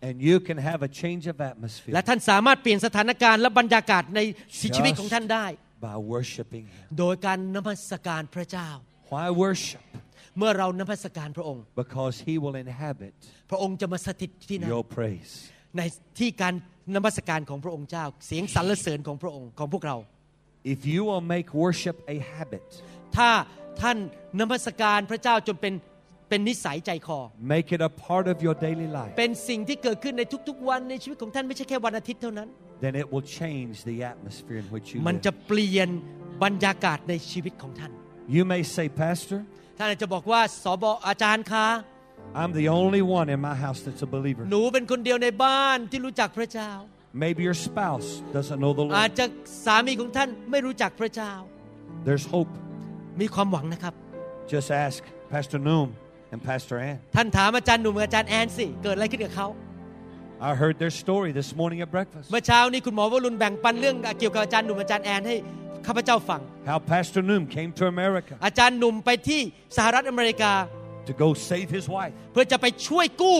Speaker 1: And you can have a change of atmosphere
Speaker 2: และท่านสามารถเปลี่ยนสถานการณ์และบรรยากาศในชีวิตของท่านได้
Speaker 1: by worshiping Him.
Speaker 2: โดยการนมัสการพระเจ้า
Speaker 1: Why worship?
Speaker 2: เมื่อเรานมัสการพระองค์
Speaker 1: Because He will inhabit
Speaker 2: พระองค์จะมาสถิตที่นั่น
Speaker 1: your praise.
Speaker 2: ในที่การนมัสการของพระองค์เจ้า เสียงสรรเสริญของพระองค์ของพวกเรา
Speaker 1: If you will make worship a habit,
Speaker 2: ถ้าท่านนมัสการพระเจ้าจนเป็นเป็นนิสัยใจคอ
Speaker 1: make it a part of your daily life,
Speaker 2: เป็นสิ่งที่เกิดขึ้นในทุกๆ วันในชีวิตของท่านไม่ใช่แค่วันอาทิตย์เท่านั้น
Speaker 1: then it will change the atmosphere in which you
Speaker 2: มัน
Speaker 1: live.
Speaker 2: จะเปลี่ยนบรรยากาศในชีวิตของท่าน
Speaker 1: You may say, Pastor,
Speaker 2: ท่านอาจจะบอกว่าสบอาจารย์คะ
Speaker 1: I'm the only one in my house that's a believer.
Speaker 2: หนูเป็นคนเดียวในบ้านที่รู้จักพระเจ้า
Speaker 1: Maybe your spouse doesn't know the
Speaker 2: อาจ
Speaker 1: Lord.
Speaker 2: จะสามีของท่านไม่รู้จักพระเจ้า
Speaker 1: There's hope.
Speaker 2: มีความหวังนะครับ
Speaker 1: Just ask Pastor Noom and Pastor Ann.
Speaker 2: ท่านถามอาจารย์หนุ่มกับอาจารย์แอนสิ เกิดอะไรขึ้นกับเขา
Speaker 1: I heard their story this morning at breakfast.
Speaker 2: เมื่อเช้านี้คุณหมอวรุณแบ่งปันเรื่องเกี่ยวกับอาจารย์หนุ่มอาจารย์แอนให้ข้าพเจ้าฟัง
Speaker 1: How Pastor Noom came to America
Speaker 2: อาจารย์หนุ่มไปที่สหรัฐอเมริกา
Speaker 1: to go save his wife,
Speaker 2: เพื่อจะไปช่วยกู้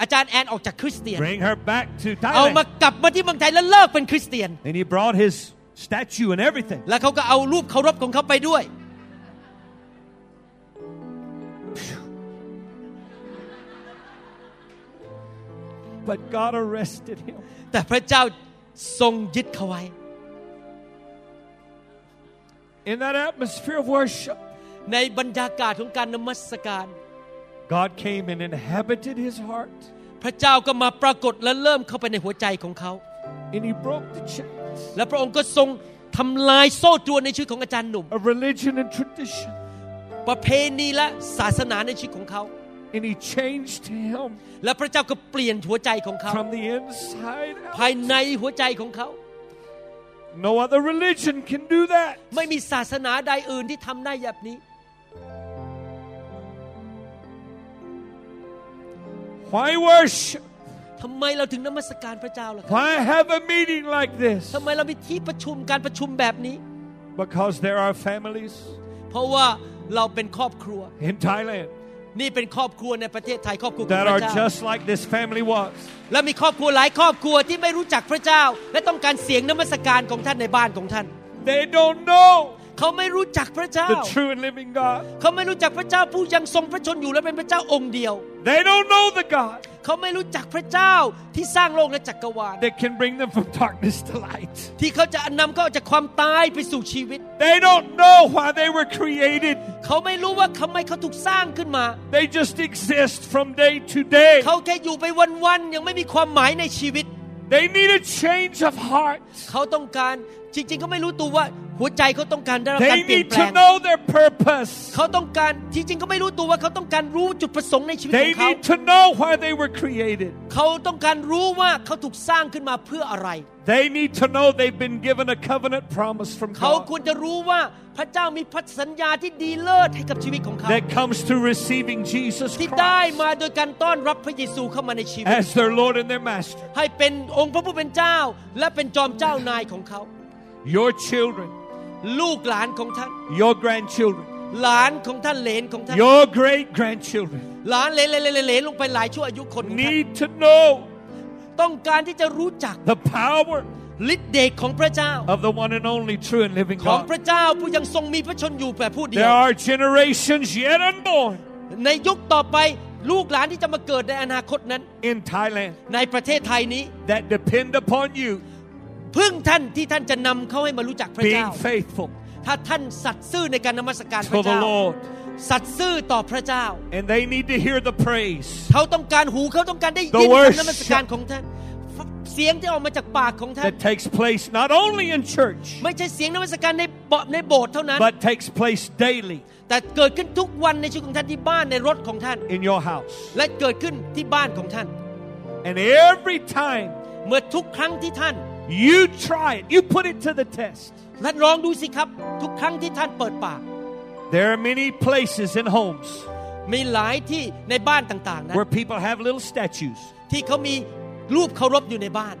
Speaker 2: อาจารย์แอนออกจากคริสเตียน
Speaker 1: bring her back to
Speaker 2: เอามา
Speaker 1: Thailand.
Speaker 2: กลับมาที่เมืองไทยแล้วเลิกเป็นคริสเตียน
Speaker 1: And he brought his statue and everything.
Speaker 2: แล้วเขาก็เอารูปเคารพของเขาไปด้วย
Speaker 1: But God arrested him.
Speaker 2: แต่พระเจ้าทรงยึดเขาไว้
Speaker 1: In that atmosphere of worship,
Speaker 2: ในบรรยากาศของการนมัสการ
Speaker 1: God came and inhabited his heart.
Speaker 2: พระเจ้าก็มาปรากฏและเริ่มเข้าไปในหัวใจของเขา
Speaker 1: And he broke the chains
Speaker 2: และพระองค์ก็ทรงทำลายโซ่ตรวนในชีวิตของอาจารย์หนุ่ม
Speaker 1: of religion and tradition.
Speaker 2: ประเพณีและศาสนาในชีวิตของเขา
Speaker 1: And he changed him
Speaker 2: และพระเจ้าก็เปลี่ยนหัวใจของเขา
Speaker 1: from the inside
Speaker 2: ภาย
Speaker 1: out.
Speaker 2: ในหัวใจของเขา
Speaker 1: No other religion can do that.
Speaker 2: ไม่มีศาสนาใดอื่นที่ทำได้แบบนี้
Speaker 1: Why worship?
Speaker 2: ทำไมเราถึงนมัสการพระเจ้าล่ะครับ
Speaker 1: Why have a meeting like this?
Speaker 2: ทำไมเรามีที่ประชุมการประชุมแบบนี้
Speaker 1: Because there are families
Speaker 2: เพราะว่าเราเป็นครอบครัว
Speaker 1: in Thailand
Speaker 2: นี่เป็นครอบครัวในประเทศไทยครอบครัวของ
Speaker 1: that
Speaker 2: พ
Speaker 1: are
Speaker 2: ระเจ้า
Speaker 1: just like this family was.
Speaker 2: และมีครอบครัวหลายครอบครัวที่ไม่รู้จักพระเจ้า และต้องการเสียงนมัสการของท่านในบ้านของท่าน
Speaker 1: They don't know
Speaker 2: เขาไม่รู้จักพระเจ้า
Speaker 1: the true and living God.
Speaker 2: เขาไม่รู้จักพระเจ้าผู้ยังทรงพระชนอยู่และเป็นพระเจ้าองค์เดียว
Speaker 1: They don't know the God
Speaker 2: เขาไม่รู้จักพระเจ้าที่สร้างโลกและจักรวาล
Speaker 1: that can bring them from darkness to light.
Speaker 2: ที่เขาจะนำเขาออกจากความตายไปสู่ชีวิต
Speaker 1: They don't know why they were created.
Speaker 2: เขาไม่รู้ว่าทำไมเขาถูกสร้างขึ้นมา
Speaker 1: They just exist from day to day.
Speaker 2: เขาแค่อยู่ไปวันๆยังไม่มีความหมายในชีวิต
Speaker 1: They need a change of heart.
Speaker 2: เขาต้องการจริงๆเขาไม่รู้ตัวว่าหัวใจเขาต้องการได้รับการ
Speaker 1: They
Speaker 2: เปลี่ยน
Speaker 1: need
Speaker 2: แปลง
Speaker 1: to know their purpose.
Speaker 2: เขาต้องการที่จริงเขาไม่รู้ตัวว่าเขาต้องการรู้จุดประสงค์ในชีวิตข
Speaker 1: They
Speaker 2: องเขา
Speaker 1: need to know why they were created.
Speaker 2: เขาต้องการรู้ว่าเขาถูกสร้างขึ้นมาเพื่ออะไร
Speaker 1: They need to know they've been given a covenant promise from
Speaker 2: เขา
Speaker 1: God
Speaker 2: ควรจะรู้ว่าพระเจ้ามีพันธสัญญาที่ดีเลิศให้กับชีวิตของเขา
Speaker 1: that comes through receiving Jesus
Speaker 2: ที่ได้
Speaker 1: Christ
Speaker 2: มาโดยการต้อนรับพระเยซูเข้ามาในชีวิต
Speaker 1: as their Lord and their Master.
Speaker 2: ให้เป็นองค์พระผู้เป็นเจ้า และเป็นจอมเจ้านายของเขา
Speaker 1: Your children,
Speaker 2: ลูกหลานของท่าน
Speaker 1: your grandchildren,
Speaker 2: หลานของท่านเหลนของท่าน
Speaker 1: your great grandchildren
Speaker 2: หลานเหลนเหลนเหลนเหลนลงไปหลายชั่วอายุคนของท่าน
Speaker 1: need to know
Speaker 2: ต้องการที่จะรู้จัก
Speaker 1: the power
Speaker 2: ฤทธิ์เดชของพระเจ้า
Speaker 1: of the one and only true and living
Speaker 2: ของ
Speaker 1: God.
Speaker 2: พระเจ้าผู้ยังทรงมีพระชนอยู่แบบผู้เดีย
Speaker 1: There
Speaker 2: ว
Speaker 1: are generations yet unborn
Speaker 2: ในยุคต่อไปลูกหลานที่จะมาเกิดในอนาคตนั้น
Speaker 1: in Thailand
Speaker 2: ในประเทศไทยนี้
Speaker 1: that depend upon you
Speaker 2: พึ่งท่านที่ท่านจะนำเขาให้มารู้จักพระเจ้า
Speaker 1: being faithful
Speaker 2: ถ้าท่านสัตย์ซื่อในการนมัสการพ
Speaker 1: to
Speaker 2: ระ
Speaker 1: the
Speaker 2: เจ้า
Speaker 1: Lord.
Speaker 2: สัตย์ซื่อต่อพระเจ้า
Speaker 1: And they need to hear the praise
Speaker 2: เขาต้องการหูเขาต้องการได้ยิน
Speaker 1: The
Speaker 2: การ
Speaker 1: worship
Speaker 2: นมัสการของท่าน เสียงที่ออกมาจากปากของท่าน
Speaker 1: that takes place not only in church
Speaker 2: ไม่ใช่เสียงนมัสการในโบสถ์ในโบสถ์เท่านั้น
Speaker 1: but takes place daily
Speaker 2: แต่เกิดขึ้นทุกวันในชีวิตของท่านที่บ้านในรถของท่าน
Speaker 1: in your house.
Speaker 2: และเกิดขึ้นที่บ้านของท่าน
Speaker 1: And every time
Speaker 2: เมื่อทุกครั้งที่ท่าน
Speaker 1: you try it, you put it to the test.
Speaker 2: ท่านลองดูสิครับ ทุกครั้งที่ท่านเปิดปาก
Speaker 1: There are many places in homes
Speaker 2: มีหลายที่ในบ้านต่างๆนะ
Speaker 1: where people have little statues
Speaker 2: ที่เขามีรูปเคารพอยู่ในบ้าน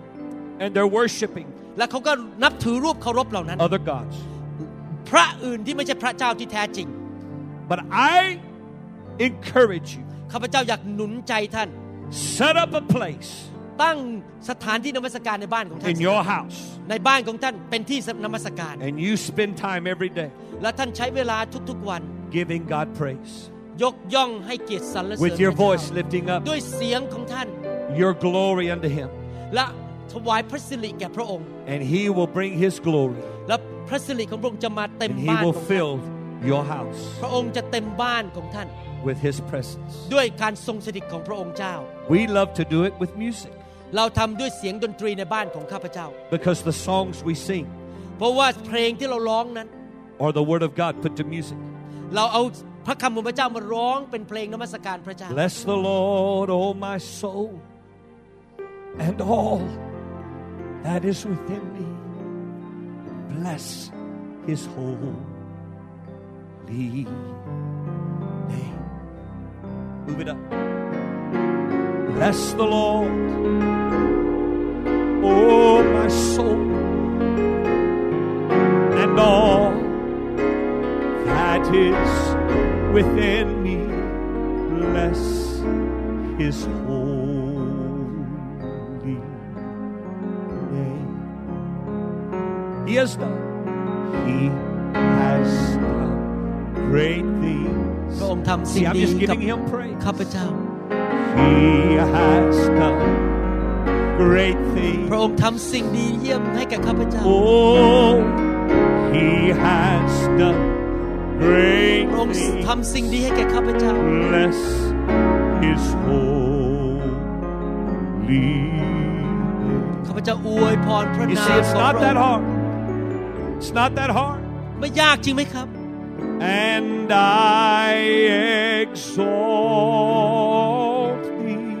Speaker 1: and they're worshiping
Speaker 2: และเขาก็นับถือรูปเคารพเหล่านั้น
Speaker 1: other gods.
Speaker 2: พระอื่นที่ไม่ใช่พระเจ้าที่แท้จริง
Speaker 1: But I encourage you
Speaker 2: ข้าพเจ้าอยากหนุนใจท่าน
Speaker 1: set up a place
Speaker 2: ตั้งสถานที่นมัสการในบ้านของท่าน
Speaker 1: in your house
Speaker 2: ในบ้านของท่านเป็นที่นมัสการ
Speaker 1: and you spend time every day
Speaker 2: และท่านใช้เวลาทุกๆวัน
Speaker 1: giving God praise
Speaker 2: ยกย่องให้เกียรติสรรเสริญ
Speaker 1: with your
Speaker 2: พระเจ้า
Speaker 1: voice lifting up
Speaker 2: ด้วยเสียงของท่าน
Speaker 1: your glory unto Him.
Speaker 2: และถวายพระสิริแก่พระองค์
Speaker 1: And He will bring His glory
Speaker 2: และพระสิริของพระองค์จะมาเต็ม
Speaker 1: and He
Speaker 2: บ้าน
Speaker 1: will
Speaker 2: ของท่าน
Speaker 1: fill your house
Speaker 2: พระองค์จะเต็มบ้านของท่าน
Speaker 1: with His presence.
Speaker 2: ด้วยการทรงสถิตของพระองค์เจ้า
Speaker 1: We love to do it with music
Speaker 2: เราทำด้วยเสียงดนตรีในบ้านของข้าพเจ้า
Speaker 1: because the songs we sing
Speaker 2: เพราะว่าเพลงที่เราร้องนั้น
Speaker 1: are the Word of God put to music.
Speaker 2: เราเอาพระคำของพระเจ้ามาร้องเป็นเพลงนมัสการพระเจ้า
Speaker 1: Bless the Lord, O my soul, and all that is within me. Bless his holy name. Move it up. Bless the Lord, oh my soul, and all that is within me. Bless his holy name. He has done. He has done great
Speaker 2: พระอง
Speaker 1: things.
Speaker 2: ค์ทำสิ่ง
Speaker 1: See, I'm
Speaker 2: ดี
Speaker 1: just
Speaker 2: กับ
Speaker 1: giving him praise.
Speaker 2: ข้าพเจ้า
Speaker 1: He has done great things.
Speaker 2: พระองค์ทำสิ่งดีเยี่ยมให้กับข้าพเจ้า
Speaker 1: Oh, he has done great
Speaker 2: พระองค์
Speaker 1: things.
Speaker 2: ทำสิ่งดีให้แก่ข้าพเจ้า
Speaker 1: Bless his holy name.
Speaker 2: ข้าพเจ้าอวยพรพระ
Speaker 1: You
Speaker 2: นา
Speaker 1: see,
Speaker 2: ม
Speaker 1: it's
Speaker 2: ของ
Speaker 1: not
Speaker 2: พระ
Speaker 1: that
Speaker 2: องค์
Speaker 1: hard. It's not that hard.
Speaker 2: ไม่ยากจริงไหมครับ
Speaker 1: And I exalt thee.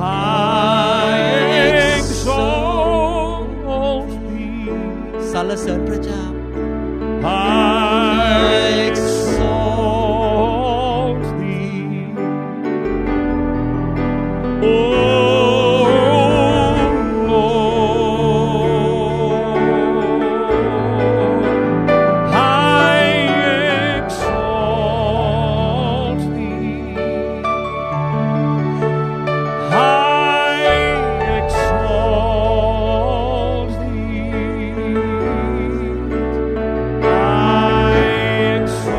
Speaker 1: I exalt thee.
Speaker 2: สรรเสริญพระเจ้า
Speaker 1: I exalt thee. Oh Lord, I exalt thee. I exalt thee. I exalt thee. Oh.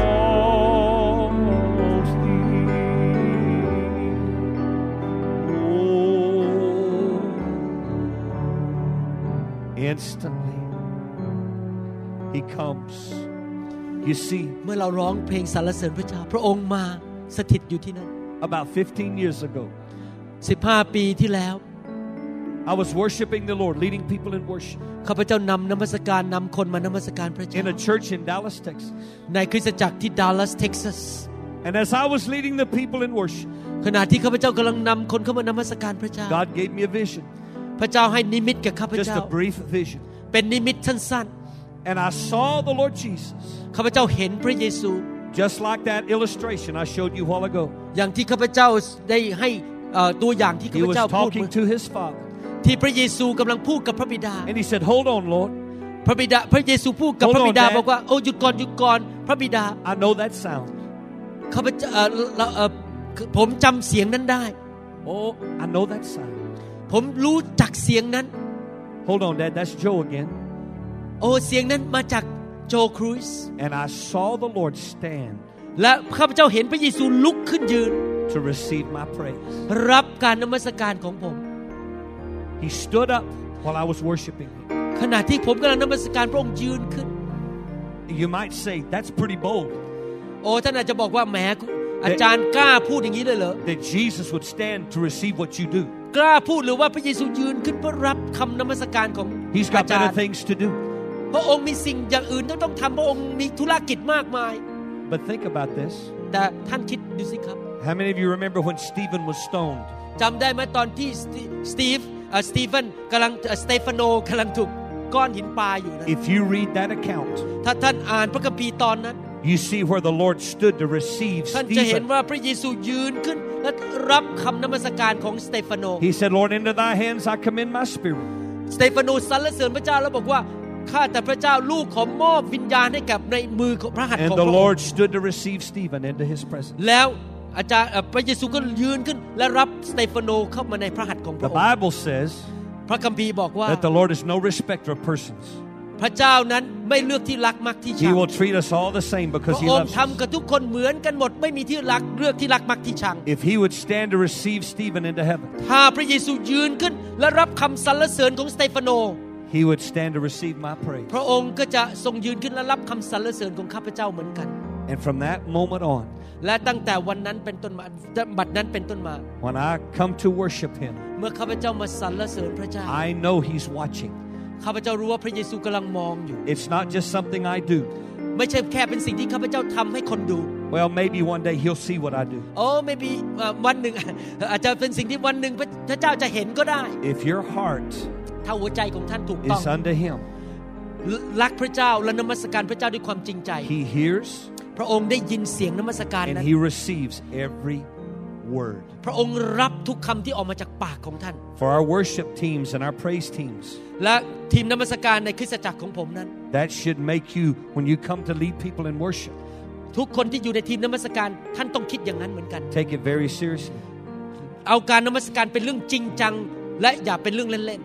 Speaker 1: Instantly, He comes. You see,
Speaker 2: เมื่อเราร้องเพลงสรรเสริญพระเจ้า พระองค์มาสถิตอยู่ที่นั่น
Speaker 1: about 15 years ago,
Speaker 2: 15 ปีที่แล้ว
Speaker 1: I was worshiping the Lord, leading people in worship
Speaker 2: ข้าพเจ้านำนมัสการนำคนมานมัสการพระเจ้า
Speaker 1: in a church in Dallas, Texas.
Speaker 2: ในคริสตจักรที่ดัลลัสเท็กซัส
Speaker 1: And as I was leading the people in worship,
Speaker 2: ขณะที่ข้าพเจ้ากำลังนำคนเข้ามานมัสการพระเจ้า
Speaker 1: God gave me a vision,
Speaker 2: พระเจ้าให้นิมิตกับข้าพ
Speaker 1: just
Speaker 2: เจ้า
Speaker 1: a brief vision.
Speaker 2: เป็นนิมิตสั้น
Speaker 1: And I saw the Lord Jesus,
Speaker 2: ๆ ข้าพเจ้าเห็นพระเยซู
Speaker 1: just like that illustration I showed you a while ago.
Speaker 2: อย่างที่ข้าพเจ้าได้ให้เอ่อตัวอย่างที่ข้า
Speaker 1: He
Speaker 2: พ
Speaker 1: was
Speaker 2: เจ้าพูด
Speaker 1: talking to his father.
Speaker 2: ที่พระเยซูกำลังพูดกับพระบิดา
Speaker 1: And he said, Hold on, Lord.
Speaker 2: พระบิดาพระเยซูพูดกับ
Speaker 1: Hold
Speaker 2: พ
Speaker 1: on,
Speaker 2: ระบิดา
Speaker 1: Dad.
Speaker 2: บอกว่าโอ้หยุดก่อนหยุดก่อนพระบิดา
Speaker 1: I know that sound.
Speaker 2: ข้าพเจ้าเอ่อเราเอ่อผมจำเสียงนั้นได้
Speaker 1: Oh, I know that sound.
Speaker 2: ผมรู้จักเสียงนั้น
Speaker 1: Hold on, Dad. That's Joe again.
Speaker 2: โอ้เสียงนั้นมาจากโจครูส
Speaker 1: And I saw the Lord stand
Speaker 2: และข้าพเจ้าเห็นพระเยซูลุกขึ้นยืน
Speaker 1: to receive my praise.
Speaker 2: รับการนมัสการของผม
Speaker 1: He stood up while I was worshiping him.
Speaker 2: ขณะที่ผมกำลังนมัสการพระองค์ยืนขึ้น
Speaker 1: You might say, That's pretty bold
Speaker 2: โอ้ท่านอาจจะบอกว่าแหมอาจารย์กล้าพูดอย่างนี้เลยเหรอ
Speaker 1: that Jesus would stand to receive what you do.
Speaker 2: กล้าพูดหรือว่าพระเยซูยืนขึ้นเพื่อรับคำนมัสการของ
Speaker 1: He's
Speaker 2: อา
Speaker 1: got
Speaker 2: จาร
Speaker 1: better
Speaker 2: ย์
Speaker 1: things to do.
Speaker 2: พระองค์มีสิ่งอย่างอื่นที่ต้องทำพระองค์มีธุรกิจมากมาย
Speaker 1: But think about this.
Speaker 2: แต่ท่านคิดดูสิครับ
Speaker 1: How many of you remember when Stephen was stoned?
Speaker 2: จำได้ไหมตอนที่สตีฟสตีเฟนกำลังสเตฟานโนกำลังถูกก้อนหินปลาอยู่นะ
Speaker 1: If you read that account,
Speaker 2: ถ้าท่านอ่านพระคัมภีร์ตอนนั้น
Speaker 1: you see where the Lord stood to receive
Speaker 2: ท่านจะเห็น
Speaker 1: Stephen.
Speaker 2: ว่าพระเยซูยืนขึ้น และรับคำนมัสการของสเตฟานโน
Speaker 1: He said, Lord, into thy hands I commend my spirit.
Speaker 2: สเตฟานโนสรรเสริญพระเจ้าแล้วบอกว่าข้าแต่พระเจ้าลูกขอมอบวิญญาณให้กับในมือของพระหัตถ์ข
Speaker 1: And
Speaker 2: องพ
Speaker 1: the
Speaker 2: ระองค์
Speaker 1: Lord stood to receive Stephen into his presence.
Speaker 2: แล้วอาจารย์เอ่อพระเยซูก็ยืนขึ้น และรับสเตฟานโนเข้ามาในพระหัตถ์ของพ
Speaker 1: The
Speaker 2: ระองค์
Speaker 1: Bible says
Speaker 2: พระคัมภีร์บอกว่า
Speaker 1: that the Lord is no respecter of persons.
Speaker 2: พระเจ้านั้นไม่เลือกที่รักมักที่ชั
Speaker 1: He
Speaker 2: ง
Speaker 1: will treat us all the same
Speaker 2: พ
Speaker 1: because
Speaker 2: ระ
Speaker 1: he
Speaker 2: องค์
Speaker 1: loves us.
Speaker 2: ทำกับทุกคนเหมือนกันหมดไม่มีที่รักเลือกที่รักมักที่ชัง
Speaker 1: If he would stand to receive Stephen into heaven,
Speaker 2: ถ้าพระเยซูยืนขึ้น และรับคำสรรเสริญของสเตฟานโน
Speaker 1: he would stand to receive my praise.
Speaker 2: พระองค์ก็จะทรงยืนขึ้นและรับคำสรรเสริญของข้าพเจ้าเหมือนกัน
Speaker 1: And from that moment on,
Speaker 2: และตั้งแต่วันนั้นเป็นต้นมาบัดนั้นเป็นต้นมา
Speaker 1: when I come to worship him,
Speaker 2: เมื่อข้าพเจ้ามาสรรเสริญพระเจ้า
Speaker 1: I know he's watching.
Speaker 2: ข้าพเจ้ารู้ว่าพระเยซูกำลังมองอยู่
Speaker 1: It's not just something I do.
Speaker 2: ไม่ใช่แค่เป็นสิ่งที่ข้าพเจ้าทำให้คนดู
Speaker 1: Well, maybe one day he'll see what I do.
Speaker 2: โอ้ไม่มีวันหนึ่ง อาจจะเป็นสิ่งที่วันหนึ่งพระพระเจ้าจะเห็นก็ได้
Speaker 1: If your heart
Speaker 2: ถ้าหัวใจของท่านถูกต้อง
Speaker 1: is under him,
Speaker 2: รักพระเจ้าและนมัสการพระเจ้าด้วยความจริงใจ
Speaker 1: he hears
Speaker 2: พระองค์ได้ยินเสียงนมัสการ
Speaker 1: and
Speaker 2: นั้น
Speaker 1: he receives every word.
Speaker 2: พระองค์รับทุกคำที่ออกมาจากปากของท่าน
Speaker 1: For our worship teams and our praise teams,
Speaker 2: และทีมนมัสการในคริสตจักรของผมนั้น
Speaker 1: that should make you, when you come to lead people in worship,
Speaker 2: ทุกคนที่อยู่ในทีมนมัสการท่านต้องคิดอย่างนั้นเหมือนกัน
Speaker 1: take it very seriously.
Speaker 2: เอาการนมัสการเป็นเรื่องจริงจัง และอย่าเป็นเรื่องเล่น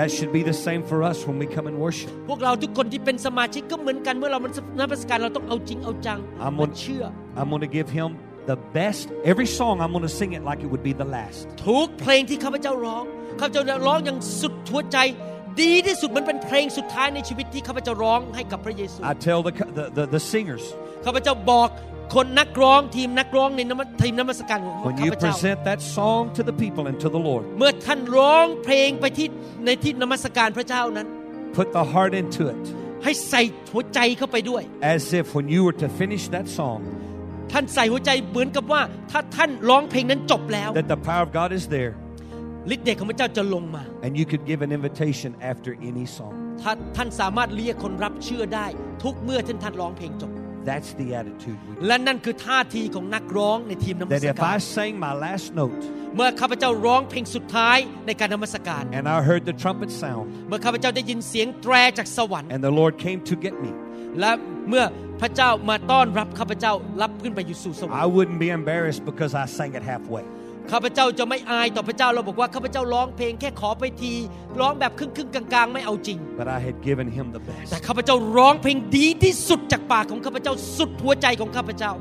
Speaker 1: That should be the same for us when we come and worship.
Speaker 2: ๆ พวกเราทุกคนที่เป็นสมาชิกก็เหมือนกันเมื่อเรามันนมัสการเราต้องเอาจริงเอาจัง
Speaker 1: อามุน
Speaker 2: และเชื่อ
Speaker 1: I'm going to give him the best. Every song, I'm going to sing it like it would be the last.
Speaker 2: ทุกเพลงที่ข้าพเจ้าร้องข้าพเจ้าจะร้องอย่างสุดหัวใจ ดีที่สุดมันเป็นเพลงสุดท้ายในชีวิตที่ข้าพเจ้าร้องให้กับพระเยซู
Speaker 1: I tell the, the, the, the singers,
Speaker 2: ข้าพเจ้าบอกคนนักร้องทีมนักร้องในนมัสทีมนมัสการของ
Speaker 1: when
Speaker 2: ข้า
Speaker 1: you
Speaker 2: พเจ้า
Speaker 1: present that song to the people and to the Lord,
Speaker 2: เมื่อท่านร้องเพลงไปที่ในที่นมัสการพระเจ้านั้น
Speaker 1: put the heart into it.
Speaker 2: ให้ใส่หัวใจเข้าไปด้วย
Speaker 1: As if when you were to finish that song,
Speaker 2: ท่านใส่หัวใจเหมือนกับว่าถ้าท่านร้องเพลงนั้นจบแล้ว
Speaker 1: that the power of God is there
Speaker 2: ฤทธิ์เดชของพระเจ้าจะลงมา
Speaker 1: and you could give an invitation after any song.
Speaker 2: ถ้าท่านสามารถเรียกคนรับเชื่อได้ ทุกเมื่อท่านท่านร้องเพลงจบ
Speaker 1: That's the attitude we
Speaker 2: และนั่นคือท่าทีของนักร้องในทีมนมั
Speaker 1: That
Speaker 2: ส
Speaker 1: if
Speaker 2: กา
Speaker 1: I
Speaker 2: ร
Speaker 1: sang my last note
Speaker 2: เมื่อข้าพเจ้าร้องเพลงสุดท้ายในการนมัสการ
Speaker 1: and I heard the trumpet sound
Speaker 2: เมื่อข้าพเจ้าได้ยินเสียงแตรจากสวรรค์
Speaker 1: and the Lord came to get me,
Speaker 2: และเมื่อพระเจ้ามาต้อนรับข้าพเจ้ารับขึ้นไปอยู่สู่สวรร
Speaker 1: I
Speaker 2: ค์
Speaker 1: wouldn't be embarrassed because I sang it halfway.
Speaker 2: ข้าพเจ้าจะไม่อายต่อพระเจ้าเราบอกว่าข้าพเจ้าร้องเพลงแค่ขอไปที ร้องแบบครึ่งครึ่งๆกลางๆ ไม่เอาจริง
Speaker 1: But I had given him the
Speaker 2: แต่
Speaker 1: best.
Speaker 2: ข้าพเจ้าร้องเพลงดีที่สุดจากปากของข้าพเจ้าสุดหัวใจของข้าพเจ้า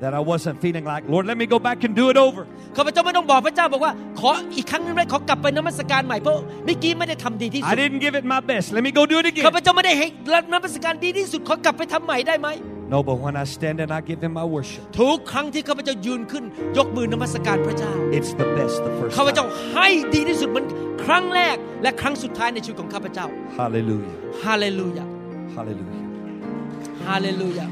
Speaker 1: That I wasn't feeling like, Lord, let me go back and do it over.
Speaker 2: ข้าพเจ้าไม่ต้องบอกพระเจ้าบอกว่า ขออีกครั้งหนึงไหมขอกลับไปนมัสการใหม่เพราะเมื่อกี้ไม่ได้ทำดีที่สุ
Speaker 1: I
Speaker 2: ด
Speaker 1: didn't give it my best. Let me go do it
Speaker 2: ข้า
Speaker 1: again.
Speaker 2: พเจ้าไม่ได้ให้รับนมัสการดีที่สุดขอกลับไปทำใหม่ได้ไหม
Speaker 1: No, but when I stand and I give him my worship,
Speaker 2: ทุกครั้งที่ข้าพเจ้ายืนขึ้น ยกมือนมัสการพระเจ้า
Speaker 1: it's the best the first
Speaker 2: ข้าพเจ้า
Speaker 1: time.
Speaker 2: ให้ดีที่สุดเหมันครั้งแรกและครั้งสุดท้ายในชีวิตของข้าพเจ้า
Speaker 1: Hallelujah.
Speaker 2: ฮาเลลูยา
Speaker 1: Hallelujah.
Speaker 2: ฮาเลลูยา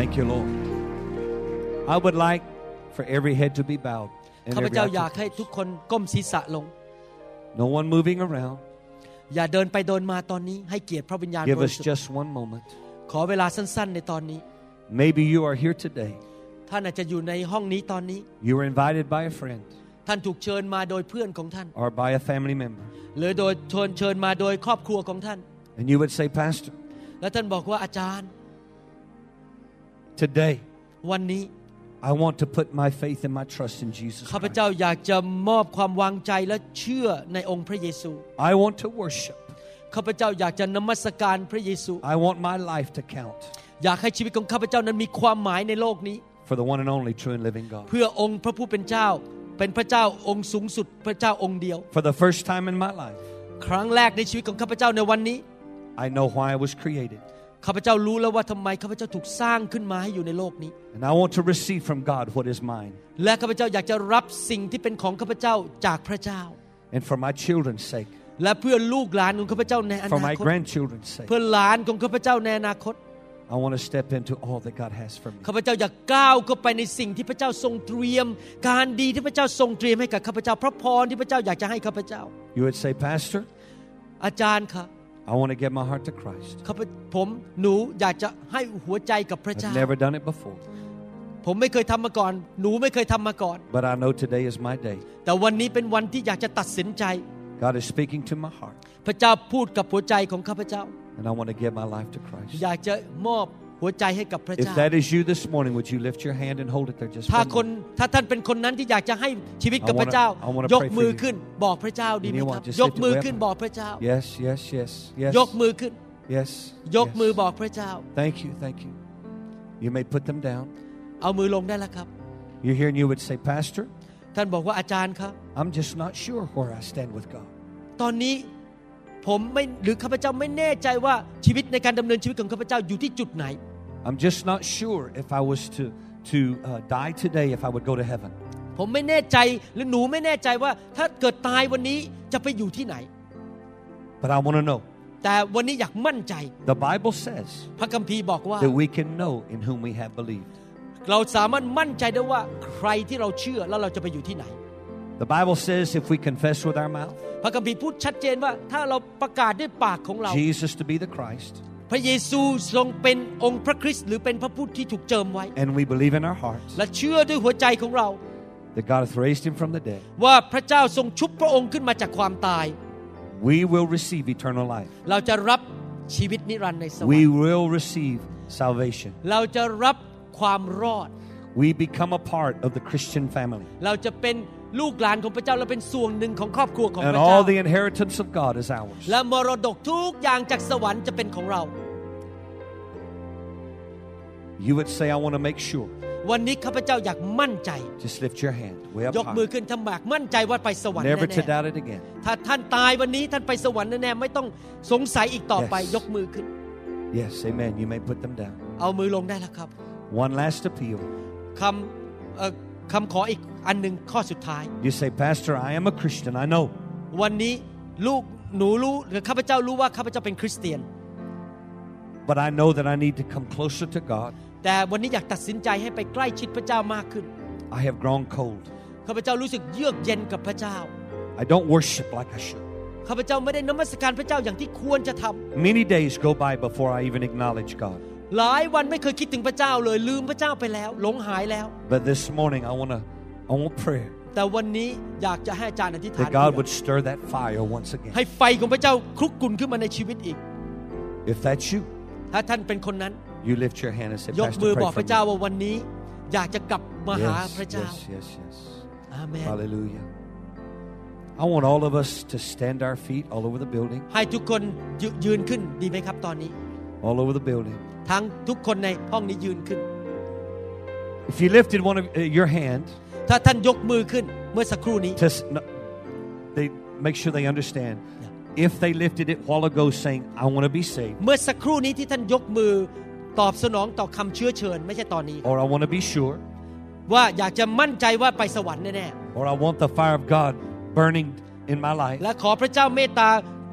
Speaker 1: Thank you, Lord. I would like for every head to be bowed. And
Speaker 2: ข้าพ
Speaker 1: every
Speaker 2: เจ้า
Speaker 1: eye
Speaker 2: อยาก
Speaker 1: to-
Speaker 2: ให้ทุกคนก้มศีรษะลง
Speaker 1: No one moving around.
Speaker 2: อย่าเดินไปเดินมาตอนนี้ ให้เกียรติพระวิญญาณ
Speaker 1: Give
Speaker 2: บริ
Speaker 1: us
Speaker 2: สุทธิ์
Speaker 1: just one moment.
Speaker 2: ขอเวลาสั้นๆ ในตอนนี้
Speaker 1: Maybe you are here today.
Speaker 2: ท่านอาจจะอยู่ในห้องนี้ตอนนี้
Speaker 1: You were invited by a friend
Speaker 2: ท่านถูกเชิญมาโดยเพื่อนของท่าน
Speaker 1: or by a family member.
Speaker 2: หรือโดยเชิญเชิญมาโดยครอบครัวของท่าน
Speaker 1: And you would say, Pastor,
Speaker 2: และท่านบอกว่าอาจารย์
Speaker 1: today
Speaker 2: วันนี้
Speaker 1: I want to put my faith and my trust in Jesus
Speaker 2: ข้าพ
Speaker 1: Christ.
Speaker 2: เจ้าอยากจะมอบความวางใจและเชื่อในองค์พระเยซู
Speaker 1: I want to worship.
Speaker 2: ข้าพเจ้าอยากจะนมัสการพระเยซู
Speaker 1: I want my life to count
Speaker 2: อยากให้ชีวิตของข้าพเจ้านั้นมีความหมายในโลกนี้
Speaker 1: for the one and only true and living God.
Speaker 2: เพื่อองค์พระผู้เป็นเจ้า เป็นพระเจ้าองค์สูงสุดพระเจ้าองค์เดียว
Speaker 1: For the first time in my life,
Speaker 2: ครั้งแรกในชีวิตของข้าพเจ้าในวันนี้
Speaker 1: I know why I was created.
Speaker 2: ข้าพเจ้ารู้แล้วว่าทำไมข้าพเจ้าถูกสร้างขึ้นมาให้อยู่ในโลกนี้
Speaker 1: And I want to receive from God what is mine.
Speaker 2: และข้าพเจ้าอยากจะรับสิ่งที่เป็นของข้าพเจ้าจากพระเจ้า
Speaker 1: And for my children's sake,
Speaker 2: และเพื่อลูกหลานของข้าพเจ้าในอ
Speaker 1: for
Speaker 2: นา
Speaker 1: my
Speaker 2: คต
Speaker 1: grandchildren's sake,
Speaker 2: เพื่อหลานของข้าพเจ้าในอนาคต
Speaker 1: I want to step into all that God has for me.
Speaker 2: ข้าพเจ้าอยากก้าวเข้าไปในสิ่งที่พระเจ้าทรงเตรียม การดีที่พระเจ้าทรงเตรียมให้กับข้าพเจ้าพระพรที่พระเจ้าอยากจะให้ข้าพเจ้า
Speaker 1: You would say, Pastor,
Speaker 2: อาจารย์คะ
Speaker 1: I want to give my heart to Christ.
Speaker 2: ข้าพผมหนูอยากจะให้หัวใจกับพระ
Speaker 1: I've
Speaker 2: เจ้า
Speaker 1: never done it before,
Speaker 2: ผมไม่เคยทำมาก่อน หนูไม่เคยทำมาก่อน
Speaker 1: but I know today is my day.
Speaker 2: แต่วันนี้เป็นวันที่อยากจะตัดสินใจ
Speaker 1: God is speaking to my heart,
Speaker 2: พระเจ้าพูดกับหัวใจของข้าพเจ้า
Speaker 1: and I want to give my life to Christ.
Speaker 2: อยากจะมอบหัวใจให้กับพระ
Speaker 1: If
Speaker 2: เจ้า
Speaker 1: that is you this morning, would you lift your hand and hold it there just
Speaker 2: ถ้า
Speaker 1: for
Speaker 2: คน
Speaker 1: a
Speaker 2: ถ้าท่านเป็นคนนั้นที่อยากจะให้ชีวิตกับพระเจ้า
Speaker 1: I wanna- I wanna pray
Speaker 2: ยกมือ
Speaker 1: for you
Speaker 2: ขึ้นบอกพระเจ้าดีไหมครั
Speaker 1: Anyone,
Speaker 2: บ
Speaker 1: just
Speaker 2: ย
Speaker 1: lift
Speaker 2: กมือ
Speaker 1: your
Speaker 2: ขึ้น
Speaker 1: weapon.
Speaker 2: บอกพระเจ้า
Speaker 1: Yes, yes, yes, yes.
Speaker 2: ยกมือขึ้น
Speaker 1: Yes.
Speaker 2: ยก
Speaker 1: yes.
Speaker 2: มือบอกพระเจ้า
Speaker 1: Thank you, thank you. You may put them down.
Speaker 2: เอามือลงได้แล้วครับ
Speaker 1: You're here and you would say, Pastor,
Speaker 2: ท่านบอกว่าอาจารย์ครับ
Speaker 1: I'm just not sure where I stand with God.
Speaker 2: ตอนนี้ผมไม่หรือข้าพเจ้าไม่แน่ใจว่าชีวิตในการดำเนินชีวิตของข้าพเจ้าอยู่ที่จุดไหน
Speaker 1: I'm just not sure if I was to, to uh, die today, if I would go to heaven.
Speaker 2: ผมไม่แน่ใจหรือหนูไม่แน่ใจว่าถ้าเกิดตายวันนี้จะไปอยู่ที่ไหน
Speaker 1: But I want to know.
Speaker 2: แต่วันนี้อยากมั่นใจ
Speaker 1: The Bible says
Speaker 2: พระคัมภีร์บอกว่า
Speaker 1: that we can know in whom we have believed.
Speaker 2: เราสามารถมั่นใจได้ว่าใครที่เราเชื่อแล้วเราจะไปอยู่ที่ไหน
Speaker 1: The Bible says if we confess with our mouth
Speaker 2: พระคัมภีร์พูดชัดเจนว่าถ้าเราประกาศด้วยปากของเรา
Speaker 1: Jesus to be the Christ
Speaker 2: พระเยซูทรงเป็นองค์พระคริสต์หรือเป็นพระผู้ที่ถูกเจิมไว้
Speaker 1: And we believe in our hearts
Speaker 2: และเชื่อด้วยหัวใจของเรา
Speaker 1: that God hath raised him from the dead.
Speaker 2: ว่าพระเจ้าทรงชุบพระองค์ขึ้นมาจากความตาย
Speaker 1: We will receive eternal life.
Speaker 2: เราจะรับชีวิตนิรันดร์ในสวรร
Speaker 1: We
Speaker 2: ค์
Speaker 1: will receive salvation.
Speaker 2: เราจะรับความรอด
Speaker 1: We become a part of the Christian family.
Speaker 2: เราจะเป็นลูกหลานของพระเจ้าเราเป็นส่วนหนึ่งของครอบครัวของพ
Speaker 1: And
Speaker 2: ระเจ้า
Speaker 1: all the inheritance of God is ours.
Speaker 2: และมรดกทุกอย่างจากสวรรค์จะเป็นของเรา
Speaker 1: You would say, I want to make sure.
Speaker 2: วันนี้ข้าพเจ้าอยากมั่นใจ
Speaker 1: Just lift your hand way up
Speaker 2: ยกมือ
Speaker 1: high.
Speaker 2: ขึ้นทำหมากมั่นใจว่าไปสวรรค์
Speaker 1: Never to
Speaker 2: แน่
Speaker 1: doubt it again.
Speaker 2: ๆถ้าท่านตายวันนี้ท่านไปสวรรค์แน่ๆไม่ต้องสงสัยอีกต่อไป
Speaker 1: Yes.
Speaker 2: ยกมือขึ้น
Speaker 1: Yes, amen. You may put them down.
Speaker 2: เอามือลงได้แล้วครับ
Speaker 1: One last appeal.
Speaker 2: คำเอ่อคำขออีกอันหนึ่งข้อสุดท้าย
Speaker 1: You say, Pastor, I am a Christian. I know.
Speaker 2: วันนี้ลูกหนูรู้หรือข้าพเจ้ารู้ว่าข้าพเจ้าเป็นคริสเตียน
Speaker 1: But I know that I need to come closer to God.
Speaker 2: แต่วันนี้อยากตัดสินใจให้ไปใกล้ชิดพระเจ้ามากขึ้น
Speaker 1: I have grown cold.
Speaker 2: ข้าพเจ้ารู้สึกเยือกเย็นกับพระเจ้า
Speaker 1: I don't worship like I should.
Speaker 2: ข้าพเจ้าไม่ได้นมัสการพระเจ้าอย่างที่ควรจะทำ
Speaker 1: Many days go by before I even acknowledge God.
Speaker 2: หลายวันไม่เคยคิดถึงพระเจ้าเลยลืมพระเจ้าไปแล้ว หลงหายแล้ว
Speaker 1: But this morning, I want to, I want prayer
Speaker 2: แต่วันนี้อยากจะให้อาจารย์อธิษฐาน
Speaker 1: that God would stir that fire once again.
Speaker 2: ให้ไฟของพระเจ้าคลุกกลุ่นขึ้นมาในชีวิตอีก
Speaker 1: If that's you,
Speaker 2: ถ้าท่านเป็นคนนั้น
Speaker 1: you lift your hand and say,
Speaker 2: ยกมื
Speaker 1: Pastor,
Speaker 2: อ
Speaker 1: pray
Speaker 2: บอก
Speaker 1: for
Speaker 2: พระเจ้า
Speaker 1: me.
Speaker 2: ว่าวันนี้ อยากจะกลับมาหา
Speaker 1: Yes,
Speaker 2: พระ
Speaker 1: yes,
Speaker 2: เจ้า
Speaker 1: yes, yes.
Speaker 2: อาเมน
Speaker 1: Hallelujah. I want all of us to stand our feet all over the building,
Speaker 2: ให้ทุกคนยืยืนขึ้นดีไหมครับตอนนี้
Speaker 1: all over the building.
Speaker 2: ทั้งทุกคนในห้องนี้ยืนขึ้น
Speaker 1: If you lifted one of uh, your hand,
Speaker 2: ถ้าท่านยกมือขึ้นเมื่อสักครู่นี้
Speaker 1: to, s- no, they make sure they understand. If they lifted it while ago, saying, "I want to be saved,"
Speaker 2: เมื่อสักครู่นี้ที่ท่านยกมือตอบสนองต่อคำเชื้อเชิญ ไม่ใช่ตอนนี้
Speaker 1: or "I want to be sure,"
Speaker 2: ว่าอยากจะมั่นใจว่าไปสวรรค์แน่ๆ
Speaker 1: or "I want the fire of God burning in my life,"
Speaker 2: และขอพระเจ้าเมตตา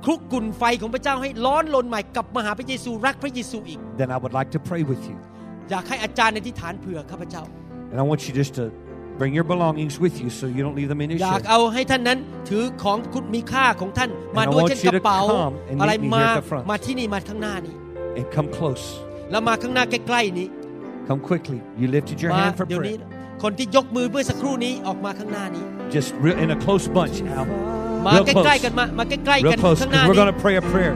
Speaker 2: คลุกกลุ่นไฟของพระเจ้าให้ร้อนลนใหม่กลับมาหาพระเยซูรักพระเยซูอีก
Speaker 1: then I would like to pray with you.
Speaker 2: อยากให้อาจารย์ในที่ฐานเผื่อข้าพเจ้า
Speaker 1: And I want you just to bring your belongings with you so you don't leave them in your
Speaker 2: อยาก
Speaker 1: shirt.
Speaker 2: เอาให้ท่านนั้นถือของคุณมีค่าของท่าน
Speaker 1: And
Speaker 2: มาด้วยเช่น
Speaker 1: I want you
Speaker 2: ก
Speaker 1: to
Speaker 2: ระเป๋า
Speaker 1: come and meet
Speaker 2: อะไร
Speaker 1: me here
Speaker 2: มา
Speaker 1: at the front.
Speaker 2: มาที่นี่มาข้างหน้านี้
Speaker 1: And come close.
Speaker 2: แล้วมาข้างหน้าใกล้ๆนี้
Speaker 1: Come quickly. You lifted your
Speaker 2: มา
Speaker 1: hand for
Speaker 2: เดี๋ยวนี้
Speaker 1: prayer.
Speaker 2: คนที่ยกมือเมื่อสักครู่นี้ออกมาข้างหน้านี้
Speaker 1: Just real, in a close bunch, Al.
Speaker 2: มาใก
Speaker 1: Real
Speaker 2: ล้
Speaker 1: close.
Speaker 2: ๆกันมามาใกล้ๆกั
Speaker 1: Real
Speaker 2: น
Speaker 1: close.
Speaker 2: ข้างหน้า
Speaker 1: Because we're
Speaker 2: นี้
Speaker 1: going to pray a prayer.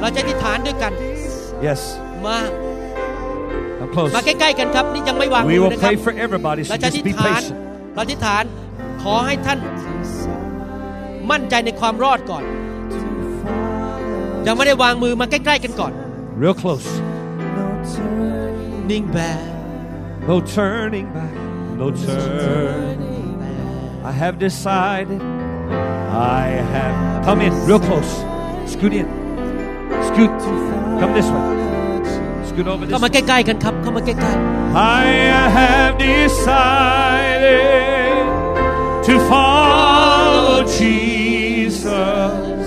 Speaker 2: เราจะอธิษฐานด้วยกัน
Speaker 1: Yes.
Speaker 2: มา
Speaker 1: Come close.
Speaker 2: มาใกล้ๆกันครับนี่ยังไม่วางมื
Speaker 1: We
Speaker 2: อ
Speaker 1: will
Speaker 2: นะครั
Speaker 1: pray
Speaker 2: บ
Speaker 1: for everybody, so
Speaker 2: เราจะอ
Speaker 1: just
Speaker 2: ธิ
Speaker 1: be
Speaker 2: ษฐาน
Speaker 1: patient.
Speaker 2: เราอธิษฐานขอให้ท่านมั่นใจในความรอดก่อน ยังไม่ได้วางมือมาใกล้ๆกันก่อน
Speaker 1: Real close.
Speaker 2: นิ่งแบบ
Speaker 1: No turning back. No turning. I have decided. I have. Come in. Real close. Scoot in. Scoot. Come this way. Scoot over
Speaker 2: เข้า
Speaker 1: this
Speaker 2: มา
Speaker 1: way.
Speaker 2: ใกล้ๆกันครับเข้ามาใกล้
Speaker 1: I have decided to follow Jesus.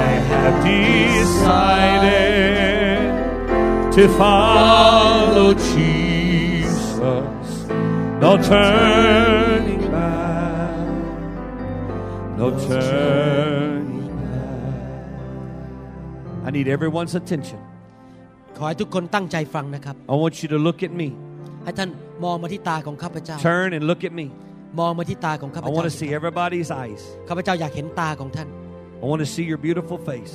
Speaker 1: I have decided to follow Jesus. No turning back. No turning back. I need everyone's attention.
Speaker 2: ๆ ขอให้ทุกคนตั้งใจฟังนะครับ
Speaker 1: I want you to look at me.
Speaker 2: ให้ท่านมองมาที่ตาของข้าพเจ้า
Speaker 1: Turn and look at me.
Speaker 2: มองมาที่ตาของข้าพ
Speaker 1: I
Speaker 2: เจ้า
Speaker 1: want to see everybody's eyes.
Speaker 2: ข้าพเจ้าอยากเห็นตาของท่าน
Speaker 1: I want to see your beautiful face.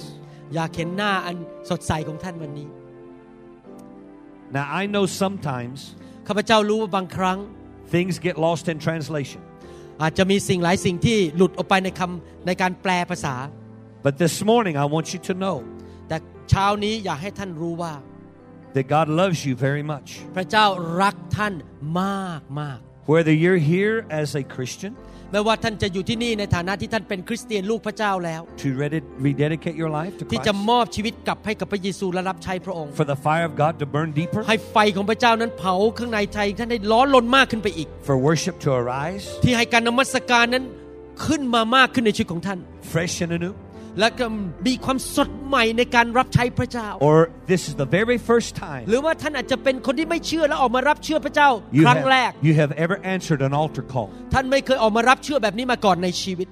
Speaker 2: อยากเห็นหน้าอันสดใสของท่านวันนี้
Speaker 1: Now, I know sometimes
Speaker 2: ข้าพเจ้ารู้ว่าบางครั้ง
Speaker 1: things get lost in translation,
Speaker 2: อาจจะมีสิ่งหลายสิ่งที่หลุดออกไปในคำในการแปลภาษา
Speaker 1: but this morning I want you to know
Speaker 2: แต่เช้านี้อยากให้ท่านรู้ว่า
Speaker 1: that God loves you very much.
Speaker 2: พระเจ้ารักท่านมากมาก
Speaker 1: Whether you're here as a Christian
Speaker 2: ไม่ว่าท่านจะอยู่ที่นี่ในฐานะที่ท่านเป็นคริสเตียนลูกพระเจ้าแล้ว
Speaker 1: to redi- rededicate your life to
Speaker 2: ที่จะม
Speaker 1: Christ,
Speaker 2: อบชีวิตกลับให้กับพระเยซูและรับใช้พระองค์
Speaker 1: for the fire of God to burn deeper,
Speaker 2: ให้ไฟของพระเจ้านั้นเผาข้างในใจท่านให้ร้อนลนมากขึ้นไปอีก
Speaker 1: for worship to arise
Speaker 2: ที่ให้การนมัสการนั้นขึ้นมามากขึ้นในชีวิตของท่าน
Speaker 1: fresh and anew,
Speaker 2: และก็มีความสดใหม่ในการรับใช้พระเจ้า
Speaker 1: or this is the very first
Speaker 2: ห
Speaker 1: time
Speaker 2: รือว่าท่านอาจจะเป็นคนที่ไม่เชื่อและออกมารับเชื่อพระเจ้า
Speaker 1: you
Speaker 2: ครั้งแรก
Speaker 1: have, you have ever answered an altar call.
Speaker 2: ท่านไม่เคยออกมารับเชื่อแบบนี้มาก่อนในชีวิต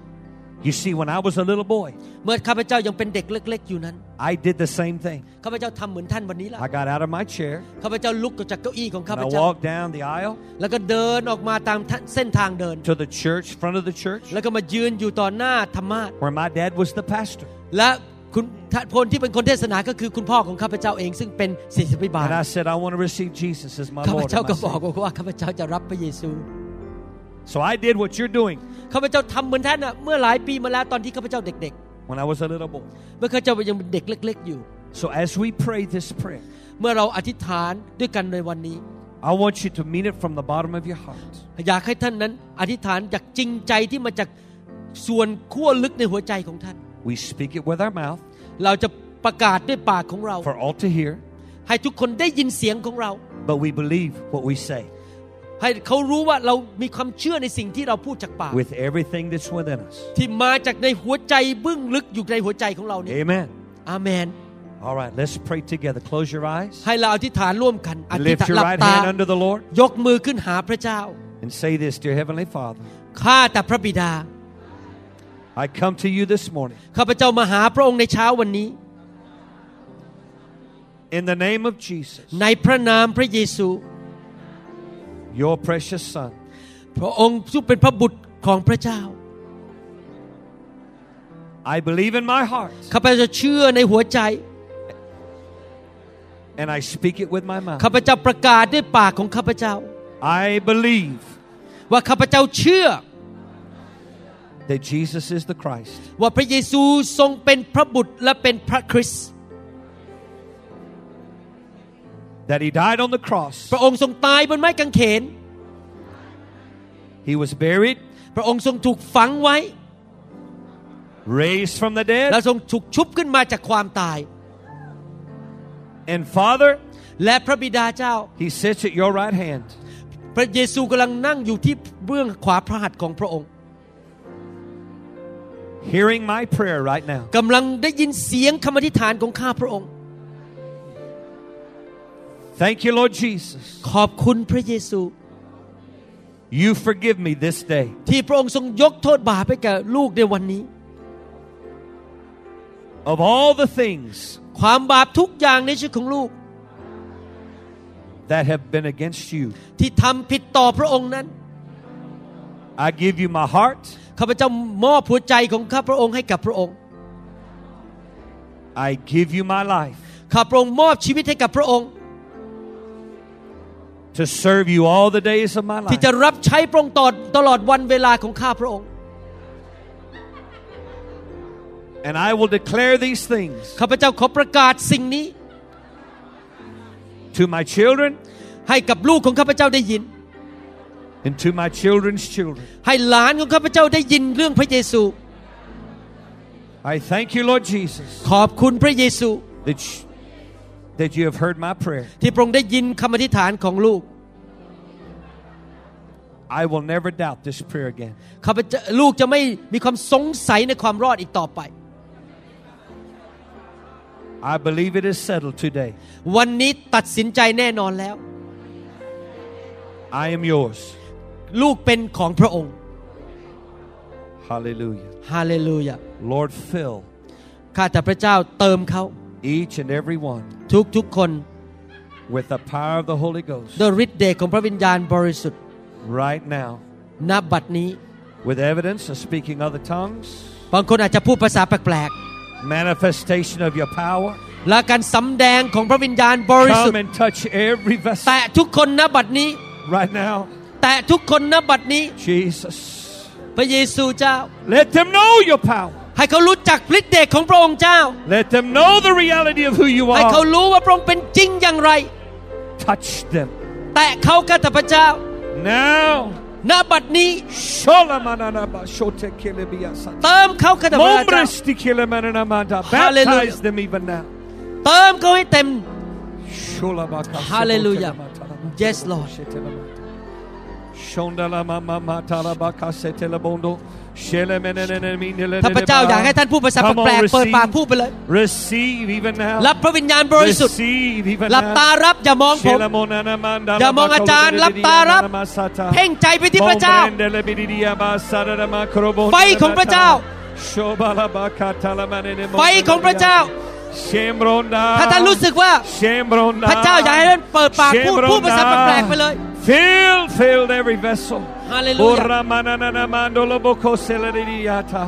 Speaker 1: You see, when I was a little boy,
Speaker 2: เมื่อข้าพเจ้ายังเป็นเด็กเล็ก ๆ อยู่นั้น
Speaker 1: I did the same thing.
Speaker 2: ข้าพเจ้าทำเหมือนท่านวันนี้ละ
Speaker 1: I got out of my chair
Speaker 2: ข้าพเจ้าลุกออกจากเก้าอี้ของข้า
Speaker 1: and
Speaker 2: พ
Speaker 1: I
Speaker 2: เจ้า
Speaker 1: walked down the aisle
Speaker 2: แล้วก็เดินออกมาตามเส้นทางเดิน
Speaker 1: to the church, front of the church,
Speaker 2: แล้วก็มายืนอยู่ต่อหน้าธรรมาส
Speaker 1: where my dad was the pastor.
Speaker 2: และคุณท่านคนที่เป็นคนเทศนาก็คือคุณพ่อของข้าพเจ้าเองซึ่งเป็นศิษยาภิบาล
Speaker 1: And I said, I want to receive Jesus as my
Speaker 2: ข้าพ
Speaker 1: Lord.
Speaker 2: เจ้า
Speaker 1: Ah. and
Speaker 2: ก็
Speaker 1: my
Speaker 2: บอก
Speaker 1: Savior."
Speaker 2: ว่าข้าพเจ้าจะรับพระเยซู
Speaker 1: So I did what you're doing
Speaker 2: ข้าพเจ้าทำเหมือนท่านน่ะเมื่อหลายปีมาแล้วตอนที่ข้าพเจ้าเด็ก
Speaker 1: when I was a little boy.
Speaker 2: ๆ เมื่อข้าพเจ้ายังเป็นเด็กเล็ก ๆ อยู่
Speaker 1: So as we pray this prayer,
Speaker 2: เมื่อเราอธิษฐานด้วยกันในวันนี้
Speaker 1: I want you to mean it from the bottom of your heart.
Speaker 2: อยากให้ท่านนั้นอธิษฐานจากจริงใจที่มาจากส่วนขั้วลึกในหัวใจของท่าน
Speaker 1: We speak it with our mouth
Speaker 2: เราจะประกาศด้วยปากของเรา
Speaker 1: for all to hear,
Speaker 2: ให้ทุกคนได้ยินเสียงของเรา
Speaker 1: but we believe what we say
Speaker 2: ให้เขารู้ว่าเรามีความเชื่อในสิ่งที่เราพูดจากปาก
Speaker 1: with everything that's within us.
Speaker 2: ที่มาจากในหัวใจเบื้องลึกอยู่ในหัวใจของเรานี้
Speaker 1: Amen.
Speaker 2: อาเมน
Speaker 1: All right, let's pray together. Close your eyes.
Speaker 2: ให้เราอธิษฐานร่วมกัน อธิษ
Speaker 1: Lift
Speaker 2: ฐาน
Speaker 1: your
Speaker 2: หลับ
Speaker 1: right
Speaker 2: ตา
Speaker 1: hand under the Lord
Speaker 2: ยกมือขึ้นหาพระเจ้า
Speaker 1: and say this, dear Heavenly Father.
Speaker 2: ข้าแต่พระบิดา
Speaker 1: I come to you this morning
Speaker 2: ข้าพเจ้ามาหาพระองค์ในเช้าวันนี้
Speaker 1: in the name of Jesus,
Speaker 2: ในพระนามพระเยซู
Speaker 1: your precious Son.
Speaker 2: พระองค์ซึ่งเป็นพระบุตรของพระเจ้า
Speaker 1: I believe in my heart
Speaker 2: ข้าพเจ้าเชื่อในหัวใจ
Speaker 1: and I speak it with my mouth.
Speaker 2: ข้าพเจ้าประกาศด้วยปากของข้าพเจ้า
Speaker 1: I believe
Speaker 2: ว่าข้าพเจ้าเชื่อ
Speaker 1: that Jesus is the Christ,
Speaker 2: ว่าพระเยซูทรงเป็นพระบุตรและเป็นพระคริสต์
Speaker 1: that He died on the cross,
Speaker 2: พระองค์ทรงตายบนไม้กางเขน
Speaker 1: He was buried,
Speaker 2: พระองค์ทรงถูกฝังไว้
Speaker 1: raised from the
Speaker 2: และ
Speaker 1: dead,
Speaker 2: ทรงถูกชุบขึ้นมาจากความตาย
Speaker 1: and Father,
Speaker 2: และพระบิดาเจ้า
Speaker 1: He sits at your right hand.
Speaker 2: พระเยซูกำลังนั่งอยู่ที่เบื้องขวาพระหัตถ์ของพระองค์
Speaker 1: hearing my prayer right now.
Speaker 2: กำลังได้ยินเสียงคำอธิษฐานของข้าพระองค์
Speaker 1: Thank you, Lord Jesus.
Speaker 2: ขอบคุณพระเยซู
Speaker 1: You forgive me this day.
Speaker 2: ที่พระองค์ทรงยกโทษบาปให้แก่ลูกในวันนี้
Speaker 1: Of all the things
Speaker 2: ความบาปทุกอย่างในชีวิตของลูก
Speaker 1: that have been against you,
Speaker 2: ที่ทำผิดต่อพระองค์นั้น
Speaker 1: I give you my heart.
Speaker 2: ข้าพเจ้ามอบหัวใจของข้าพระองค์ให้กับพระองค์
Speaker 1: I give you my life
Speaker 2: ข้าพระองค์มอบชีวิตให้กับพระองค์
Speaker 1: to serve you all the days of my
Speaker 2: ที่
Speaker 1: life.
Speaker 2: จะรับใช้พระองค์ตลอดตลอดวันเวลาของข้าพระองค์
Speaker 1: And I will declare these things
Speaker 2: ข้าพเจ้าขอประกาศสิ่งนี้
Speaker 1: to my children
Speaker 2: ให้กับลูกของข้าพเจ้าได้ยิน
Speaker 1: and to my children's children.
Speaker 2: ให้หลานของข้าพเจ้าได้ยินเรื่องพระเยซู
Speaker 1: I thank you, Lord Jesus,
Speaker 2: ขอบคุณพระเยซู
Speaker 1: that you, that you have heard my prayer.
Speaker 2: ที่พระองค์ได้ยินคำอธิษฐานของลูก
Speaker 1: I will never doubt this prayer again.
Speaker 2: ข้าพเจ้าลูกจะไม่มีความสงสัยในความรอดอีกต่อไป
Speaker 1: I believe it is settled today.
Speaker 2: วันนี้ตัดสินใจแน่นอนแล้ว
Speaker 1: I am yours.
Speaker 2: ลูกเป็นของพระองค์
Speaker 1: Hallelujah.
Speaker 2: ฮาเลลูยา
Speaker 1: Lord, fill
Speaker 2: ข้าแต่พระเจ้าเติมเขา
Speaker 1: each and every one
Speaker 2: ทุกทุกๆคน
Speaker 1: with the power of the Holy Ghost
Speaker 2: ด้วยฤทธิ์เดชของพระวิญญาณบริสุทธิ์
Speaker 1: right now
Speaker 2: ณบัดนี้
Speaker 1: with evidence of speaking other tongues,
Speaker 2: บางคนอาจจะพูดภาษาแปลก
Speaker 1: manifestation of your power.
Speaker 2: ๆ และการสำแดงของพระวิญญาณบริสุท
Speaker 1: Come
Speaker 2: ธิ์
Speaker 1: and touch every vessel
Speaker 2: แตะทุกคนณบัดนี้
Speaker 1: right now.
Speaker 2: แตะทุกคนณบัดนี้
Speaker 1: Jesus.
Speaker 2: พระเยซูเจ้า
Speaker 1: Let them know your power.
Speaker 2: ให้เขารู้จักฤทธิ์เดชของพระองค์เจ้า
Speaker 1: Let them know the reality of who you
Speaker 2: ให้เขา
Speaker 1: are.
Speaker 2: รู้ว่าพระองค์เป็นจริงอย่างไร
Speaker 1: Touch them
Speaker 2: แตะเขาข้าแต่พระเจ้า
Speaker 1: now.
Speaker 2: ณบัดนี้
Speaker 1: Shalamananaba, shotekelebiasa.
Speaker 2: เติมเขาข้าแต่พระเจ้า
Speaker 1: Mombrestikelemanamananda.
Speaker 2: Hallelujah.
Speaker 1: Baptize them even now.
Speaker 2: เติมเขาให้เต็ม
Speaker 1: Sholabaka,
Speaker 2: Hallelujah.
Speaker 1: shotelematalama.
Speaker 2: Yes Lord
Speaker 1: Shondalamanamatalabaka, setelabondo.
Speaker 2: ข้าพ
Speaker 1: Shelemenenenemineleleleba.
Speaker 2: เจ้าอยากให้ท่านพูดภาษา
Speaker 1: Come
Speaker 2: แปลก
Speaker 1: on,
Speaker 2: ๆเปิด
Speaker 1: receive.
Speaker 2: ปากพูดไปเลย
Speaker 1: Receive even now.
Speaker 2: รับพระวิญญาณบริสุทธิ์
Speaker 1: Receive even
Speaker 2: หลับ
Speaker 1: now.
Speaker 2: ตารับอย่ามองผม
Speaker 1: Shelamonanamanda,
Speaker 2: อย่ามองอาจารย์หลับตารับ
Speaker 1: Labakolodididiyanamasata.
Speaker 2: เพ่งใจไปที่พระเจ้า
Speaker 1: Bombrendelebididiyabasaramakrobon-
Speaker 2: ไฟของพระเจ้า ไฟของพระเจ้า ถ้าท่านรู้สึกว่า พระเจ้าอยากให้ท่านเปิดปากพูดพูดภาษาแปลกๆไปเลย
Speaker 1: Fill, filled every vessel.
Speaker 2: Hallelujah.
Speaker 1: Ora mananana mandolo boko seleririata.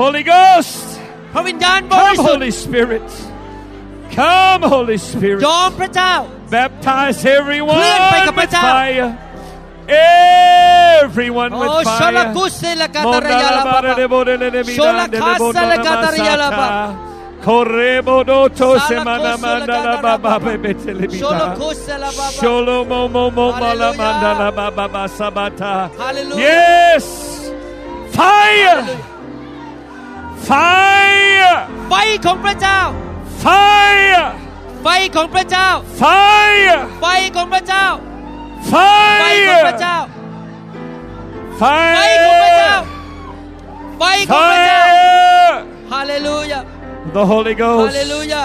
Speaker 1: Holy Ghost,
Speaker 2: พระวิญญาณบ
Speaker 1: come
Speaker 2: ริสุทธิ์
Speaker 1: Holy Spirit. Come Holy Spirit.
Speaker 2: ยอมพระเจ้า
Speaker 1: Baptize everyone
Speaker 2: เคลื่อนไปกับ
Speaker 1: with
Speaker 2: พระเจ้า
Speaker 1: fire. Everyone
Speaker 2: โอ้
Speaker 1: with
Speaker 2: ชล
Speaker 1: fire.
Speaker 2: กุสเซลกาตารยาลาบา
Speaker 1: Mondalabare de
Speaker 2: บา
Speaker 1: bodele de
Speaker 2: Shola
Speaker 1: bidande de
Speaker 2: kasa
Speaker 1: bodana
Speaker 2: la kataria la ba.
Speaker 1: masata. Correbo doto
Speaker 2: Sala
Speaker 1: semana
Speaker 2: koso la
Speaker 1: mandala
Speaker 2: katara
Speaker 1: baba
Speaker 2: ba.
Speaker 1: bebete
Speaker 2: โชล
Speaker 1: lebita.
Speaker 2: กุสเซลาบาบา
Speaker 1: Sholomo momo
Speaker 2: Hallelujah.
Speaker 1: malamandala baba basabata.
Speaker 2: Hallelujah.
Speaker 1: Yes. Fire. Fire.
Speaker 2: ไฟของพระเจ้า
Speaker 1: Fire.
Speaker 2: ไฟของพระเจ้า
Speaker 1: Fire.
Speaker 2: ไฟของพระเจ้า ไฟของพระ
Speaker 1: Fire.
Speaker 2: เจ้า ไฟของพระเจ้า
Speaker 1: Fire.
Speaker 2: ไฟของพระเจ้า
Speaker 1: Fire.
Speaker 2: ฮาเลลูยา
Speaker 1: The Holy
Speaker 2: ฮาเล
Speaker 1: Ghost.
Speaker 2: ลูยา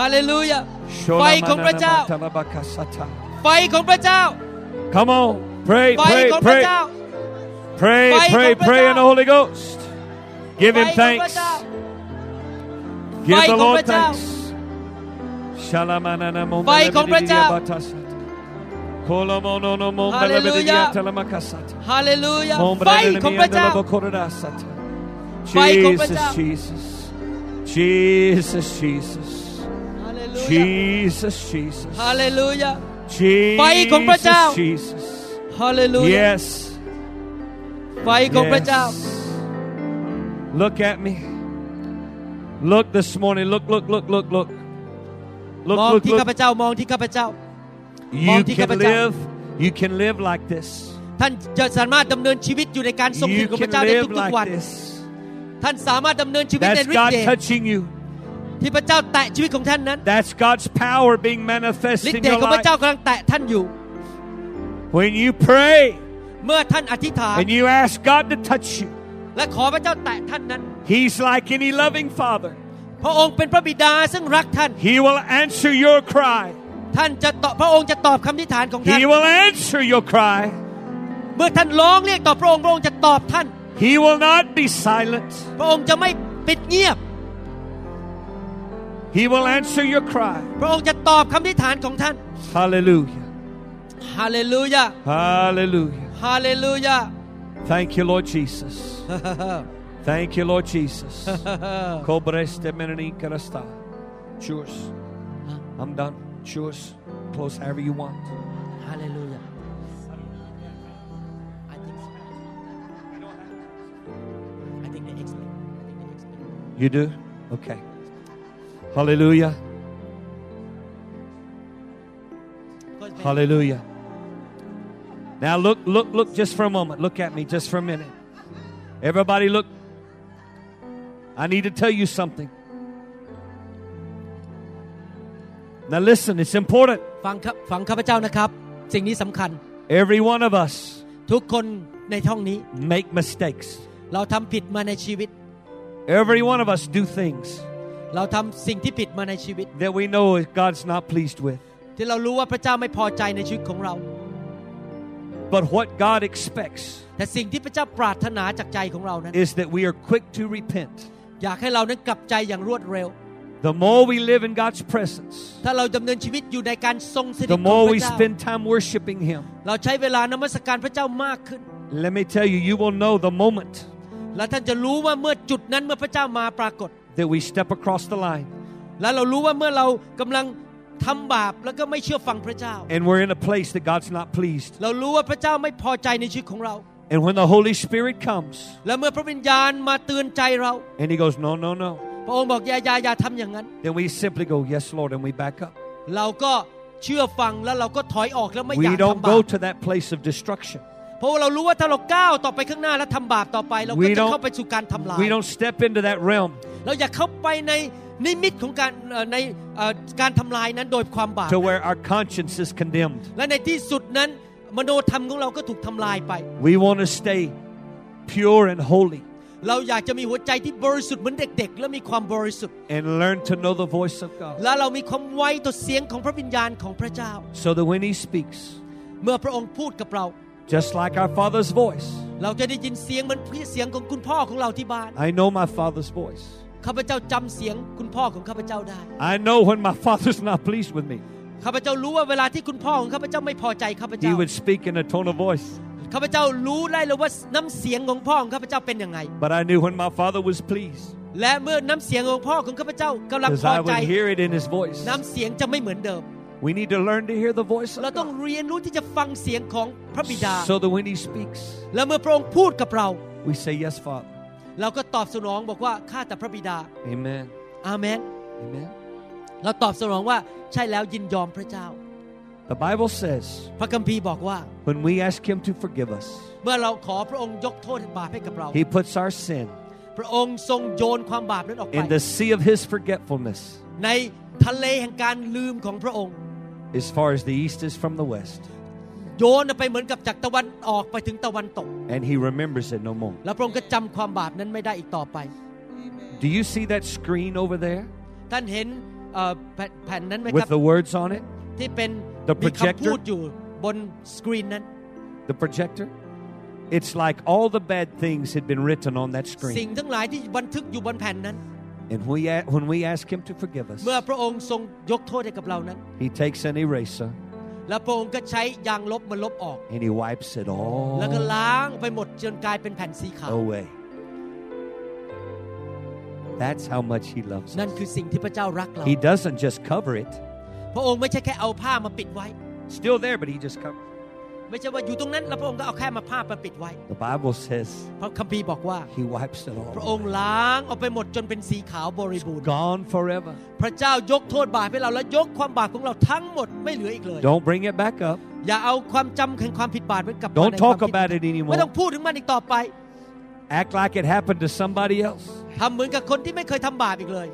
Speaker 2: ฮาเลลูยา ไฟของพระเจ้า
Speaker 1: Come
Speaker 2: ไฟของพระเจ้า
Speaker 1: on, pray,
Speaker 2: ไฟ
Speaker 1: pray,
Speaker 2: ของพระ
Speaker 1: pray,
Speaker 2: เจ้า
Speaker 1: pray,
Speaker 2: Fight
Speaker 1: pray,
Speaker 2: of the
Speaker 1: pray in the
Speaker 2: devil.
Speaker 1: Holy Ghost. Give
Speaker 2: ไฟ
Speaker 1: Him
Speaker 2: ของพระ
Speaker 1: thanks.
Speaker 2: เจ้า
Speaker 1: Give
Speaker 2: Fight
Speaker 1: the
Speaker 2: of
Speaker 1: Lord
Speaker 2: the devil.
Speaker 1: thanks. Shalamana na
Speaker 2: Fight of the
Speaker 1: mombelebediya
Speaker 2: devil.
Speaker 1: batasata. Kolomono no
Speaker 2: Hallelujah.
Speaker 1: mombelebediya telemakasata.
Speaker 2: ฮาเลลูยา ไฟของพ
Speaker 1: Mombelebediya
Speaker 2: ระเจ้า
Speaker 1: telebakorodasata.
Speaker 2: Fight of the
Speaker 1: Jesus,
Speaker 2: devil.
Speaker 1: Jesus, Jesus, Jesus,
Speaker 2: ฮาเลลูยา
Speaker 1: Jesus, Jesus.
Speaker 2: ฮาเลลูยา Fight of the devil.
Speaker 1: Jesus, Jesus.
Speaker 2: ฮาเลลูยา
Speaker 1: Yes.
Speaker 2: ไฟของพระเจ้า
Speaker 1: Look at me. Look this morning. Look, look, look, look, look.
Speaker 2: มอง
Speaker 1: Look, look,
Speaker 2: ที่ข้าพ
Speaker 1: look.
Speaker 2: เจ้ามองที่ข้าพเจ้า
Speaker 1: You
Speaker 2: Monty
Speaker 1: can
Speaker 2: Kapatid.
Speaker 1: live. You can live like this.
Speaker 2: ท่านจะสามารถดำเนินชีวิตอยู่ในการทรงถึ
Speaker 1: You
Speaker 2: งของพ
Speaker 1: can
Speaker 2: ระเจ้าใน
Speaker 1: live
Speaker 2: ทุกๆวัน
Speaker 1: like this.
Speaker 2: ท่านสามารถดำเนินชีวิตใน
Speaker 1: That's
Speaker 2: ฤท
Speaker 1: God
Speaker 2: ธิ์เดช
Speaker 1: touching you.
Speaker 2: ที่พระเจ้าแตะชีวิตของท่านนั้น
Speaker 1: That's God's power being manifest
Speaker 2: ฤทธิ์
Speaker 1: in
Speaker 2: เดช
Speaker 1: your
Speaker 2: ของพระ
Speaker 1: life.
Speaker 2: เจ้ากำลังแตะท่านอยู่
Speaker 1: When you pray
Speaker 2: เมื่อท่านอธิษฐาน
Speaker 1: and you ask God to touch you,
Speaker 2: และขอพระเจ้าแตะท่านนั้น
Speaker 1: He's like any loving father.
Speaker 2: พระองค์เป็นพระบิดาซึ่งรักท่าน
Speaker 1: He will answer your cry.
Speaker 2: ท่านจะตอบพระองค์จะตอบคำอธิษฐานของท่าน
Speaker 1: He will answer your cry.
Speaker 2: เมื่อท่านร้องเรียกต่อพระองค์พระองค์จะตอบท่าน
Speaker 1: He will not be silent.
Speaker 2: พระองค์จะไม่ปิดเงียบ
Speaker 1: He will answer your cry.
Speaker 2: พระองค์จะตอบคำอธิษฐานของท่าน
Speaker 1: Hallelujah.
Speaker 2: ฮาเลลูยา
Speaker 1: Hallelujah.
Speaker 2: ฮาเลลูยา
Speaker 1: Thank you, Lord Jesus. Thank you, Lord Jesus. Kobreste meneni karasta. Cheers. I'm done. Cheers. Close however you want.
Speaker 2: Hallelujah. I think so. I think they expect. I think they expect.
Speaker 1: You do? Okay. Hallelujah.
Speaker 2: Because when-
Speaker 1: Hallelujah. Now look, look, look just for a moment. Look at me just for a minute. Everybody, look. I need to tell you something. Now listen, it's important.
Speaker 2: ฟังครับฟังข้าพเจ้านะครับ สิ่งนี้สำคัญ
Speaker 1: Every one of us
Speaker 2: ทุกคนในท่องนี้
Speaker 1: make mistakes.
Speaker 2: เราทำผิดมาในชีวิต
Speaker 1: Every one of us do things
Speaker 2: เราทำสิ่งที่ผิดมาในชีวิต
Speaker 1: that we know God's not pleased with.
Speaker 2: ที่เรารู้ว่าพระเจ้าไม่พอใจในชีวิตของเรา
Speaker 1: But what God expects
Speaker 2: แต่สิ่งที่พระเจ้าปรารถนาจากใจของเรานั้น
Speaker 1: is that we are quick to repent.
Speaker 2: อยากให้เรานั้นกลับใจอย่างรวดเร็ว
Speaker 1: The more we live in God's presence,
Speaker 2: ถ้าเราดำเนินชีวิตอยู่ในการทรงสถิตข
Speaker 1: the
Speaker 2: องพระ
Speaker 1: more we
Speaker 2: เจ้า
Speaker 1: spend time worshiping Him.
Speaker 2: เราใช้เวลานมัสการพระเจ้ามากขึ้น
Speaker 1: Let me tell you, you will know the moment
Speaker 2: และท่านจะรู้ว่าเมื่อจุดนั้นเมื่อพระเจ้ามาปรากฏ
Speaker 1: that we step across the line
Speaker 2: และเรารู้ว่าเมื่อเรากำลังทำบาปแล้วก็ไม่เชื่อฟังพระเจ้า
Speaker 1: and we're in a place that God's not pleased.
Speaker 2: เรารู้ว่าพระเจ้าไม่พอใจในชีวิตของเรา
Speaker 1: And when the Holy Spirit comes
Speaker 2: และเมื่อพระวิญญาณมาเตือนใจเรา
Speaker 1: and He goes, No, no, no,
Speaker 2: พระองค์บอกอย่าอย่าอย่าทำอย่างนั้น
Speaker 1: then we simply go, Yes, Lord, and we back up.
Speaker 2: เราก็เชื่อฟังแล้วเราก็ถอยออกแล้วไม่อยา
Speaker 1: We
Speaker 2: ก
Speaker 1: don't
Speaker 2: ทำบา
Speaker 1: go
Speaker 2: ป
Speaker 1: to that place of destruction.
Speaker 2: เพราะว่าเรารู้ว่าถ้าเราก้าวต่อไปข้างหน้าและทำบาปต่อไป เราก็
Speaker 1: We
Speaker 2: จะ
Speaker 1: don't-
Speaker 2: เข้าไปสู่การทำลาย
Speaker 1: We don't step into that realm
Speaker 2: เราอย่าเข้าไปในนิมิตของการเอ่อในเอ่อการทำลายนั้นโดยความบาป
Speaker 1: to where our conscience is condemned.
Speaker 2: และในที่สุดนั้น มโนธรรมของเราก็ถูกทำลายไป
Speaker 1: We want to stay pure and holy
Speaker 2: เราอยากจะมีหัวใจที่บริสุทธิ์เหมือนเด็ก ๆ และมีความบริสุทธิ์
Speaker 1: and learn to know the voice of God
Speaker 2: และเรามีความไวต่อเสียงของพระวิญญาณของพระเจ้า
Speaker 1: so that when He speaks,
Speaker 2: เมื่อพระองค์พูดกับเรา
Speaker 1: just like our Father's voice,
Speaker 2: เราจะได้ยินเสียงเหมันเสียงของคุณพ่อของเราที่บ้าน
Speaker 1: I know my father's voice.
Speaker 2: ข้าพเจ้าจำเสียงคุณพ่อของข้าพเจ้าได้
Speaker 1: I know when my father's not pleased with me.
Speaker 2: ข้าพเจ้ารู้ว่าเวลาที่คุณพ่อของข้าพเจ้าไม่พอใจข้าพเจ้า
Speaker 1: He would speak in a tone of voice.
Speaker 2: ข้าพเจ้ารู้ได้เลยว่าน้ำเสียงของพ่อของข้าพเจ้าเป็นยังไง
Speaker 1: But I knew when my father was pleased
Speaker 2: และเมื่อน้ำเสียงของพ่อของข้าพเจ้ากำลัง
Speaker 1: because
Speaker 2: พอ
Speaker 1: I
Speaker 2: ใจ
Speaker 1: would hear it in his voice.
Speaker 2: น้ำเสียงจะไม่เหมือนเดิม
Speaker 1: We need to learn to hear the voice
Speaker 2: เรา
Speaker 1: of
Speaker 2: ต้อง
Speaker 1: God
Speaker 2: เรียนรู้ที่จะฟังเสียงของพระบิดา
Speaker 1: so that when he speaks,
Speaker 2: และเมื่อพระองค์พูดกับเรา
Speaker 1: we say, Yes, Father.
Speaker 2: เราก็ตอบสนองบอกว่าข้าแต่พระบิดา
Speaker 1: Amen.
Speaker 2: อาเมน
Speaker 1: Amen.
Speaker 2: เราตอบสนองว่าใช่แล้วยินยอมพระเจ้า
Speaker 1: The Bible says
Speaker 2: พระคัมภีร์บอกว่า
Speaker 1: when we ask him to forgive us,
Speaker 2: เมื่อเราขอพระองค์ยกโทษบาปให้กับเรา
Speaker 1: he puts our sin
Speaker 2: พระองค์ทรงโยนความบาปนั้นออกไป
Speaker 1: in the sea of his forgetfulness
Speaker 2: ในทะเลแห่งการลืมของพระองค์
Speaker 1: as far as the east is from the west,
Speaker 2: โยนออกไปเหมือนกับจากตะวันออกไปถึงตะวันตก
Speaker 1: and he remembers it no more.
Speaker 2: แล้วพระองค์ก็จำความบาปนั้นไม่ได้อีกต่อไป
Speaker 1: Do you see that screen over there
Speaker 2: ท่านเห็นเอ่อแผ่นแผ่นนั้นไหมครั
Speaker 1: with
Speaker 2: บ
Speaker 1: the words on it?
Speaker 2: ที่เป็น
Speaker 1: The
Speaker 2: มีคำพูด
Speaker 1: projector?
Speaker 2: อยู่บนสกรีนนั้น
Speaker 1: The projector? It's like all the bad things had been written on that
Speaker 2: สิ่ง
Speaker 1: screen.
Speaker 2: ทั้งหลายที่บันทึกอยู่บนแผ่นนั้น
Speaker 1: And we, a- when we ask him to forgive us,
Speaker 2: เมื่อพระองค์ทรงยกโทษให้กับเรานั้น
Speaker 1: he takes an eraser
Speaker 2: แล้วพระองค์ก็ใช้ยางลบมาลบออก
Speaker 1: and he wipes it
Speaker 2: แล้วก็
Speaker 1: all
Speaker 2: ล้างไปหมดจนกลายเป็นแผ่นสีขาว
Speaker 1: away. That's how much he loves
Speaker 2: นั่น
Speaker 1: us.
Speaker 2: คือสิ่งที่พระเจ้ารักเรา
Speaker 1: He doesn't just cover it.
Speaker 2: พระองค์ไม่ใช่แค่เอาผ้ามาปิดไว้
Speaker 1: Still there, but he just covers.
Speaker 2: ไม่ใช่ว่าอยู่ตรงนั้นแล้วพระองค์ก็เอาแค่มาผ้ามาปิดไว้
Speaker 1: The Bible says
Speaker 2: เพราะคัมภีร์บอกว่า
Speaker 1: he wipes it
Speaker 2: พระองค์
Speaker 1: all.
Speaker 2: ล้างออกไปหมดจนเป็นสีขาวบริบูรณ์
Speaker 1: Gone forever.
Speaker 2: พระเจ้ายกโทษบาปให้เราและยกความบาปของเราทั้งหมดไม่เหลืออีกเลย
Speaker 1: Don't bring it back up.
Speaker 2: อย่าเอาความจำแห่งความผิดบาปไว้กลับมา
Speaker 1: Don't
Speaker 2: ในความ
Speaker 1: talk
Speaker 2: คิด
Speaker 1: about it
Speaker 2: ไม่ต้อ
Speaker 1: anymore.
Speaker 2: งพูดถึงมันอีกต่อไป
Speaker 1: Act like it happened to somebody else.
Speaker 2: ทำเหมือนกับคนที่ไม่เคยทำบาปอีกเลย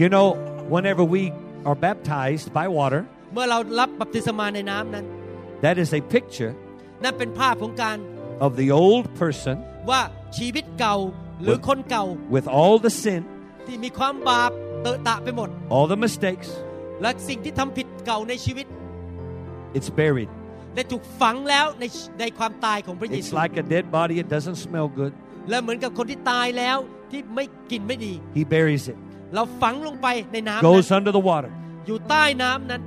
Speaker 1: You know, whenever we are baptized by water,
Speaker 2: เมื่อเรารับบัพติศมาในน้ำนั้น
Speaker 1: that is a picture
Speaker 2: นั่นเป็นภาพของการ
Speaker 1: of the old person
Speaker 2: ว่าชีวิตเก่าหรือคนเก่า
Speaker 1: with all the sin,
Speaker 2: ที่มีความบาปเตอะตะไปหมด
Speaker 1: all the mistakes.
Speaker 2: และสิ่งที่ทำผิดเก่าในชีวิต
Speaker 1: It's buried.
Speaker 2: ได้ถูกฝังแล้วในในความตายของพระเย
Speaker 1: It's
Speaker 2: ซู
Speaker 1: like a dead body, it doesn't smell good.
Speaker 2: และเหมือนกับคนที่ตายแล้วที่ไม่กินไม่ดี
Speaker 1: He buries it,
Speaker 2: เราฝังลงไปในน้ำนั้น
Speaker 1: goes under the water.
Speaker 2: อยู่ใต้น้ำนั้น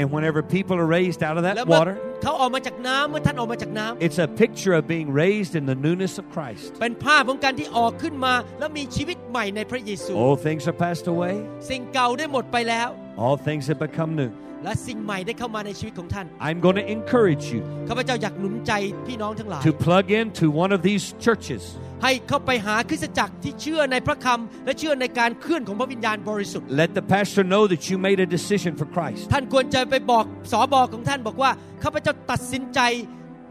Speaker 1: And whenever people are raised out of
Speaker 2: และ
Speaker 1: that
Speaker 2: เมื่อ
Speaker 1: water,
Speaker 2: เขาออกมาจากน้ำเมื่อท่านออกมาจากน้ำ
Speaker 1: it's a picture of being raised in the newness of Christ.
Speaker 2: เป็นภาพของการที่ออกขึ้นมา แล้วมีชีวิตใหม่ในพระเยซู
Speaker 1: All things are passed away,
Speaker 2: สิ่งเก่าได้หมดไปแล้ว
Speaker 1: all things have become new.
Speaker 2: และสิ่งใหม่ได้เข้ามาในชีวิตของท่าน
Speaker 1: I'm going to encourage you
Speaker 2: ข้าพเจ้าอยากหนุนใจพี่น้องทั้งหลาย
Speaker 1: to plug into one of these churches.
Speaker 2: ให้เข้าไปหาคริสตจักรที่เชื่อในพระคำและเชื่อในการเคลื่อนของพระวิญญาณบริสุทธิ์
Speaker 1: Let the pastor know that you made a decision for Christ.
Speaker 2: ท่านควรจะไปบอกสอบอของท่านบอกว่าข้าพเจ้าตัดสินใจ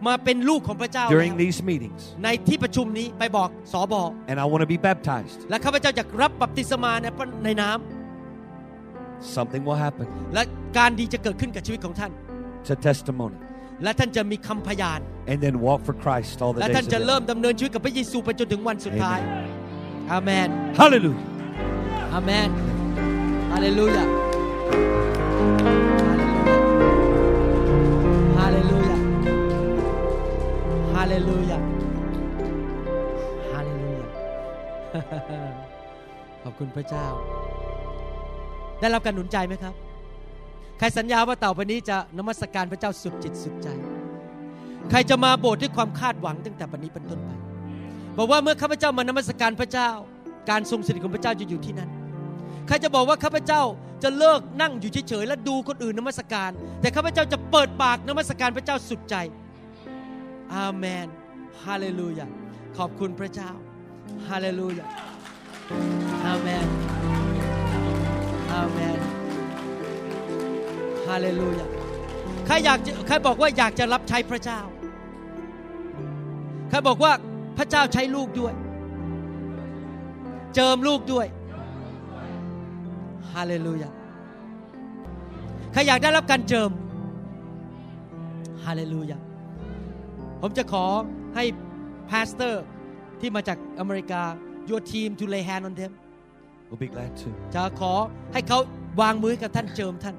Speaker 2: มาเป็นลูกของพระเจ้า
Speaker 1: during
Speaker 2: แล้ว
Speaker 1: these meetings
Speaker 2: ในที่ประชุมนี้ไปบอกสอบอ
Speaker 1: and I want to be baptized,
Speaker 2: และข้าพเจ้าอยากรับบัพติศมาในพระในน้ำ
Speaker 1: something will happen.
Speaker 2: และการดีจะเกิดขึ้นกับชีวิตของท่าน
Speaker 1: It's a testimony.
Speaker 2: และท่านจะมีคำพยาน
Speaker 1: And then walk for Christ all the
Speaker 2: และ
Speaker 1: days.
Speaker 2: ท่าน
Speaker 1: of
Speaker 2: จะ
Speaker 1: your
Speaker 2: เริ่ม
Speaker 1: life.
Speaker 2: ดำเนินชีวิตกับพระเยซูไปจนถึงวันสุดท้าย อาเมน
Speaker 1: Hallelujah.
Speaker 2: อาเมนฮาเลลูยาฮาเลลูยาฮาเลลูยาฮาเลลูยา ขอบคุณพระเจ้า ได้รับการหนุนใจไหมครับ ใครสัญญาว่าต่อไปนี้จะนมัสการพระเจ้าสุดจิตสุดใจ ใครจะมาโบสถ์ด้วยความคาดหวังตั้งแต่บัดนี้เป็นต้นไป บอกว่าเมื่อข้าพเจ้ามานมัสการพระเจ้า การทรงสถิตของพระเจ้าจะอยู่ที่นั่น ใครจะบอกว่าข้าพเจ้าจะเลิกนั่งอยู่เฉยๆและดูคนอื่นนมัสการ แต่ข้าพเจ้าจะเปิดปากนมัสการพระเจ้าสุดใจ อาเมน ฮาเลลูยา ขอบคุณพระเจ้า ฮาเลลูยา อาเมน อาเมน ฮาเลลูยา ใครอยากจะใครบอกว่าอยากจะรับใช้พระเจ้า ใครบอกว่าพระเจ้าใช้ลูกด้วย เจิมลูกด้วย ฮาเลลูยา ใครอยากได้รับการเจิม ฮาเลลูยา ผมจะขอให้พาสเตอร์ที่มาจากอเมริกา your team to lay hand on them
Speaker 1: We'll be glad to.
Speaker 2: จะขอให้เขาวางมือให้กับท่านเจิมท่าน